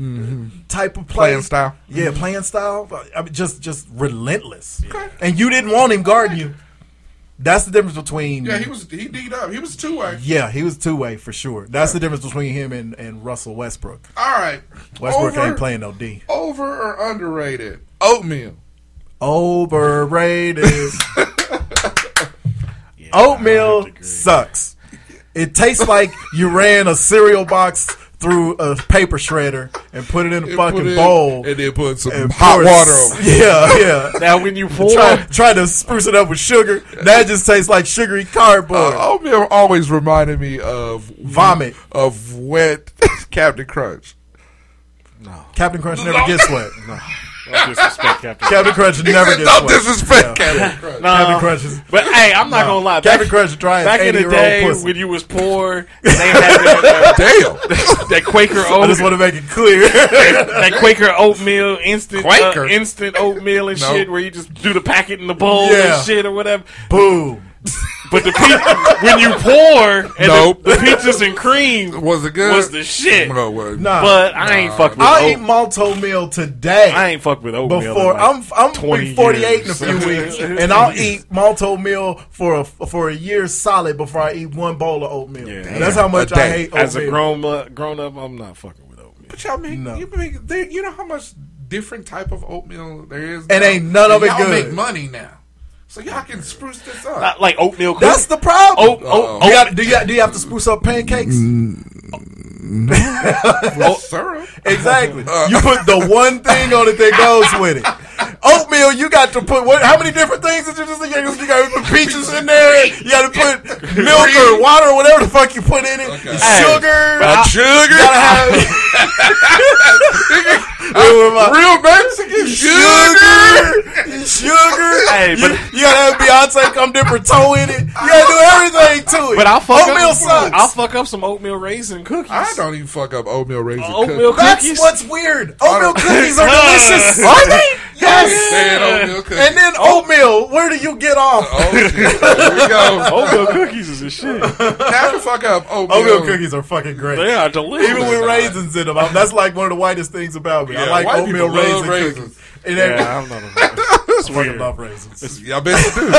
Speaker 7: type of play.
Speaker 2: Playing style.
Speaker 7: Yeah, playing style. I mean, just just relentless. And you didn't want him guarding you. That's the difference between
Speaker 2: Yeah, he was he D'd up. He was two way.
Speaker 7: Yeah, he was two way for sure. That's the difference between him and, and Russell Westbrook.
Speaker 2: All right,
Speaker 7: Westbrook
Speaker 2: Over-
Speaker 7: ain't playing no D.
Speaker 2: Over or underrated? Oatmeal.
Speaker 7: Overrated. Oatmeal sucks. It tastes like you ran a cereal box through a paper shredder and put it in a
Speaker 2: And
Speaker 7: fucking
Speaker 2: put in-
Speaker 7: bowl.
Speaker 2: and then put some
Speaker 7: and
Speaker 2: hot
Speaker 7: poured-
Speaker 2: water over. it.
Speaker 7: Yeah, yeah.
Speaker 8: now when you pour,
Speaker 7: Try, try to spruce it up with sugar. That just tastes like sugary cardboard.
Speaker 2: Uh, oatmeal always reminded me of
Speaker 7: Vomit.
Speaker 2: of wet Captain Crunch.
Speaker 7: Captain Crunch never gets wet.
Speaker 8: Don't disrespect Captain
Speaker 7: Captain Crunch
Speaker 8: Crunch.
Speaker 7: never gets
Speaker 8: Don't
Speaker 7: swept.
Speaker 8: disrespect
Speaker 7: Yeah.
Speaker 8: Captain
Speaker 7: Yeah.
Speaker 8: Crunch.
Speaker 7: Captain
Speaker 8: No.
Speaker 7: Crunch is.
Speaker 8: But hey, I'm not gonna lie.
Speaker 7: Captain
Speaker 8: Back-
Speaker 7: Crunch is trying.
Speaker 8: Back in the
Speaker 7: 80-year-old
Speaker 8: day
Speaker 7: pussy.
Speaker 8: when you was poor, they had
Speaker 2: Damn.
Speaker 8: that Quaker oat.
Speaker 7: I just want to make it clear.
Speaker 8: that, that Quaker oatmeal, instant
Speaker 7: Quaker?
Speaker 8: uh, instant oatmeal and
Speaker 7: No.
Speaker 8: shit, where you just do the packet in the bowl
Speaker 7: Yeah.
Speaker 8: and shit or whatever.
Speaker 7: Boom.
Speaker 8: But the pizza, when you pour, and
Speaker 2: Nope.
Speaker 8: the, the pizzas and cream
Speaker 2: was it good?
Speaker 8: Was the shit?
Speaker 2: No, it wasn't.
Speaker 7: Nah.
Speaker 8: but I ain't fuck with.
Speaker 7: I
Speaker 8: oat-
Speaker 7: eat malto meal today.
Speaker 8: I ain't fuck with oatmeal.
Speaker 7: Before
Speaker 8: in like
Speaker 7: I'm I'm
Speaker 8: 20
Speaker 7: be 48
Speaker 8: years.
Speaker 7: in a few weeks, and I'll eat malto meal for a, for a year solid before I eat one bowl of oatmeal. That's how much I hate oatmeal.
Speaker 8: As a grown up, grown up, I'm not fucking with oatmeal.
Speaker 2: But y'all make
Speaker 7: No.
Speaker 2: you make they, you know how much different type of oatmeal there is,
Speaker 7: And
Speaker 2: now?
Speaker 7: ain't none of
Speaker 2: And
Speaker 7: it
Speaker 2: y'all
Speaker 7: good.
Speaker 2: Make money now, so y'all can spruce this up.
Speaker 8: Not like oatmeal. Cookies.
Speaker 7: That's the problem.
Speaker 8: Oat- oat-
Speaker 7: Do you
Speaker 8: oat-
Speaker 7: have- do, you, do you have to spruce up pancakes?
Speaker 2: Mm. syrup.
Speaker 7: Exactly.
Speaker 2: Uh.
Speaker 7: you put the one thing on it that goes with it. Oatmeal, you got to put what? How many different things did you just think you got to put peaches in there? You got to put milk or water or whatever the fuck you put in it.
Speaker 8: Hey,
Speaker 7: Sugar.
Speaker 8: but I-
Speaker 7: You gotta have Wait, wait, wait.
Speaker 2: Real Mexican
Speaker 7: sugar, sugar.
Speaker 8: Hey,
Speaker 7: you, you gotta have Beyonce come dip her toe in it. You gotta do everything to it.
Speaker 8: But I'll fuck
Speaker 7: oatmeal
Speaker 8: up.
Speaker 7: sucks.
Speaker 8: I'll fuck up some oatmeal raisin cookies.
Speaker 2: I don't even fuck up oatmeal raisin
Speaker 8: Oatmeal
Speaker 2: cookies.
Speaker 7: That's
Speaker 8: cookies.
Speaker 7: what's weird. Oatmeal cookies are
Speaker 8: Yes.
Speaker 7: delicious. Are they?
Speaker 2: Saying
Speaker 7: Yes.
Speaker 2: oatmeal cookies.
Speaker 7: And then oatmeal. Where do you get off?
Speaker 2: Oh, shit. Here we go.
Speaker 8: oatmeal cookies is a shit.
Speaker 2: Now you fuck up oatmeal.
Speaker 7: Oatmeal cookies are fucking great.
Speaker 8: They are delicious.
Speaker 7: Even with raisins in them, I'm- that's like one of the whitest things about me. I
Speaker 2: Yeah,
Speaker 7: like
Speaker 2: white
Speaker 7: oatmeal
Speaker 2: people
Speaker 7: raisin
Speaker 2: love raisins.
Speaker 7: cookies. It
Speaker 8: yeah,
Speaker 7: ain't
Speaker 8: I'm not. A,
Speaker 7: it's fucking love raisins,
Speaker 2: Y'all bet you do. you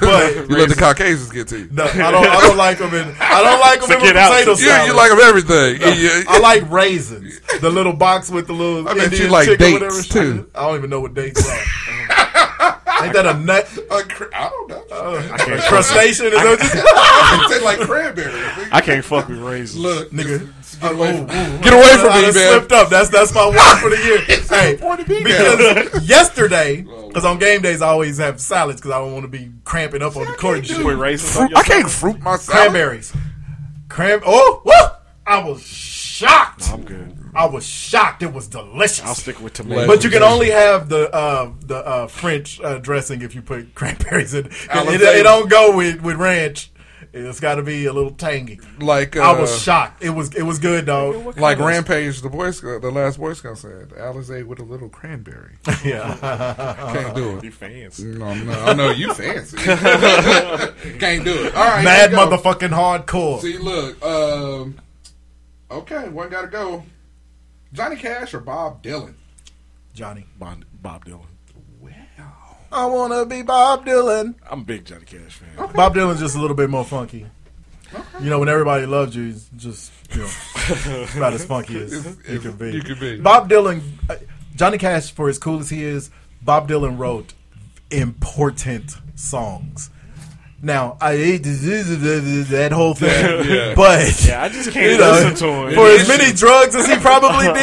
Speaker 7: but
Speaker 2: let the Caucasians get to you.
Speaker 7: no, I don't. I don't like them in. I don't like them in
Speaker 8: Forget
Speaker 7: a
Speaker 8: out.
Speaker 7: potato
Speaker 2: You,
Speaker 7: salad.
Speaker 2: you like 'em everything. You-
Speaker 7: I like raisins. The little box with the little.
Speaker 2: I bet you
Speaker 7: Indian
Speaker 2: like
Speaker 7: chick or whatever
Speaker 2: dates,
Speaker 7: shit.
Speaker 2: too.
Speaker 7: I don't even know what dates are. Ain't that a nut?
Speaker 2: A cr- I don't know.
Speaker 7: A crustacean? Is that just,
Speaker 2: I taste like cranberry.
Speaker 8: I can't fuck with raisins.
Speaker 2: Look,
Speaker 7: nigga.
Speaker 2: get away
Speaker 7: Oh,
Speaker 2: from-
Speaker 7: oh,
Speaker 2: get away
Speaker 7: I-
Speaker 2: from
Speaker 7: I
Speaker 2: me,
Speaker 7: done
Speaker 2: man.
Speaker 7: Slipped up. That's that's my one for the year. hey,
Speaker 2: point of being
Speaker 7: because yesterday, because on game days I always have salads because I don't want to be cramping up on the court. and
Speaker 8: You
Speaker 7: shit.
Speaker 8: put raisins on
Speaker 2: Fruit-
Speaker 8: your
Speaker 2: I can't fruit myself.
Speaker 7: Cranberries, cram. Oh, woo! I was shocked.
Speaker 8: I'm good.
Speaker 7: I was shocked. It was delicious.
Speaker 8: I'll stick with tomatoes.
Speaker 7: But you can only have the uh, the uh, French uh, dressing if you put cranberries in. It, it, it don't go with, with ranch. It's got to be a little tangy.
Speaker 2: Like uh,
Speaker 7: I was shocked. It was it was good though.
Speaker 2: Like Rampage, the Boy Scout, the last Boy Scout said, "Alizé with a little cranberry."
Speaker 7: Yeah.
Speaker 2: Can't do it.
Speaker 8: You fancy.
Speaker 2: No, no, I know you fancy. Can't do it. All right,
Speaker 7: Mad
Speaker 2: here we go.
Speaker 7: motherfucking hardcore.
Speaker 2: See, look. Um, okay, one gotta go. Johnny Cash or Bob Dylan?
Speaker 7: Johnny.
Speaker 8: Bob, Bob Dylan.
Speaker 7: I wanna be Bob Dylan.
Speaker 8: I'm a big Johnny Cash fan.
Speaker 7: Bob Dylan's just a little bit more funky. You know, when everybody loves you, it's just you know, about as funky as you can be.
Speaker 2: you can be.
Speaker 7: Bob Dylan, uh, Johnny Cash, for as cool as he is, Bob Dylan wrote important songs. Now I hate to do that whole thing,
Speaker 2: Yeah, yeah.
Speaker 7: but
Speaker 8: Yeah, I just can't
Speaker 7: you know,
Speaker 8: listen to him.
Speaker 7: for as many drugs as he probably did,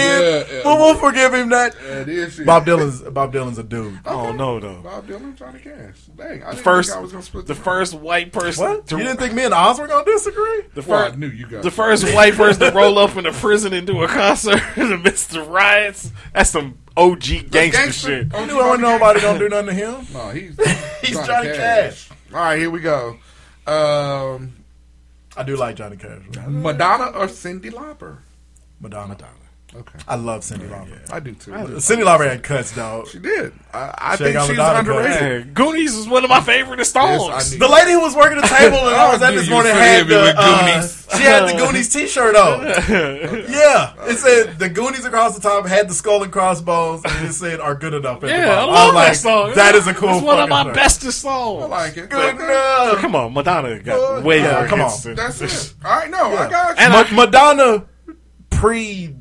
Speaker 2: Yeah, yeah.
Speaker 7: but we'll forgive him that.
Speaker 2: That is it.
Speaker 7: Bob Dylan's Bob Dylan's a dude.
Speaker 8: I don't know though.
Speaker 2: Bob Dylan, Johnny Cash. Dang, I
Speaker 8: The
Speaker 2: didn't
Speaker 8: Oh, first,
Speaker 2: think I was gonna split
Speaker 8: the
Speaker 2: this.
Speaker 8: first white person.
Speaker 7: What?
Speaker 8: to-
Speaker 7: You didn't think me and Oz were gonna disagree?
Speaker 8: the first,
Speaker 2: Well, I knew you guys.
Speaker 8: the first white person to roll up in a prison and do a concert in the midst of riots. That's some OG gangster, shit.
Speaker 2: Oh,
Speaker 7: You knew I nobody gonna do nothing to him.
Speaker 2: No, he's
Speaker 7: He's Johnny Cash.
Speaker 2: All right, here we go. Um,
Speaker 7: I do like Johnny Cash. though.
Speaker 8: Mm-hmm.
Speaker 2: Madonna or Cindy Lauper?
Speaker 7: Madonna.
Speaker 2: Okay,
Speaker 7: I love Cindy Lauper.
Speaker 2: I do too.
Speaker 7: Cindy Lauper had cuts, dog.
Speaker 2: she did. I, I
Speaker 7: Check
Speaker 2: think
Speaker 7: out
Speaker 2: she's
Speaker 7: Madonna,
Speaker 2: underrated.
Speaker 8: Hey, Goonies is one of my favorite songs.
Speaker 2: Yes, I knew-
Speaker 7: The lady who was working the table and I was
Speaker 2: I
Speaker 7: at
Speaker 2: knew
Speaker 7: this
Speaker 2: you
Speaker 7: morning
Speaker 2: said
Speaker 7: had
Speaker 2: it
Speaker 7: the
Speaker 2: with
Speaker 7: uh,
Speaker 2: Goonies.
Speaker 7: she had the Goonies T-shirt on. yeah, it said the Goonies across the top had the skull and crossbones, and it said "Are good enough." At the
Speaker 8: yeah, I
Speaker 7: bottom.
Speaker 8: love
Speaker 7: was like,
Speaker 8: that song.
Speaker 7: That is a cool.
Speaker 8: It's one
Speaker 7: fucking
Speaker 8: of my
Speaker 7: song.
Speaker 8: bestest songs.
Speaker 2: I like it.
Speaker 7: Good
Speaker 8: But
Speaker 7: enough.
Speaker 8: Oh, Come on, Madonna got way
Speaker 7: Yeah,
Speaker 8: more
Speaker 7: come
Speaker 8: hits
Speaker 7: on.
Speaker 8: than-
Speaker 2: That's it. All right, no, I got you.
Speaker 8: And
Speaker 7: Ma-
Speaker 8: I-
Speaker 7: Madonna pre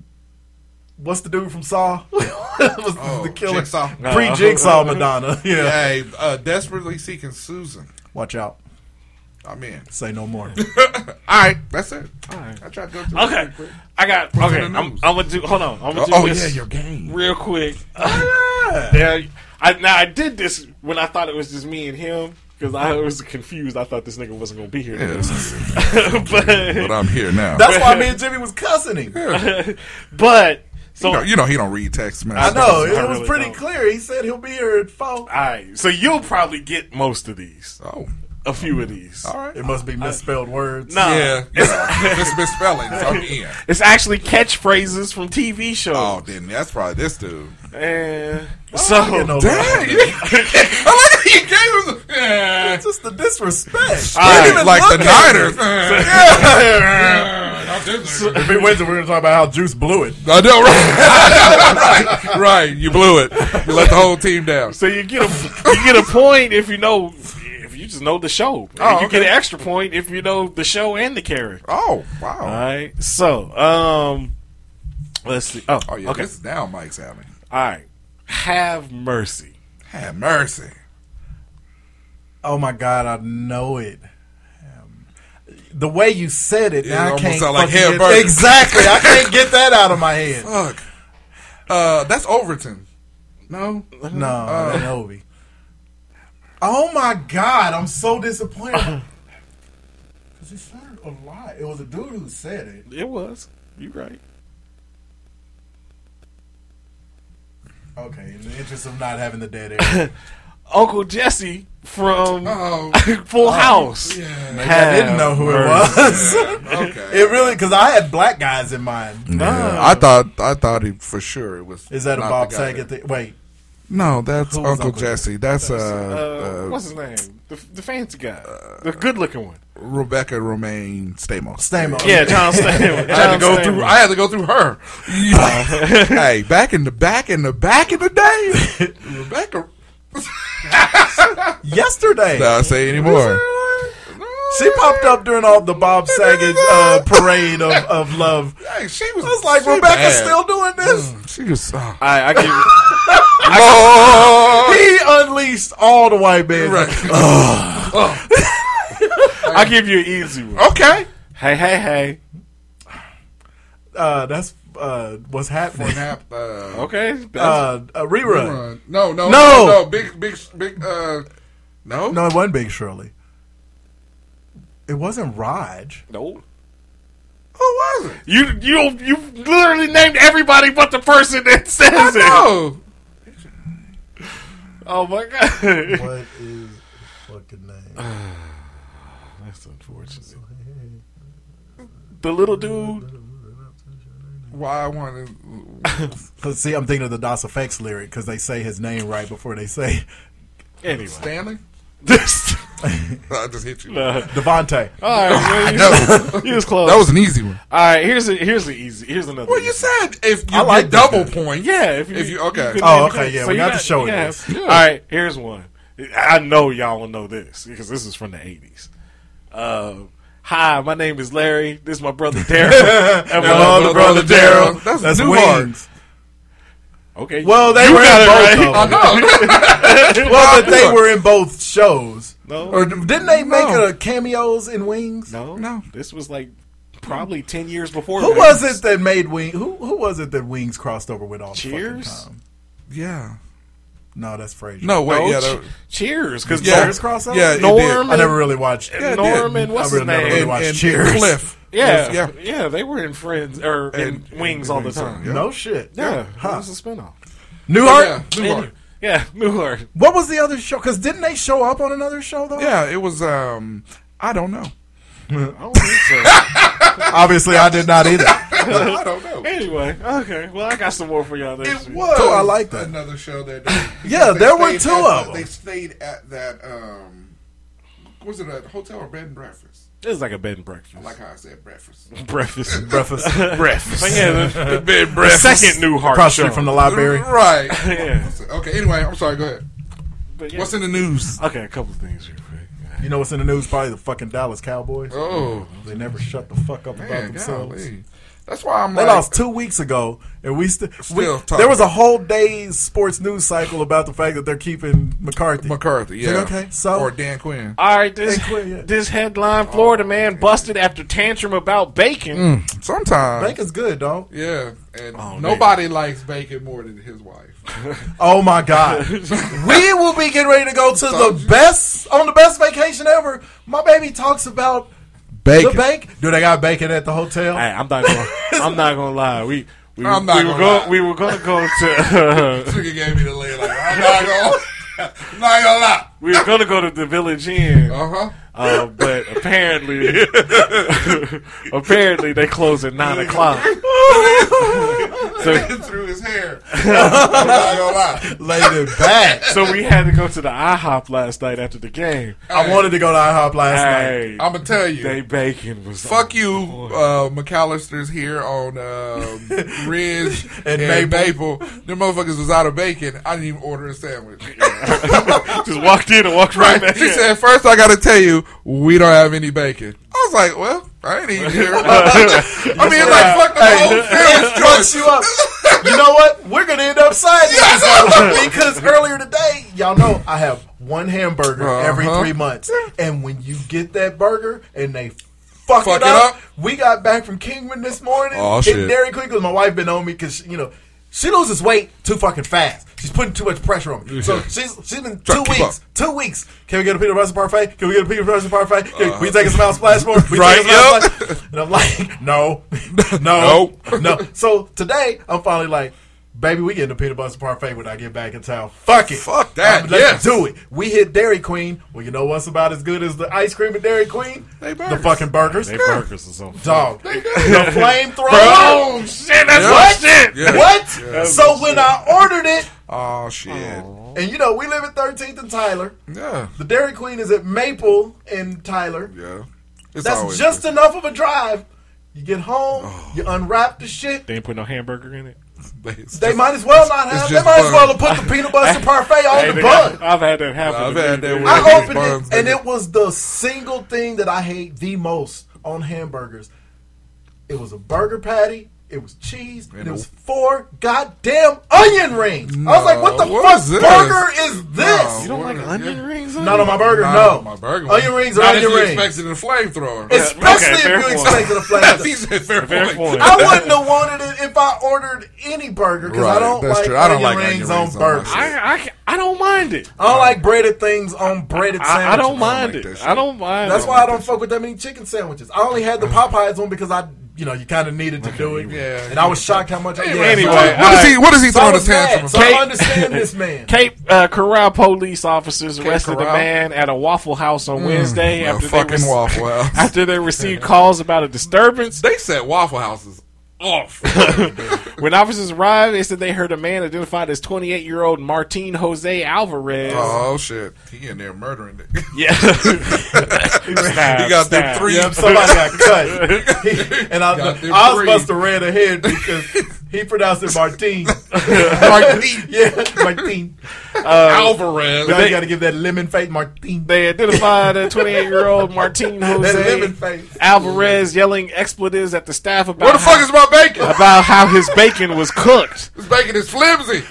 Speaker 7: what's the dude from Saw? was the killer
Speaker 2: Jigsaw.
Speaker 7: pre Jigsaw Madonna. Yeah.
Speaker 2: Hey, uh, desperately seeking Susan.
Speaker 7: watch out.
Speaker 2: I'm in.
Speaker 7: Say no more.
Speaker 2: All right, that's it. All right, I tried to go through it
Speaker 8: Okay,
Speaker 2: real quick.
Speaker 8: I got.
Speaker 2: What's
Speaker 8: Okay,
Speaker 2: in
Speaker 8: I'm,
Speaker 2: the
Speaker 8: I'm
Speaker 2: news?
Speaker 8: gonna do. Hold on, I'm gonna do
Speaker 2: Oh,
Speaker 8: this
Speaker 2: yeah, your game.
Speaker 8: real quick. yeah, I now I did this when I thought it was just me and him because I was confused. I thought this nigga wasn't gonna be here. but
Speaker 2: But I'm here now.
Speaker 7: That's why me and Jimmy was cussing him.
Speaker 8: but
Speaker 2: you, know, you know he don't read text
Speaker 8: I
Speaker 2: messages.
Speaker 8: know, it
Speaker 7: It was pretty clear. He said he'll be here at four.
Speaker 8: All right, so you'll probably get most of these.
Speaker 2: Oh,
Speaker 8: a few of these. All right,
Speaker 7: It must be misspelled words.
Speaker 8: Nah.
Speaker 2: Yeah, yeah. Mis- misspellings. I'm in.
Speaker 8: It's actually catchphrases from TV shows.
Speaker 2: Oh, then that's probably this dude.
Speaker 8: And so,
Speaker 2: Dang, you- I like how you gave him the, eh.
Speaker 7: It's just the disrespect.
Speaker 2: All right, like the Niners.
Speaker 7: So- if he wins it, we're going to talk about how Juice blew it.
Speaker 2: I know, right? right, right. You blew it. You let the whole team down.
Speaker 8: so you get a you get a point if you know if you just know the show.
Speaker 2: Oh,
Speaker 8: you
Speaker 2: okay.
Speaker 8: get an extra point if you know the show and the character.
Speaker 2: Oh, wow.
Speaker 8: All
Speaker 7: Uh,
Speaker 8: right, so um, let's see. Oh,
Speaker 2: Oh, yeah.
Speaker 8: okay.
Speaker 2: This is now Mike's having.
Speaker 8: All right, have mercy.
Speaker 2: Have mercy.
Speaker 7: Oh my God, I know it. Um, The way you said it,
Speaker 2: It
Speaker 7: now I
Speaker 2: almost
Speaker 7: can't
Speaker 2: sound like
Speaker 7: fucking
Speaker 2: hamburger.
Speaker 7: get, exactly. I can't get that out of my head.
Speaker 2: Fuck. Uh, that's Overton. No?
Speaker 7: No,
Speaker 2: Uh,
Speaker 7: that ain't Obi. Oh my God, I'm so disappointed. 'Cause He said it a lot. It was a dude who said it.
Speaker 8: It was. You right.
Speaker 7: Okay, in the interest of not having the dead air,
Speaker 8: Uncle Jesse from
Speaker 2: Oh.
Speaker 8: Full House.
Speaker 7: Maybe I didn't know who it was.
Speaker 2: Okay.
Speaker 7: it really because I had black guys in mind.
Speaker 2: Yeah, I thought I thought he for sure it was.
Speaker 7: Is that a
Speaker 2: not
Speaker 7: Bob
Speaker 2: the guy
Speaker 7: Saget
Speaker 2: that-
Speaker 7: thing? Wait,
Speaker 2: No, that's
Speaker 7: Who was
Speaker 2: Uncle,
Speaker 7: Uncle
Speaker 2: Jesse. That's uh,
Speaker 8: Uh,
Speaker 2: uh,
Speaker 8: what's his name? The, the fancy guy, the good-looking one.
Speaker 2: Rebecca Romaine Stamos.
Speaker 7: Stamos.
Speaker 8: Yeah, John Stamos.
Speaker 2: I had to go through. I had to go through her. hey, back in the back in the back in the day, Rebecca.
Speaker 7: yesterday.
Speaker 2: Not say anymore.
Speaker 7: She popped up during all the Bob Saget uh, parade of, of love.
Speaker 2: Hey, she was,
Speaker 7: I was like,
Speaker 2: she
Speaker 7: Rebecca's
Speaker 2: bad.
Speaker 7: still doing this?
Speaker 2: She was. Uh,
Speaker 8: I, I give it.
Speaker 7: He unleashed all the white men.
Speaker 2: Mm. right.
Speaker 8: I give you an easy one.
Speaker 2: okay.
Speaker 8: Hey, hey, hey.
Speaker 7: Uh, that's uh, what's happening.
Speaker 2: Nap, uh,
Speaker 8: Okay, that's-
Speaker 7: Uh, a rerun.
Speaker 2: run. No, no, no,
Speaker 7: No.
Speaker 2: no, Big, big, big. Uh, no,
Speaker 7: No, it wasn't Big Shirley. It wasn't Raj.
Speaker 8: no.
Speaker 2: Who was it?
Speaker 8: You you you literally named everybody but the person that says it.
Speaker 2: No.
Speaker 8: Oh my god,
Speaker 7: What is fucking name?
Speaker 8: that's unfortunate. The little dude.
Speaker 2: Why I wanted.
Speaker 7: Let's see, I'm thinking of the Dos Effects lyric because they say his name right before they say
Speaker 8: Anyway,
Speaker 2: Stanley?
Speaker 8: this.
Speaker 2: I just hit you.
Speaker 8: Nah.
Speaker 7: Devontae.
Speaker 8: All right, well, you, you was close.
Speaker 2: That was an easy one.
Speaker 8: All right, here's a, here's an easy. Here's another.
Speaker 2: Well, you
Speaker 8: easy.
Speaker 2: said if you
Speaker 7: I like
Speaker 2: get double points.
Speaker 8: Yeah, if you,
Speaker 2: If you- okay.
Speaker 8: can-
Speaker 7: Oh,
Speaker 8: you can-
Speaker 7: okay, yeah, we
Speaker 8: you
Speaker 7: got to show
Speaker 8: you
Speaker 7: it
Speaker 8: got-
Speaker 7: this.
Speaker 8: All right, here's one. I know y'all will know this because this is from the '80s. Uh, hi, my name is Larry. This is my brother Daryl and my other brother Daryl.
Speaker 2: That's,
Speaker 7: That's
Speaker 2: New
Speaker 7: wings.
Speaker 8: Okay,
Speaker 7: Well, they
Speaker 8: you
Speaker 7: were
Speaker 8: got
Speaker 7: in
Speaker 8: it
Speaker 7: both
Speaker 2: Oh,
Speaker 8: right.
Speaker 7: of them. Well, but they were in both shows.
Speaker 8: No.
Speaker 7: Or didn't they make
Speaker 2: No.
Speaker 7: uh cameos in Wings?
Speaker 8: No,
Speaker 2: No.
Speaker 8: This was like probably ten years before.
Speaker 7: Who
Speaker 8: that.
Speaker 7: was it that made Wings? Who who was it that Wings crossed over with all the
Speaker 8: Cheers?
Speaker 7: fucking time?
Speaker 2: Yeah.
Speaker 7: No, that's Frasier.
Speaker 2: No, wait.
Speaker 8: No,
Speaker 2: yeah,
Speaker 8: che-
Speaker 2: that,
Speaker 8: Cheers, because
Speaker 2: yeah.
Speaker 7: Cheers crossed over?
Speaker 2: Yeah, it did.
Speaker 8: Norm
Speaker 7: I never really watched.
Speaker 8: and
Speaker 2: it did.
Speaker 8: Norman, what's
Speaker 7: I really
Speaker 8: his
Speaker 7: never
Speaker 8: name?
Speaker 7: really
Speaker 2: And,
Speaker 7: watched
Speaker 2: and
Speaker 7: Cheers.
Speaker 2: Cliff.
Speaker 8: Yeah, yeah,
Speaker 2: Yeah.
Speaker 8: They were in Friends or in
Speaker 2: And-
Speaker 8: Wings all the time.
Speaker 2: yeah.
Speaker 7: No shit.
Speaker 8: Yeah, it
Speaker 7: Huh.
Speaker 8: was a spinoff.
Speaker 7: Newhart.
Speaker 2: Yeah, Newhart.
Speaker 8: Yeah, Newhart.
Speaker 7: What was the other show? Because didn't they show up on another show though?
Speaker 2: Yeah, it was. Um, I don't know.
Speaker 8: I don't think so.
Speaker 7: Obviously, I did not either.
Speaker 2: I don't know.
Speaker 8: anyway, okay. Well, I got some more for y'all. next
Speaker 2: It
Speaker 8: week.
Speaker 2: was.
Speaker 7: Cool, I like that.
Speaker 2: Another show that. They, because
Speaker 7: Yeah,
Speaker 2: they
Speaker 7: there were
Speaker 2: stayed
Speaker 7: two
Speaker 2: at
Speaker 7: of
Speaker 2: the-
Speaker 7: them.
Speaker 2: They stayed at that. Um, was it a hotel or bed and breakfast?
Speaker 8: It was like a bed and breakfast.
Speaker 2: Like how I said, breakfast.
Speaker 8: breakfast.
Speaker 7: Breakfast.
Speaker 8: breakfast. But yeah, the, the,
Speaker 2: bed
Speaker 8: the second Newhart
Speaker 7: Across the
Speaker 8: show.
Speaker 7: street from the library.
Speaker 2: Right.
Speaker 8: Yeah.
Speaker 2: Okay. Anyway, I'm sorry. Go ahead.
Speaker 8: But yeah.
Speaker 2: What's in the news?
Speaker 8: Okay, a couple things real quick.
Speaker 7: You know what's in the news? Probably the fucking Dallas Cowboys.
Speaker 2: Oh,
Speaker 7: They never shut the fuck up about
Speaker 2: man,
Speaker 7: themselves.
Speaker 2: golly. That's why I'm
Speaker 7: They
Speaker 2: like,
Speaker 7: lost two weeks ago, and we, st- we
Speaker 2: Still talking
Speaker 7: there was a
Speaker 2: about it.
Speaker 7: whole day's sports news cycle about the fact that they're keeping McCarthy.
Speaker 2: McCarthy.
Speaker 7: It's
Speaker 2: Yeah.
Speaker 7: like, okay, so
Speaker 2: or Dan Quinn.
Speaker 8: All right, this
Speaker 7: They quit, yeah.
Speaker 8: this headline: Florida man busted after tantrum about bacon.
Speaker 2: Sometimes.
Speaker 7: Bacon's good, dog.
Speaker 2: Yeah, and
Speaker 8: Oh, man.
Speaker 2: nobody likes bacon more than his wife.
Speaker 7: Oh my god, we will be getting ready to go to the best on the best vacation ever. My baby talks about
Speaker 2: Bacon.
Speaker 7: the bacon. Do they got bacon at the hotel?
Speaker 8: Hey, I'm not. Gonna, I'm not gonna lie. We We,
Speaker 2: I'm
Speaker 8: were-
Speaker 2: not
Speaker 8: we were
Speaker 2: gonna
Speaker 8: go-
Speaker 2: lie.
Speaker 8: we were going to go to.
Speaker 2: Sugar gave me the lay like I'm not gonna, I'm not gonna lie.
Speaker 8: we were going to go to the Village Inn.
Speaker 2: Uh-huh.
Speaker 8: Uh, but apparently, apparently they close at nine o'clock. So-
Speaker 2: through his hair. I'm not gonna lie.
Speaker 7: Laid it back.
Speaker 8: So we had to go to the IHOP last night after the game.
Speaker 7: I wanted to go to IHOP last
Speaker 8: Hey,
Speaker 7: night.
Speaker 2: I'ma tell you.
Speaker 8: they bacon was
Speaker 2: Fuck you, uh, McAllister's here on um, Ridge and,
Speaker 7: And
Speaker 2: Maple. Them motherfuckers was out of bacon. I didn't even order a sandwich.
Speaker 8: just walked in and walked right,
Speaker 2: Right.
Speaker 8: back.
Speaker 2: She
Speaker 8: in.
Speaker 2: said, first I gotta tell you, we don't have any bacon. I was like, well, I ain't eating here. I mean, it's like, fuck the whole film
Speaker 7: Fucks you up. You know what? We're gonna end up siding
Speaker 2: Yes.
Speaker 7: because earlier today, y'all know I have one hamburger every
Speaker 2: Uh-huh.
Speaker 7: three months, and when you get that burger and they fuck,
Speaker 2: Fuck it
Speaker 7: it, up,
Speaker 2: up.
Speaker 7: we got back from Kingman this morning.
Speaker 2: Oh,
Speaker 7: and
Speaker 2: shit.
Speaker 7: Dairy Queen because my wife been on me because you know she loses weight too fucking fast. She's putting too much pressure on me. So
Speaker 2: Yeah.
Speaker 7: she's she's been
Speaker 2: Try
Speaker 7: two
Speaker 2: to keep
Speaker 7: weeks.
Speaker 2: up.
Speaker 7: Two weeks. Can we get a pita russell parfait? Can we get a pita russell parfait? Can we take a smile splash more?
Speaker 2: Uh-huh.
Speaker 7: We
Speaker 2: Right,
Speaker 7: Take a smile
Speaker 2: yep.
Speaker 7: splash? And I'm like, no, no, no. So today, I'm finally like, baby, we getting a peanut butter parfait when I get back in town. Fuck it.
Speaker 2: Fuck that,
Speaker 7: Um, let's
Speaker 2: yes.
Speaker 7: do it. We hit Dairy Queen. Well, you know what's about as good as the ice cream at Dairy Queen?
Speaker 2: They
Speaker 7: the
Speaker 2: burgers.
Speaker 7: fucking burgers.
Speaker 8: They burgers or something.
Speaker 7: Dog. the flamethrower.
Speaker 8: Oh shit, that's
Speaker 2: Yeah.
Speaker 8: my shit.
Speaker 2: Yeah.
Speaker 7: What?
Speaker 2: Yeah.
Speaker 7: So when I ordered it,
Speaker 2: Oh, shit.
Speaker 7: and you know, we live at 13th and Tyler.
Speaker 2: Yeah.
Speaker 7: The Dairy Queen is at Maple and Tyler.
Speaker 2: Yeah. It's
Speaker 7: That's
Speaker 2: always Oh.
Speaker 7: just enough of a drive. You get home, you unwrap the shit.
Speaker 8: They ain't put no hamburger in it.
Speaker 2: They it's
Speaker 7: They
Speaker 2: just-
Speaker 7: might as well not have. They
Speaker 2: just
Speaker 7: might as
Speaker 2: bun.
Speaker 7: well have put the peanut butter parfait
Speaker 8: Hey,
Speaker 7: on the
Speaker 8: they-
Speaker 7: bun.
Speaker 8: I've had that happen.
Speaker 2: I've
Speaker 8: to
Speaker 2: had
Speaker 8: me.
Speaker 2: that with-
Speaker 7: I opened
Speaker 2: buns,
Speaker 7: it, and
Speaker 2: nigga.
Speaker 7: it was the single thing that I hate the most on hamburgers. It was a burger patty. It was cheese. And it
Speaker 2: a-
Speaker 7: was four goddamn onion rings. I was like, "What the
Speaker 2: No, what
Speaker 7: fuck
Speaker 2: is this?
Speaker 7: burger is this?"
Speaker 2: You don't like
Speaker 8: onion rings on
Speaker 7: Not on my burger.
Speaker 2: Not
Speaker 7: no,
Speaker 2: on my burger.
Speaker 7: Onion rings are
Speaker 2: Not
Speaker 7: onion
Speaker 2: if you
Speaker 7: rings.
Speaker 2: expected a flamethrower.
Speaker 7: Especially
Speaker 8: Okay, fair
Speaker 7: if you
Speaker 8: point.
Speaker 7: expected a flavor.
Speaker 2: He said fair
Speaker 8: Fair
Speaker 2: point.
Speaker 8: point.
Speaker 7: I wouldn't have wanted it if I ordered any burger because I
Speaker 2: Right,
Speaker 7: don't
Speaker 2: that's
Speaker 7: like
Speaker 2: true.
Speaker 7: onion
Speaker 2: I don't like onion
Speaker 7: rings on
Speaker 2: rings on my
Speaker 7: burgers.
Speaker 2: shit.
Speaker 7: I,
Speaker 8: I, I ca- I don't mind it.
Speaker 7: don't like breaded things on breaded sandwiches.
Speaker 8: I, I don't
Speaker 2: like
Speaker 8: mind
Speaker 2: that
Speaker 8: it.
Speaker 2: shit.
Speaker 8: I don't mind.
Speaker 7: That's
Speaker 8: it.
Speaker 7: why I don't fuck with that many chicken sandwiches. I only had the Popeyes one because I, you know, you kind of needed to do it.
Speaker 2: Yeah.
Speaker 7: and I was shocked how much. I, yeah,
Speaker 8: Anyway,
Speaker 7: so-
Speaker 2: What is he? What is he
Speaker 7: so I
Speaker 2: throwing a
Speaker 7: was mad,
Speaker 2: tantrum?
Speaker 7: So
Speaker 2: about?
Speaker 7: I understand this man.
Speaker 8: Cape uh, Corral police officers arrested
Speaker 2: Corral? Mm.
Speaker 8: a man at a Waffle House on Wednesday
Speaker 2: A
Speaker 8: after they
Speaker 2: fucking
Speaker 8: rec-
Speaker 2: Waffle House.
Speaker 8: after they received calls about a disturbance.
Speaker 2: They set Waffle Houses off.
Speaker 8: When officers arrived, they said they heard a man identified as 28 year old Martin Jose Alvarez.
Speaker 2: oh shit! He in there murdering it.
Speaker 8: Yeah,
Speaker 2: he got them three.
Speaker 7: Yep, somebody got cut. He- and I,
Speaker 2: Got them
Speaker 7: I was
Speaker 2: three.
Speaker 7: supposed to ran ahead because he pronounced it Martin.
Speaker 2: Martin
Speaker 7: yeah, Martin.
Speaker 2: Alvarez.
Speaker 7: Now
Speaker 8: they-
Speaker 7: you got to give that lemon face Martin.
Speaker 8: They identified a 28 year old Martin
Speaker 7: That lemon
Speaker 8: Jose
Speaker 7: face.
Speaker 8: Alvarez yelling expletives at the staff about
Speaker 2: Where the fuck
Speaker 8: how-
Speaker 2: is my bacon?
Speaker 8: about how his bacon was cooked.
Speaker 2: This bacon is flimsy.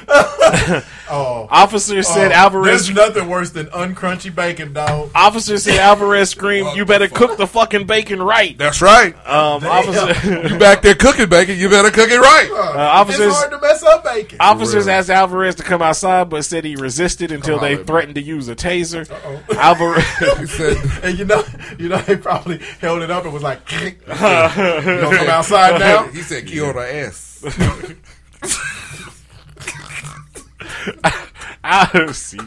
Speaker 8: Officers
Speaker 2: Oh,
Speaker 8: said Alvarez.
Speaker 7: There's nothing worse than uncrunchy bacon, dog.
Speaker 8: Officers said Alvarez screamed,
Speaker 2: Fuck
Speaker 8: "You better
Speaker 2: the fuck.
Speaker 8: cook the fucking bacon right."
Speaker 2: That's right.
Speaker 8: Um, officer,
Speaker 2: You back there cooking bacon? You better cook it right.
Speaker 8: uh,
Speaker 7: it's
Speaker 8: officers.
Speaker 7: hard to mess up bacon.
Speaker 8: Officers asked Alvarez to come outside, but said he resisted until they
Speaker 2: holler at me.
Speaker 8: threatened to use a taser. Alvarez,
Speaker 2: He said,
Speaker 7: and you know, you know, they probably held it up and was like, "You don't come outside now."
Speaker 2: he said, "Kill the ass."
Speaker 8: Al- see.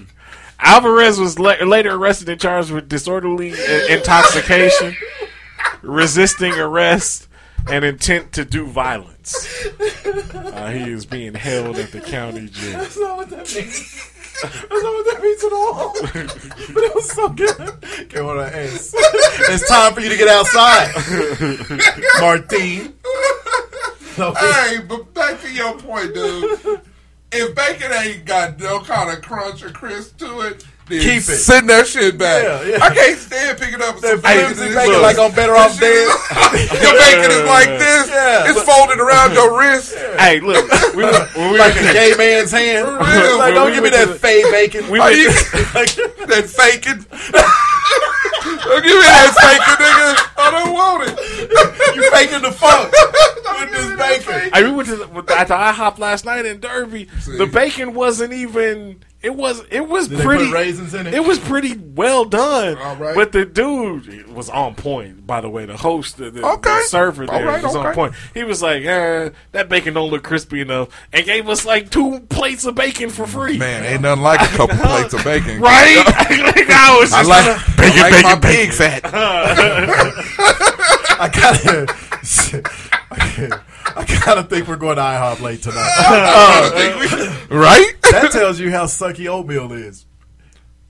Speaker 8: Alvarez was la- later arrested and charged with disorderly i- intoxication, resisting arrest, and intent to do violence. Uh, he is being held at the county jail.
Speaker 7: That's not what that means. That's not what that means at all. But it was so good. Get on that ass. It's time for you to get outside, Martine. No,
Speaker 2: hey, but back to your point, dude. If bacon ain't got no kind of crunch or crisp to it, then
Speaker 7: Keep it.
Speaker 2: Send that shit back.
Speaker 7: Yeah, yeah.
Speaker 2: I can't stand picking up some
Speaker 7: That flimsy bacon like I'm better off dead.
Speaker 2: your bacon is like this.
Speaker 7: Yeah.
Speaker 2: it's folded around your wrist.
Speaker 8: Hey, look, we, when we,
Speaker 7: like a gay man's hand.
Speaker 2: real.
Speaker 7: Like,
Speaker 8: When
Speaker 7: don't give
Speaker 8: we
Speaker 7: me
Speaker 8: went to
Speaker 7: that
Speaker 8: the-
Speaker 7: fake bacon.
Speaker 8: we
Speaker 2: Are
Speaker 8: went-
Speaker 2: you that faking? Don't Give me that faking, nigga. I don't want it.
Speaker 7: You faking the funk with this bacon.
Speaker 8: I mean, we went to the, with- at the IHOP last night in Derby. The bacon wasn't even. It was. It was
Speaker 7: Did they
Speaker 8: pretty.
Speaker 7: put raisins in it?
Speaker 8: was pretty well done.
Speaker 7: All right.
Speaker 8: But the dude was on point. By the way, the host, the, the,
Speaker 7: Okay.
Speaker 8: the server
Speaker 7: All
Speaker 8: there
Speaker 7: right,
Speaker 8: was on
Speaker 7: okay.
Speaker 8: point. He was like, eh, "That bacon don't look crispy enough," and gave us like two plates of bacon for free.
Speaker 2: Man, ain't nothing like a couple plates of bacon.
Speaker 8: Right? like I was
Speaker 2: I
Speaker 8: just
Speaker 2: like
Speaker 8: kinda-
Speaker 2: bacon, I like my bacon, pig bacon.
Speaker 7: I gotta. I gotta think we're going to IHOP late tonight. Uh,
Speaker 2: right?
Speaker 7: That tells you how sucky oatmeal is.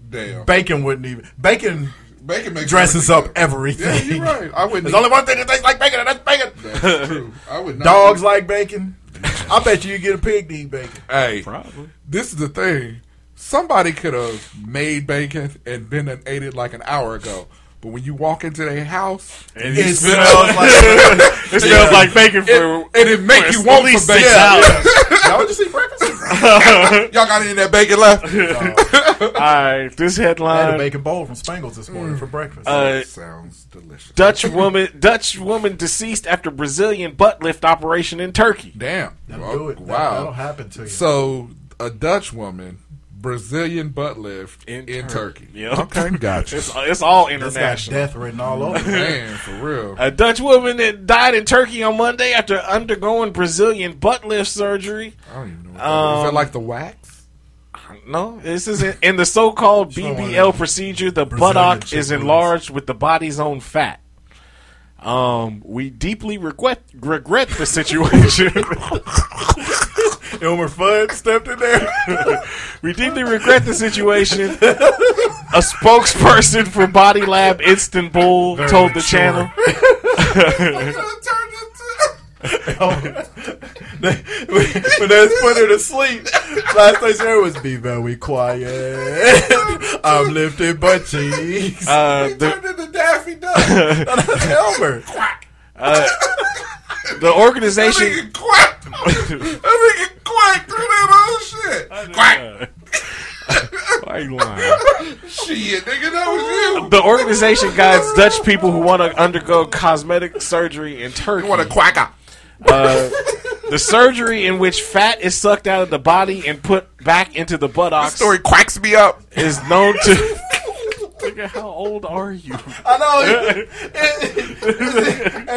Speaker 2: Damn.
Speaker 7: Bacon wouldn't even. Bacon.
Speaker 2: Bacon makes
Speaker 7: dresses up
Speaker 2: Yeah,
Speaker 7: everything.
Speaker 2: you're right. I wouldn't.
Speaker 7: There's only one thing that tastes like bacon, and that's bacon.
Speaker 2: That's true. I would not.
Speaker 7: Dogs like bacon. I bet you you get a pig to eat bacon.
Speaker 2: Hey, this is the thing. Somebody could have made bacon and then and ate it like an hour ago. But when you walk into their house,
Speaker 8: And it smells like- it smells like bacon for-
Speaker 2: it, and it make
Speaker 8: for
Speaker 2: you
Speaker 8: at
Speaker 2: want
Speaker 8: least
Speaker 2: some bacon.
Speaker 8: six hours.
Speaker 7: Y'all just eat breakfast.
Speaker 2: Y'all got any of that bacon left?
Speaker 8: All right, this
Speaker 7: I had a
Speaker 8: headline.
Speaker 7: bacon bowl from Spangles this morning for breakfast.
Speaker 8: Uh,
Speaker 2: Sounds delicious.
Speaker 8: Dutch woman, Dutch woman deceased after Brazilian butt lift operation in Turkey.
Speaker 2: Damn!
Speaker 7: That'll do it. That-
Speaker 2: Wow,
Speaker 7: that'll happen to you.
Speaker 2: So a Dutch woman, Brazilian butt lift in, Turkey.
Speaker 8: Yeah.
Speaker 2: okay, gotcha.
Speaker 8: It's, it's all
Speaker 7: It's
Speaker 8: international.
Speaker 7: got death written all over. it.
Speaker 2: Man, for real.
Speaker 8: A Dutch woman that died in Turkey on Monday after undergoing Brazilian butt lift surgery.
Speaker 2: I don't even know. What that
Speaker 8: Um,
Speaker 2: is. Is that like the wax?
Speaker 8: No, this is in, in the so-called BBL procedure. The
Speaker 2: Brazilian
Speaker 8: buttock
Speaker 2: chick
Speaker 8: is
Speaker 2: moves.
Speaker 8: enlarged with the body's own fat. Um, we deeply regret regret the situation.
Speaker 7: Elmer Fudd stepped in there.
Speaker 8: we deeply regret the situation. A spokesperson for Body Lab Istanbul
Speaker 7: Very
Speaker 8: told the
Speaker 7: mature.
Speaker 8: channel.
Speaker 7: when they was putting her to sleep, last thing she heard was "Be very quiet." I'm lifting butt cheeks.
Speaker 8: Uh, the,
Speaker 2: Did the Daffy Duck?
Speaker 7: That's Elmer.
Speaker 8: uh, the organization.
Speaker 2: Quack! That nigga quack through that whole shit. Quack!
Speaker 8: Why you lying?
Speaker 2: Shit, nigga, that was you.
Speaker 8: The organization guides Dutch people who want to undergo cosmetic surgery in Turkey.
Speaker 2: You want a quacker?
Speaker 8: Uh, the surgery in which fat is sucked out of the body and put back into the buttocks
Speaker 2: Story quacks me up.
Speaker 8: is known to. Nigga, how old are you?
Speaker 7: I know, and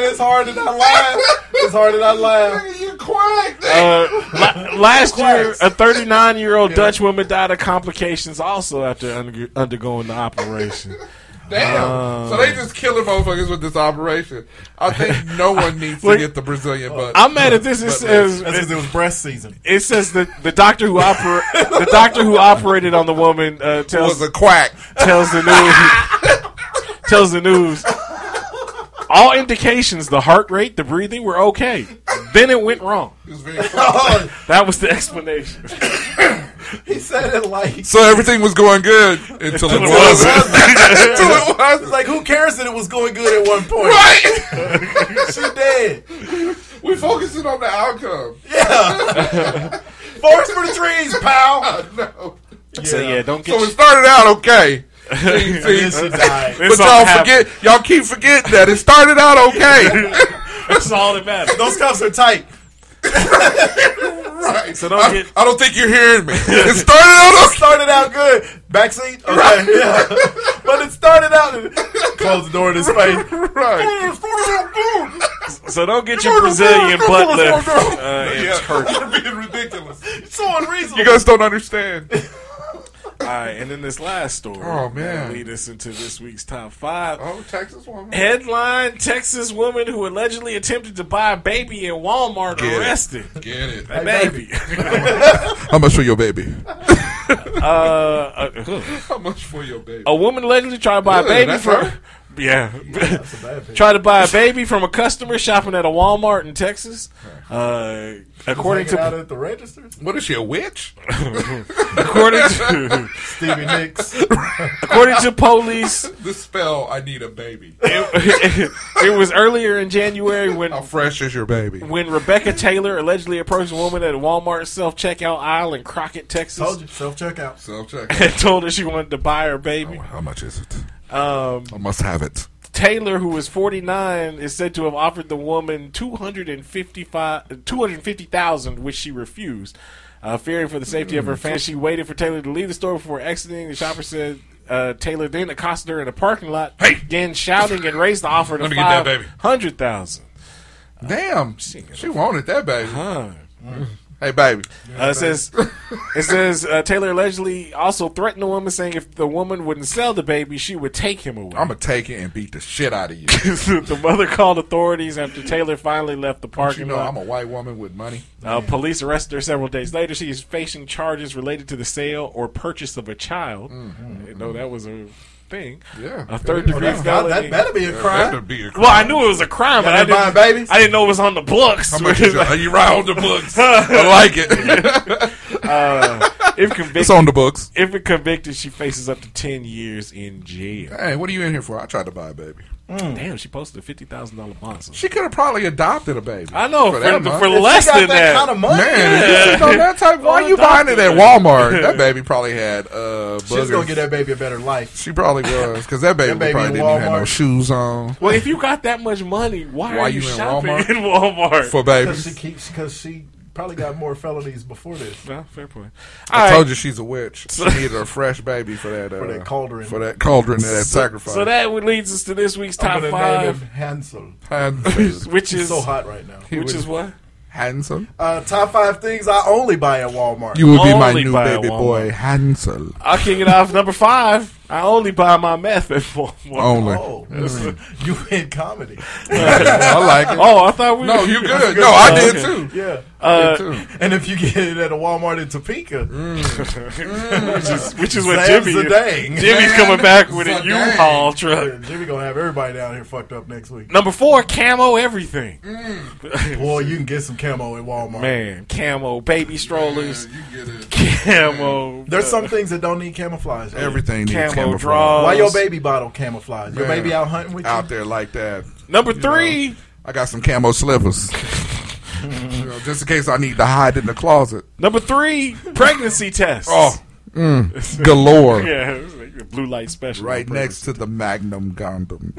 Speaker 7: it's hard to not laugh. It's hard to not laugh.
Speaker 2: Nigga, you quack, nigga.
Speaker 8: Uh, la- last year, a 39 year old Dutch woman died of complications also after under- undergoing the operation.
Speaker 2: Damn.
Speaker 8: Uh,
Speaker 2: so they just killing motherfuckers with this operation. I think no one needs to
Speaker 8: Look,
Speaker 2: get the Brazilian butt.
Speaker 8: I'm mad at this. It
Speaker 2: butt
Speaker 8: says
Speaker 7: That's because it was breast season.
Speaker 8: It says the the doctor who oper- the doctor who operated on the woman uh, tells
Speaker 2: was a quack.
Speaker 8: tells the news tells the news. All indications, the heart rate, the breathing were okay. Then it went wrong.
Speaker 2: It's very-
Speaker 8: That was the explanation.
Speaker 7: He said it like.
Speaker 2: so everything was going good until it wasn't. Until it
Speaker 7: It's
Speaker 2: wasn't.
Speaker 7: like who cares that it was going good at one point?
Speaker 2: Right.
Speaker 7: She dead.
Speaker 2: We focusing on the outcome.
Speaker 7: Forest for the trees, pal.
Speaker 2: No.
Speaker 8: So yeah, don't get.
Speaker 2: So it
Speaker 8: you-
Speaker 2: started out okay. See,
Speaker 7: And then
Speaker 2: see,
Speaker 7: she died.
Speaker 2: but
Speaker 8: It's all
Speaker 2: y'all
Speaker 8: happened.
Speaker 2: forget. Y'all keep forgetting that it started out okay.
Speaker 8: That's all that matters.
Speaker 7: Those cuffs are tight.
Speaker 2: right.
Speaker 8: So don't
Speaker 2: I,
Speaker 8: get-
Speaker 2: I don't think you're hearing me. It started out okay.
Speaker 7: Started out good. Backseat. Okay. Yeah. But it started out. Close the door in his face.
Speaker 2: Right.
Speaker 8: So don't get your Brazilian butt lift. Uh, in Turkey.
Speaker 2: You're being ridiculous.
Speaker 7: It's so unreasonable.
Speaker 2: You guys don't understand.
Speaker 8: All right, and then this last story.
Speaker 2: Oh, man.
Speaker 8: that'll lead us into this week's top five.
Speaker 2: Oh, Texas woman.
Speaker 8: Headline: Texas woman who allegedly attempted to buy a baby in Walmart
Speaker 2: Get it.
Speaker 8: arrested.
Speaker 2: Get it.
Speaker 8: A baby.
Speaker 2: How much for your baby?
Speaker 8: uh, uh,
Speaker 2: How much for your baby?
Speaker 8: a woman allegedly tried to
Speaker 2: Ew,
Speaker 8: buy a Oh, baby
Speaker 2: that's
Speaker 8: from.
Speaker 2: her?
Speaker 8: Yeah.
Speaker 7: That's a bad bitch.
Speaker 8: tried to buy a baby from a customer shopping at a Walmart in Texas. Uh, according
Speaker 7: Hanging out
Speaker 8: to
Speaker 7: at the registers.
Speaker 2: What is she, a witch?
Speaker 8: according to
Speaker 7: Stevie Nicks.
Speaker 8: according to police,
Speaker 2: the spell, I need a baby.
Speaker 8: it, it was earlier in January when
Speaker 2: How fresh is your baby?
Speaker 8: when Rebecca Taylor allegedly approached a woman at a Walmart self checkout aisle in Crockett,
Speaker 7: Told
Speaker 8: Texas,
Speaker 7: you. Self checkout.
Speaker 2: Self check. Oh,
Speaker 8: and told her she wanted to buy her baby.
Speaker 2: How much is it?
Speaker 8: Um,
Speaker 2: I must have it.
Speaker 8: Taylor, who is 49, is said to have offered the woman 255 250,000, which she refused. Uh, fearing for the safety
Speaker 2: Mm.
Speaker 8: of her family, she waited for Taylor to leave the store before exiting. The shopper said uh, Taylor then accosted her in a parking lot, again shouting and raised the offer to
Speaker 2: Let me get that
Speaker 8: five
Speaker 2: baby.
Speaker 8: hundred thousand.
Speaker 2: Damn, she, wanted that baby.
Speaker 8: Hey, baby. Uh, it says, it says uh, Taylor allegedly also threatened the woman, saying if the woman wouldn't sell the baby, she would take him away.
Speaker 2: I'm gonna take it and beat the shit out of you.
Speaker 8: the mother called authorities after Taylor finally left the
Speaker 2: Don't
Speaker 8: parking
Speaker 2: you know
Speaker 8: lot.
Speaker 2: I'm a white woman with money.
Speaker 8: Uh, police arrested her several days later. She is facing charges related to the sale or purchase of a child. I didn't know that was a thing.
Speaker 2: Mm-hmm, Yeah.
Speaker 8: a third degree
Speaker 7: Oh,
Speaker 2: Well, that-
Speaker 8: felony.
Speaker 2: that better be a Yeah, crime. that better be a crime.
Speaker 8: Well, I knew it was a crime,
Speaker 2: Yeah,
Speaker 8: but I
Speaker 2: they
Speaker 8: didn't.
Speaker 2: buying babies?
Speaker 8: I didn't know it was on the books.
Speaker 2: How much is it? Are you right on the books? Oh, I like it.
Speaker 8: uh, if convicted,
Speaker 2: It's on the books.
Speaker 8: If it convicted, she faces up to ten years in jail.
Speaker 2: Hey, what are you in here for? I tried to buy a baby.
Speaker 8: Damn, she posted a fifty thousand dollar bond. so-
Speaker 2: She could have probably adopted a baby.
Speaker 8: I know for,
Speaker 2: that
Speaker 8: for,
Speaker 2: money.
Speaker 8: less than that
Speaker 2: Man, if you
Speaker 8: Yeah.
Speaker 2: took on that type, why are you buying it at Walmart? That baby probably had uh,
Speaker 7: She's gonna
Speaker 2: boogers.
Speaker 7: get that baby a better life.
Speaker 2: She probably was because that baby,
Speaker 7: That baby
Speaker 2: probably
Speaker 7: in
Speaker 2: didn't even have no
Speaker 7: Walmart.
Speaker 2: shoes on.
Speaker 8: Well, if you got that much money, why,
Speaker 2: Why
Speaker 8: are you,
Speaker 2: you in
Speaker 8: shopping
Speaker 2: Walmart?
Speaker 8: in Walmart
Speaker 2: For babies.
Speaker 7: Because she keeps because she probably got more felonies before this.
Speaker 8: Well, fair point.
Speaker 2: I
Speaker 8: All
Speaker 2: told
Speaker 8: right.
Speaker 2: you she's a witch. She
Speaker 8: So-
Speaker 2: needed a fresh baby for that uh,
Speaker 7: For that cauldron.
Speaker 2: for that cauldron and that
Speaker 8: So-
Speaker 2: sacrifice.
Speaker 8: So that would leads us to this week's
Speaker 7: I'm
Speaker 8: top
Speaker 7: gonna
Speaker 8: five,
Speaker 7: name him Hansel.
Speaker 2: Hansel.
Speaker 8: which
Speaker 7: He's
Speaker 8: is
Speaker 7: so hot right now.
Speaker 8: Which is what
Speaker 2: handsome.
Speaker 7: Uh, top five things I only buy at Walmart.
Speaker 2: You would be my
Speaker 8: Only
Speaker 2: new
Speaker 8: by
Speaker 2: baby
Speaker 8: Walmart.
Speaker 2: boy, Hansel.
Speaker 8: I'll kick it off. Number five, I only buy my meth at Walmart.
Speaker 2: Only.
Speaker 7: Oh, you in comedy?
Speaker 2: I like it.
Speaker 8: Oh, I thought we.
Speaker 2: No, you good. No, I did too.
Speaker 7: Yeah,
Speaker 8: Uh,
Speaker 7: and if you get it at a Walmart in Topeka,
Speaker 8: Mm. which is which is what
Speaker 7: Sam
Speaker 8: Jimmy
Speaker 7: Zidane.
Speaker 8: Jimmy's coming back with a U-Haul
Speaker 7: Yeah,
Speaker 8: truck.
Speaker 7: Jimmy gonna have everybody down here fucked up next week.
Speaker 8: Number four, camo everything.
Speaker 7: Mm. Boy, you can get some camo at Walmart.
Speaker 8: Man, camo baby strollers, camo.
Speaker 7: There's some things that don't need camouflage.
Speaker 2: Everything needs
Speaker 8: Camo
Speaker 2: camouflage.
Speaker 8: draws.
Speaker 7: Why your baby bottle camouflage? Your
Speaker 2: Man,
Speaker 7: baby out hunting with
Speaker 2: out
Speaker 7: you?
Speaker 2: there like that.
Speaker 8: Number
Speaker 2: You
Speaker 8: three.
Speaker 2: know, I got some camo slippers, you know, just in case I need to hide in the closet.
Speaker 8: Number three, pregnancy test.
Speaker 2: Oh, mm, galore.
Speaker 8: yeah, it was like a blue light special.
Speaker 2: Right next to the Magnum Gundam.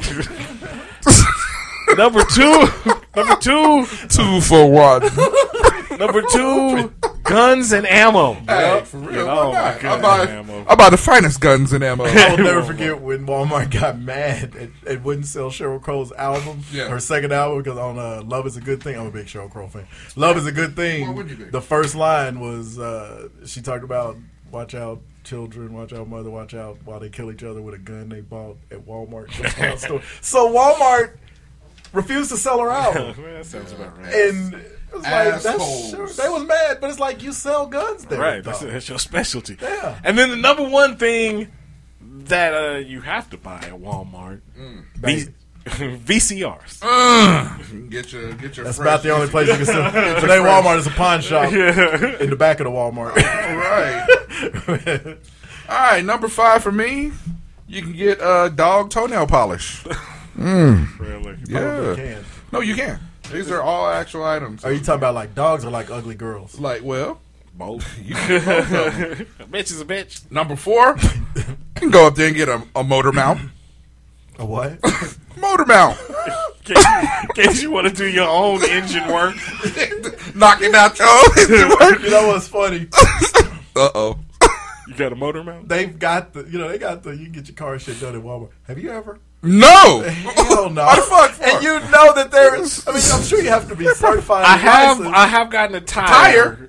Speaker 8: Number two, number two,
Speaker 2: Two for one.
Speaker 8: number two, guns and ammo.
Speaker 2: Hey, for real,
Speaker 8: Oh,
Speaker 2: why
Speaker 8: my
Speaker 2: not? I
Speaker 8: God,
Speaker 2: buy,
Speaker 8: ammo.
Speaker 2: I buy the finest guns and ammo.
Speaker 7: I will never forget when Walmart got mad and, and wouldn't sell Cheryl Crow's album,
Speaker 2: Yeah.
Speaker 7: her second album, because on uh, "Love Is a Good Thing," I'm a big Cheryl Crow fan. "Love Is a Good
Speaker 2: Why would you be?
Speaker 7: Thing." The first line was uh, she talked about "Watch out, children! Watch out, mother! Watch out!" While they kill each other with a gun they bought at Walmart. discount store. So Walmart refused to sell her album,
Speaker 8: Man, that sounds about right.
Speaker 7: and it was like that's
Speaker 2: Assholes.
Speaker 7: sure, they was mad, but it's like you sell guns there,
Speaker 8: Right,
Speaker 7: dog.
Speaker 8: that's, that's your specialty.
Speaker 7: Yeah.
Speaker 8: And then the number one thing that uh, you have to buy at Walmart,
Speaker 2: Mm.
Speaker 8: v- VCRs.
Speaker 2: Uh. Get your, get your.
Speaker 7: That's
Speaker 2: fresh-
Speaker 7: about the only place you can sell. Today, Walmart is a pawn shop in the back of the Walmart.
Speaker 2: All right. All right, number five for me. You can get uh, dog toenail polish.
Speaker 7: Oh,
Speaker 8: Really?
Speaker 2: Yeah.
Speaker 7: can.
Speaker 2: No, you can. These are all actual items.
Speaker 7: Are you talking about like dogs or like ugly girls?
Speaker 2: like, well,
Speaker 8: Both.
Speaker 2: you can get both of them.
Speaker 8: a bitch is a bitch.
Speaker 2: Number four, you can go up there and get a, a motor mount.
Speaker 7: A what?
Speaker 2: Motor mount.
Speaker 8: In case, in case you want to do your own engine work.
Speaker 2: Knocking out your own.
Speaker 7: you know what's funny?
Speaker 2: uh oh.
Speaker 8: You got a motor mount?
Speaker 7: They've got the you know they got the you can get your car shit done at Walmart. Have you ever?
Speaker 2: No.
Speaker 7: Hell no.
Speaker 2: Why the fuck for?
Speaker 7: And you know that there is. I mean, I'm sure you have to be certified.
Speaker 8: I
Speaker 7: and
Speaker 8: have
Speaker 7: licensed.
Speaker 8: I have gotten a tire,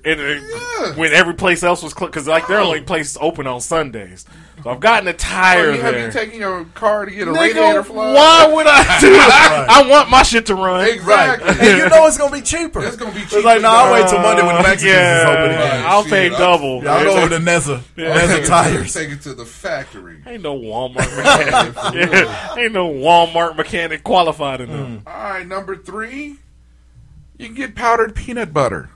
Speaker 2: Tire?
Speaker 8: in a- when every place else was because like their only place open on Sundays. So I've gotten a tire
Speaker 2: Have Oh, you, have you
Speaker 8: there.
Speaker 2: taken your car to get a radiator
Speaker 8: Nigga,
Speaker 2: flush?
Speaker 8: why would I do? I, I want my shit to run.
Speaker 2: Exactly.
Speaker 7: and you know it's gonna be cheaper.
Speaker 2: It's gonna be
Speaker 7: It's like
Speaker 2: cheaper. uh,
Speaker 7: no, I'll wait till Monday when the Mexicans
Speaker 8: yeah,
Speaker 7: is open again.
Speaker 8: I'll
Speaker 2: Shit,
Speaker 8: pay
Speaker 2: I'll-
Speaker 8: double.
Speaker 7: Y'all go over to Nessa. Nessa tires.
Speaker 2: Take it to the factory.
Speaker 8: Ain't no Walmart mechanic. Yeah, Ain't no Walmart mechanic qualified enough.
Speaker 2: All right, number three, you can get powdered peanut butter.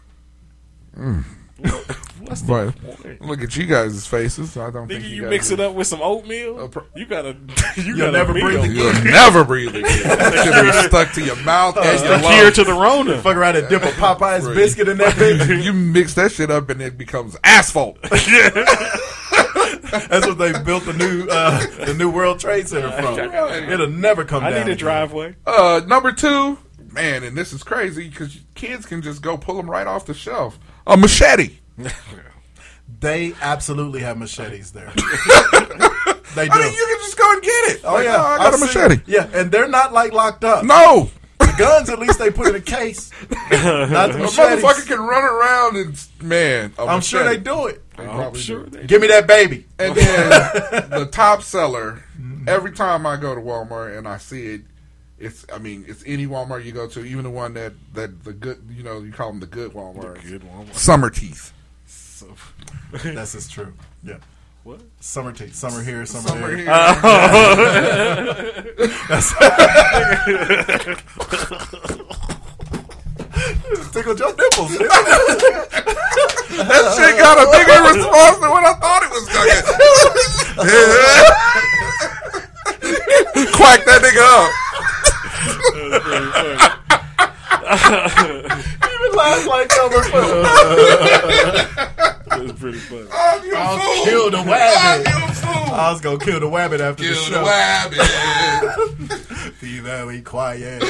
Speaker 8: What's the
Speaker 2: Mm. Right.
Speaker 8: point?
Speaker 2: Look at you guys' faces. I don't think
Speaker 8: Nigga,
Speaker 2: you,
Speaker 8: you
Speaker 2: guys
Speaker 8: mix it
Speaker 2: are-
Speaker 8: up with some oatmeal.
Speaker 2: pro-
Speaker 8: You gotta, you gotta
Speaker 7: never
Speaker 8: meal.
Speaker 7: breathe
Speaker 2: You'll never breathe again. That shit be stuck to your mouth and your
Speaker 8: The cure
Speaker 2: lungs.
Speaker 8: to the Rona.
Speaker 7: Fuck around and dip a Popeye's
Speaker 2: Right.
Speaker 7: biscuit in that bitch.
Speaker 2: you mix that shit up and it becomes asphalt.
Speaker 7: That's what they built the new uh, the new World Trade Center from. It'll never come down. again.
Speaker 2: Uh, number two, man, and this is crazy because kids can just go pull them right off the shelf. A machete.
Speaker 7: They absolutely have machetes there. they do.
Speaker 2: I mean, you can just go and get it.
Speaker 7: Oh
Speaker 2: Like,
Speaker 7: yeah,
Speaker 2: "Oh, I got
Speaker 7: I've
Speaker 2: a
Speaker 7: seen-
Speaker 2: machete."
Speaker 7: yeah, and they're not like locked up.
Speaker 2: No.
Speaker 7: The guns, at least they put in a case. Not
Speaker 2: a
Speaker 7: the machetes.
Speaker 2: motherfucker can run around and man. a
Speaker 7: I'm sure
Speaker 2: machete.
Speaker 7: they do it.
Speaker 2: They probably do.
Speaker 7: Give me that baby.
Speaker 2: And then the top seller.
Speaker 7: Mm-hmm.
Speaker 2: Every time I go to Walmart and I see it, it's I mean it's any Walmart you go to, even the one that that the good you know you call them the good Walmart.
Speaker 7: good Walmart.
Speaker 2: Summer teeth.
Speaker 7: That's is true. Yeah.
Speaker 8: What?
Speaker 7: Summer tea. Summer here, summer,
Speaker 8: Summer
Speaker 7: there.
Speaker 8: here.
Speaker 2: Uh,
Speaker 7: That's- Tickled your nipples. that
Speaker 2: shit got a bigger response than what I thought it was gonna get. Quack that nigga up.
Speaker 7: Even laugh like cover
Speaker 8: That's pretty funny.
Speaker 7: I'll kill the wabbit. I was gonna kill the wabbit after the
Speaker 2: Kill the
Speaker 7: show.
Speaker 2: wabbit.
Speaker 7: Be very quiet.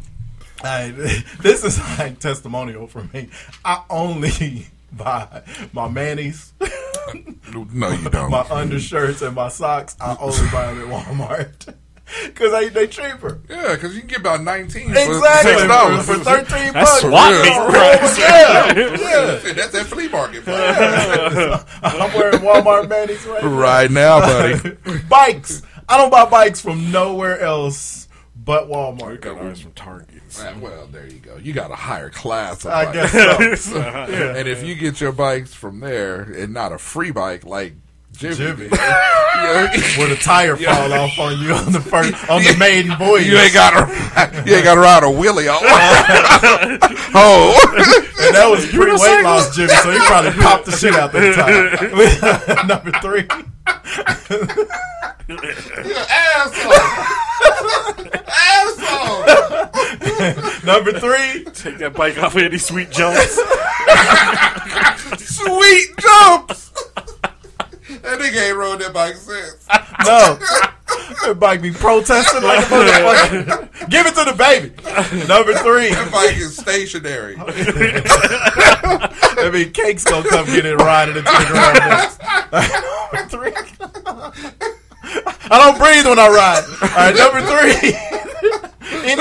Speaker 7: I, this is like testimonial for me. I only buy my manis,
Speaker 2: No, you don't.
Speaker 7: my undershirts, and my socks. I only buy them at Walmart because they they cheaper.
Speaker 2: Yeah, because you can get about 19
Speaker 7: Exactly.
Speaker 2: for, $6.
Speaker 7: For- for 13
Speaker 2: That's
Speaker 7: bucks.
Speaker 2: swap
Speaker 7: Yeah.
Speaker 2: meet
Speaker 7: Yeah.
Speaker 2: price.
Speaker 7: Yeah. Yeah.
Speaker 2: Shit, That's that flea market price.
Speaker 7: I'm wearing Walmart manis right,
Speaker 2: Right now, buddy.
Speaker 7: bikes. I don't buy bikes from nowhere else but Walmart. We got
Speaker 8: ours from Target.
Speaker 2: Right, well, there you go. You got a higher class. Of
Speaker 7: I
Speaker 2: bikes.
Speaker 7: guess so. Yeah.
Speaker 2: And if you get your bikes from there and not a free bike like Jimmy,
Speaker 7: Jimmy.
Speaker 2: where
Speaker 7: the tire fall off on you on the first on the maiden voyage.
Speaker 2: You ain't got to. You ain't got to ride a wheelie. Oh, oh.
Speaker 7: And that was pre weight loss Jimmy, so he probably popped the shit out that time. Number three.
Speaker 2: You an asshole. asshole.
Speaker 7: Number three.
Speaker 8: Take that bike off Andy Sweet Jones.
Speaker 2: Sweet jumps. that nigga ain't rode that bike since.
Speaker 7: No. That bike be protesting like a motherfucker. Give it to the baby. Number three.
Speaker 2: That bike is stationary.
Speaker 7: I mean, cake's gonna come get it riding into the ground. next. Number three. I don't breathe when I ride. All right, number three.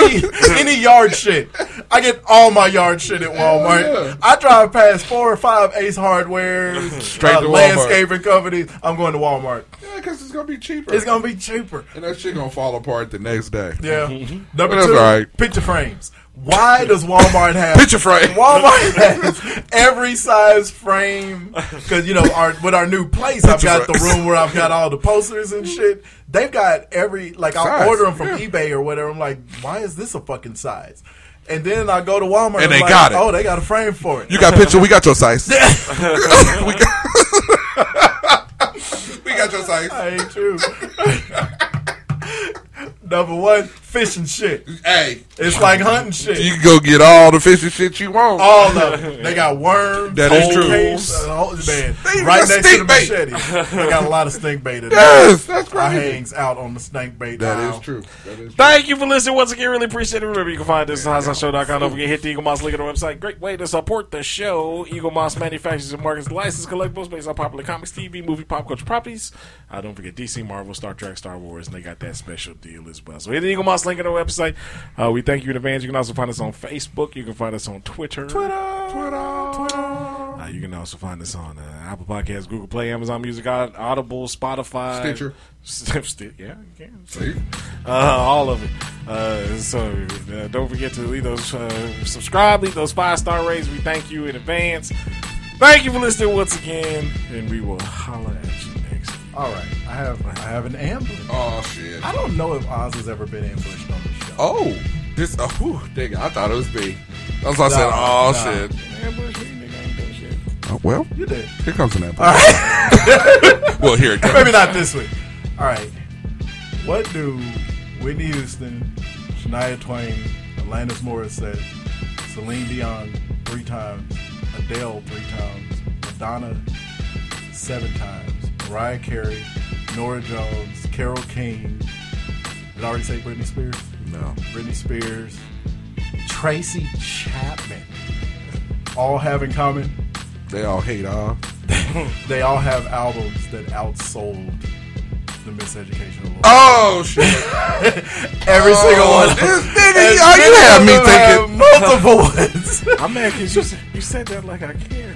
Speaker 7: any any yard shit. I get all my yard shit at Walmart. I drive past four or five Ace Hardware,
Speaker 2: Straight to Walmart.
Speaker 7: landscaping companies. I'm going to Walmart.
Speaker 2: Yeah, because it's gonna be cheaper.
Speaker 7: It's gonna be cheaper.
Speaker 2: and that shit gonna fall apart the next day.
Speaker 7: Yeah.
Speaker 2: But
Speaker 7: Number
Speaker 2: that's
Speaker 7: two,
Speaker 2: all right.
Speaker 7: picture frames. Why does Walmart have
Speaker 2: Picture frame.
Speaker 7: Walmart has every size frame because you know our with our new place, I've
Speaker 2: Picture
Speaker 7: got the
Speaker 2: frame.
Speaker 7: room where I've got all the posters and shit. They've got every like
Speaker 2: Size,
Speaker 7: I'll order them from
Speaker 2: yeah.
Speaker 7: eBay or whatever. I'm like, why is this a fucking size? And then I go to
Speaker 2: And
Speaker 7: Walmart I'm
Speaker 2: they
Speaker 7: like,
Speaker 2: got it.
Speaker 7: Oh, they got a frame for it.
Speaker 2: You got picture. We got your size. we got. we got your size.
Speaker 7: I ain't true. Number one, fish and shit.
Speaker 2: Hey,
Speaker 7: It's like hunting shit.
Speaker 2: you can go get all the fishy shit you want.
Speaker 7: All of them. They got worms.
Speaker 2: That is
Speaker 7: cold
Speaker 2: true.
Speaker 7: case, uh, all- man,
Speaker 2: even
Speaker 7: right
Speaker 2: got
Speaker 7: next to the
Speaker 2: stink bait.
Speaker 7: machete. They got a lot of stink bait. In there.
Speaker 2: Yes, that's
Speaker 7: I
Speaker 2: crazy.
Speaker 7: hangs out on the snake bait.
Speaker 2: That
Speaker 7: aisle.
Speaker 2: is true. That is
Speaker 8: Thank you for listening once again. Really appreciate it. Remember, you can find us on highsideshow.com. Don't forget, hit the Eagle Moss link on the website. Great way to support the show. Eagle Moss manufactures and markets licensed collectibles based on popular comics, TV, movie, pop culture properties. Uh, don't forget DC, Marvel, Star Trek, Star Wars, and they got that special deal as well. So hit the Eagle Moss link on the website. Uh, we thank you in advance. You can also find us on Facebook. You can find us on Twitter. Twitter. Uh, you can also find us on uh, Apple Podcasts, Google Play, Amazon Music, Aud- Audible, Spotify,
Speaker 2: Stitcher.
Speaker 8: Sti- yeah, you can.
Speaker 2: See?
Speaker 8: Uh, all of it. Uh, so uh, don't forget to leave those uh, subscribe, leave those five star ratings. We thank you in advance. Thank you for listening once again, and we will holler at you next. week.
Speaker 7: All right, I have I have an ambush.
Speaker 2: Oh shit.
Speaker 7: I don't know if Oz has ever been ambushed on the show.
Speaker 2: Oh, this. Oh, whew, nigga, I thought it was me. That's why I said,
Speaker 7: Nah,
Speaker 2: oh
Speaker 7: nah.
Speaker 2: shit.
Speaker 8: Ambush me, nigga, I ain't done shit.
Speaker 2: Oh, well,
Speaker 7: You did.
Speaker 2: here comes an apple.
Speaker 7: All right,
Speaker 2: well, here it comes.
Speaker 7: maybe not this week. All right, what do Whitney Houston, Shania Twain, Alanis Morissette, Celine Dion three times, Adele three times, Madonna seven times, Mariah Carey, Nora Jones, Carol King. Did I already say Britney Spears?
Speaker 8: No.
Speaker 7: Britney Spears, Tracy Chapman. All have in common.
Speaker 2: They all hate uh. off.
Speaker 7: they all have albums that outsold the Miseducation Award.
Speaker 2: Oh shit!
Speaker 7: Every
Speaker 2: Oh,
Speaker 7: single one. of
Speaker 2: this
Speaker 7: them.
Speaker 2: nigga,
Speaker 7: And
Speaker 2: oh, you
Speaker 7: many
Speaker 2: had
Speaker 7: of
Speaker 2: me
Speaker 7: them have
Speaker 2: thinking-
Speaker 7: multiple ones.
Speaker 8: I'm mad because you, you said that like I care.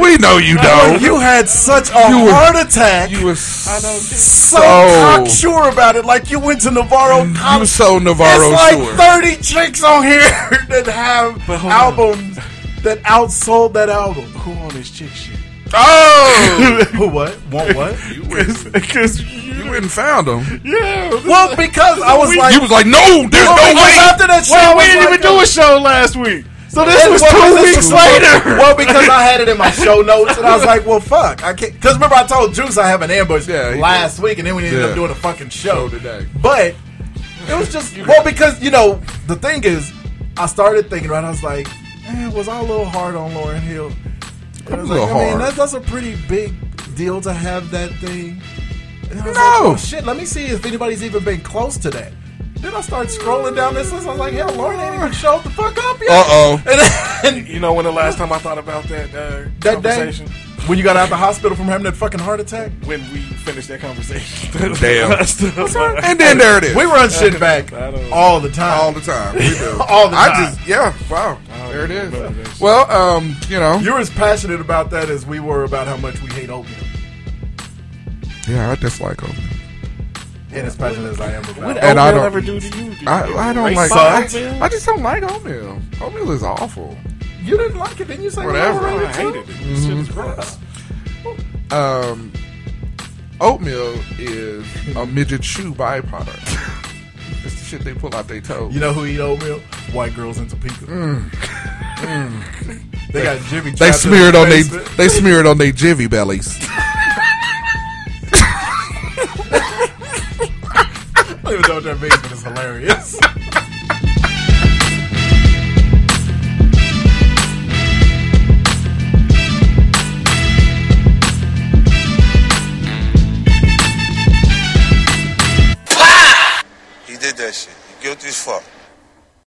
Speaker 2: we know you don't.
Speaker 7: You had such a
Speaker 2: Oh. You were-
Speaker 7: heart attack.
Speaker 2: You were
Speaker 8: I don't care.
Speaker 7: so
Speaker 2: so-
Speaker 7: cocksure about it, like you went to Navarro.
Speaker 2: you
Speaker 7: College.
Speaker 2: so Navarro
Speaker 7: It's like
Speaker 2: sure.
Speaker 7: thirty chicks on here that have
Speaker 8: But hold on.
Speaker 7: albums that outsold that album.
Speaker 8: Who on this chick shit?
Speaker 2: Oh,
Speaker 7: Who what? Want what?
Speaker 2: you went,
Speaker 8: Because you,
Speaker 2: you went and found them.
Speaker 8: yeah. this-
Speaker 7: well, because I was
Speaker 8: We-
Speaker 7: like,
Speaker 2: You was like, no, there's
Speaker 7: Well,
Speaker 2: no
Speaker 7: because
Speaker 2: way.
Speaker 7: after that show,
Speaker 8: Well,
Speaker 7: I
Speaker 8: we
Speaker 7: was
Speaker 8: didn't
Speaker 7: like, oh,
Speaker 8: even do a show last week. So this
Speaker 7: Well,
Speaker 8: was
Speaker 7: because
Speaker 8: two
Speaker 7: this
Speaker 8: weeks
Speaker 7: was-
Speaker 8: later.
Speaker 7: Well, because I had it in my show notes, and I was like, "Well, fuck, I can't." Because remember, I told Juice I have an ambush
Speaker 2: Yeah, he
Speaker 7: last week, and then we ended
Speaker 2: Yeah.
Speaker 7: up doing a fucking show
Speaker 2: Show today.
Speaker 7: But it was just well because you know the thing is, I started thinking about. it, I was like, eh, was I a little hard on Lauren Hill? And I was
Speaker 2: A little
Speaker 7: like, I mean,
Speaker 2: hard.
Speaker 7: that, that's a pretty big deal to have that thing. And I was
Speaker 2: No.
Speaker 7: like, oh, shit. Let me see if anybody's even been close to that. Then I started scrolling down this list. I was like, hell, Lauren ain't even showed the fuck up yet.
Speaker 2: Uh-oh.
Speaker 7: And, and
Speaker 8: You know when the last time I thought about that uh,
Speaker 7: that day,
Speaker 8: conversation?
Speaker 7: when you got out of the hospital from having that fucking heart attack,
Speaker 8: When we finished that conversation.
Speaker 2: Damn.
Speaker 8: That's the-
Speaker 2: And then there it is.
Speaker 7: we run shit back
Speaker 8: I don't-
Speaker 7: all the time.
Speaker 2: all the time. We do.
Speaker 7: All the
Speaker 2: I
Speaker 7: time.
Speaker 2: just yeah. Wow. There it
Speaker 8: remember
Speaker 2: is.
Speaker 8: this.
Speaker 2: Well, um, you know.
Speaker 7: You're as passionate about that as we were about how much we hate oatmeal.
Speaker 2: Yeah, I dislike them.
Speaker 7: And as passionate as I am about
Speaker 8: What
Speaker 7: it.
Speaker 2: And I
Speaker 8: oatmeal
Speaker 2: don't-
Speaker 8: ever do to you? Do
Speaker 2: I,
Speaker 8: you
Speaker 2: I don't
Speaker 8: race
Speaker 2: like.
Speaker 8: bike?
Speaker 2: I, I just don't like oatmeal. Oatmeal is awful.
Speaker 7: You didn't like it, didn't you say
Speaker 2: Whatever.
Speaker 7: you
Speaker 8: I
Speaker 7: overrated too?
Speaker 8: hated it. This shit is gross.
Speaker 2: Um, oatmeal is a midget shoe byproduct. it's the shit they pull out their toes.
Speaker 7: You know who eat oatmeal? White girls in Topeka. Mm. they got Jimmy.
Speaker 2: they
Speaker 7: trapped in
Speaker 2: smear it on they
Speaker 7: basement.
Speaker 2: they smear it on their jivvy bellies.
Speaker 7: I don't even know what that means, but it's hilarious.
Speaker 9: He did that shit. You guilty as fuck.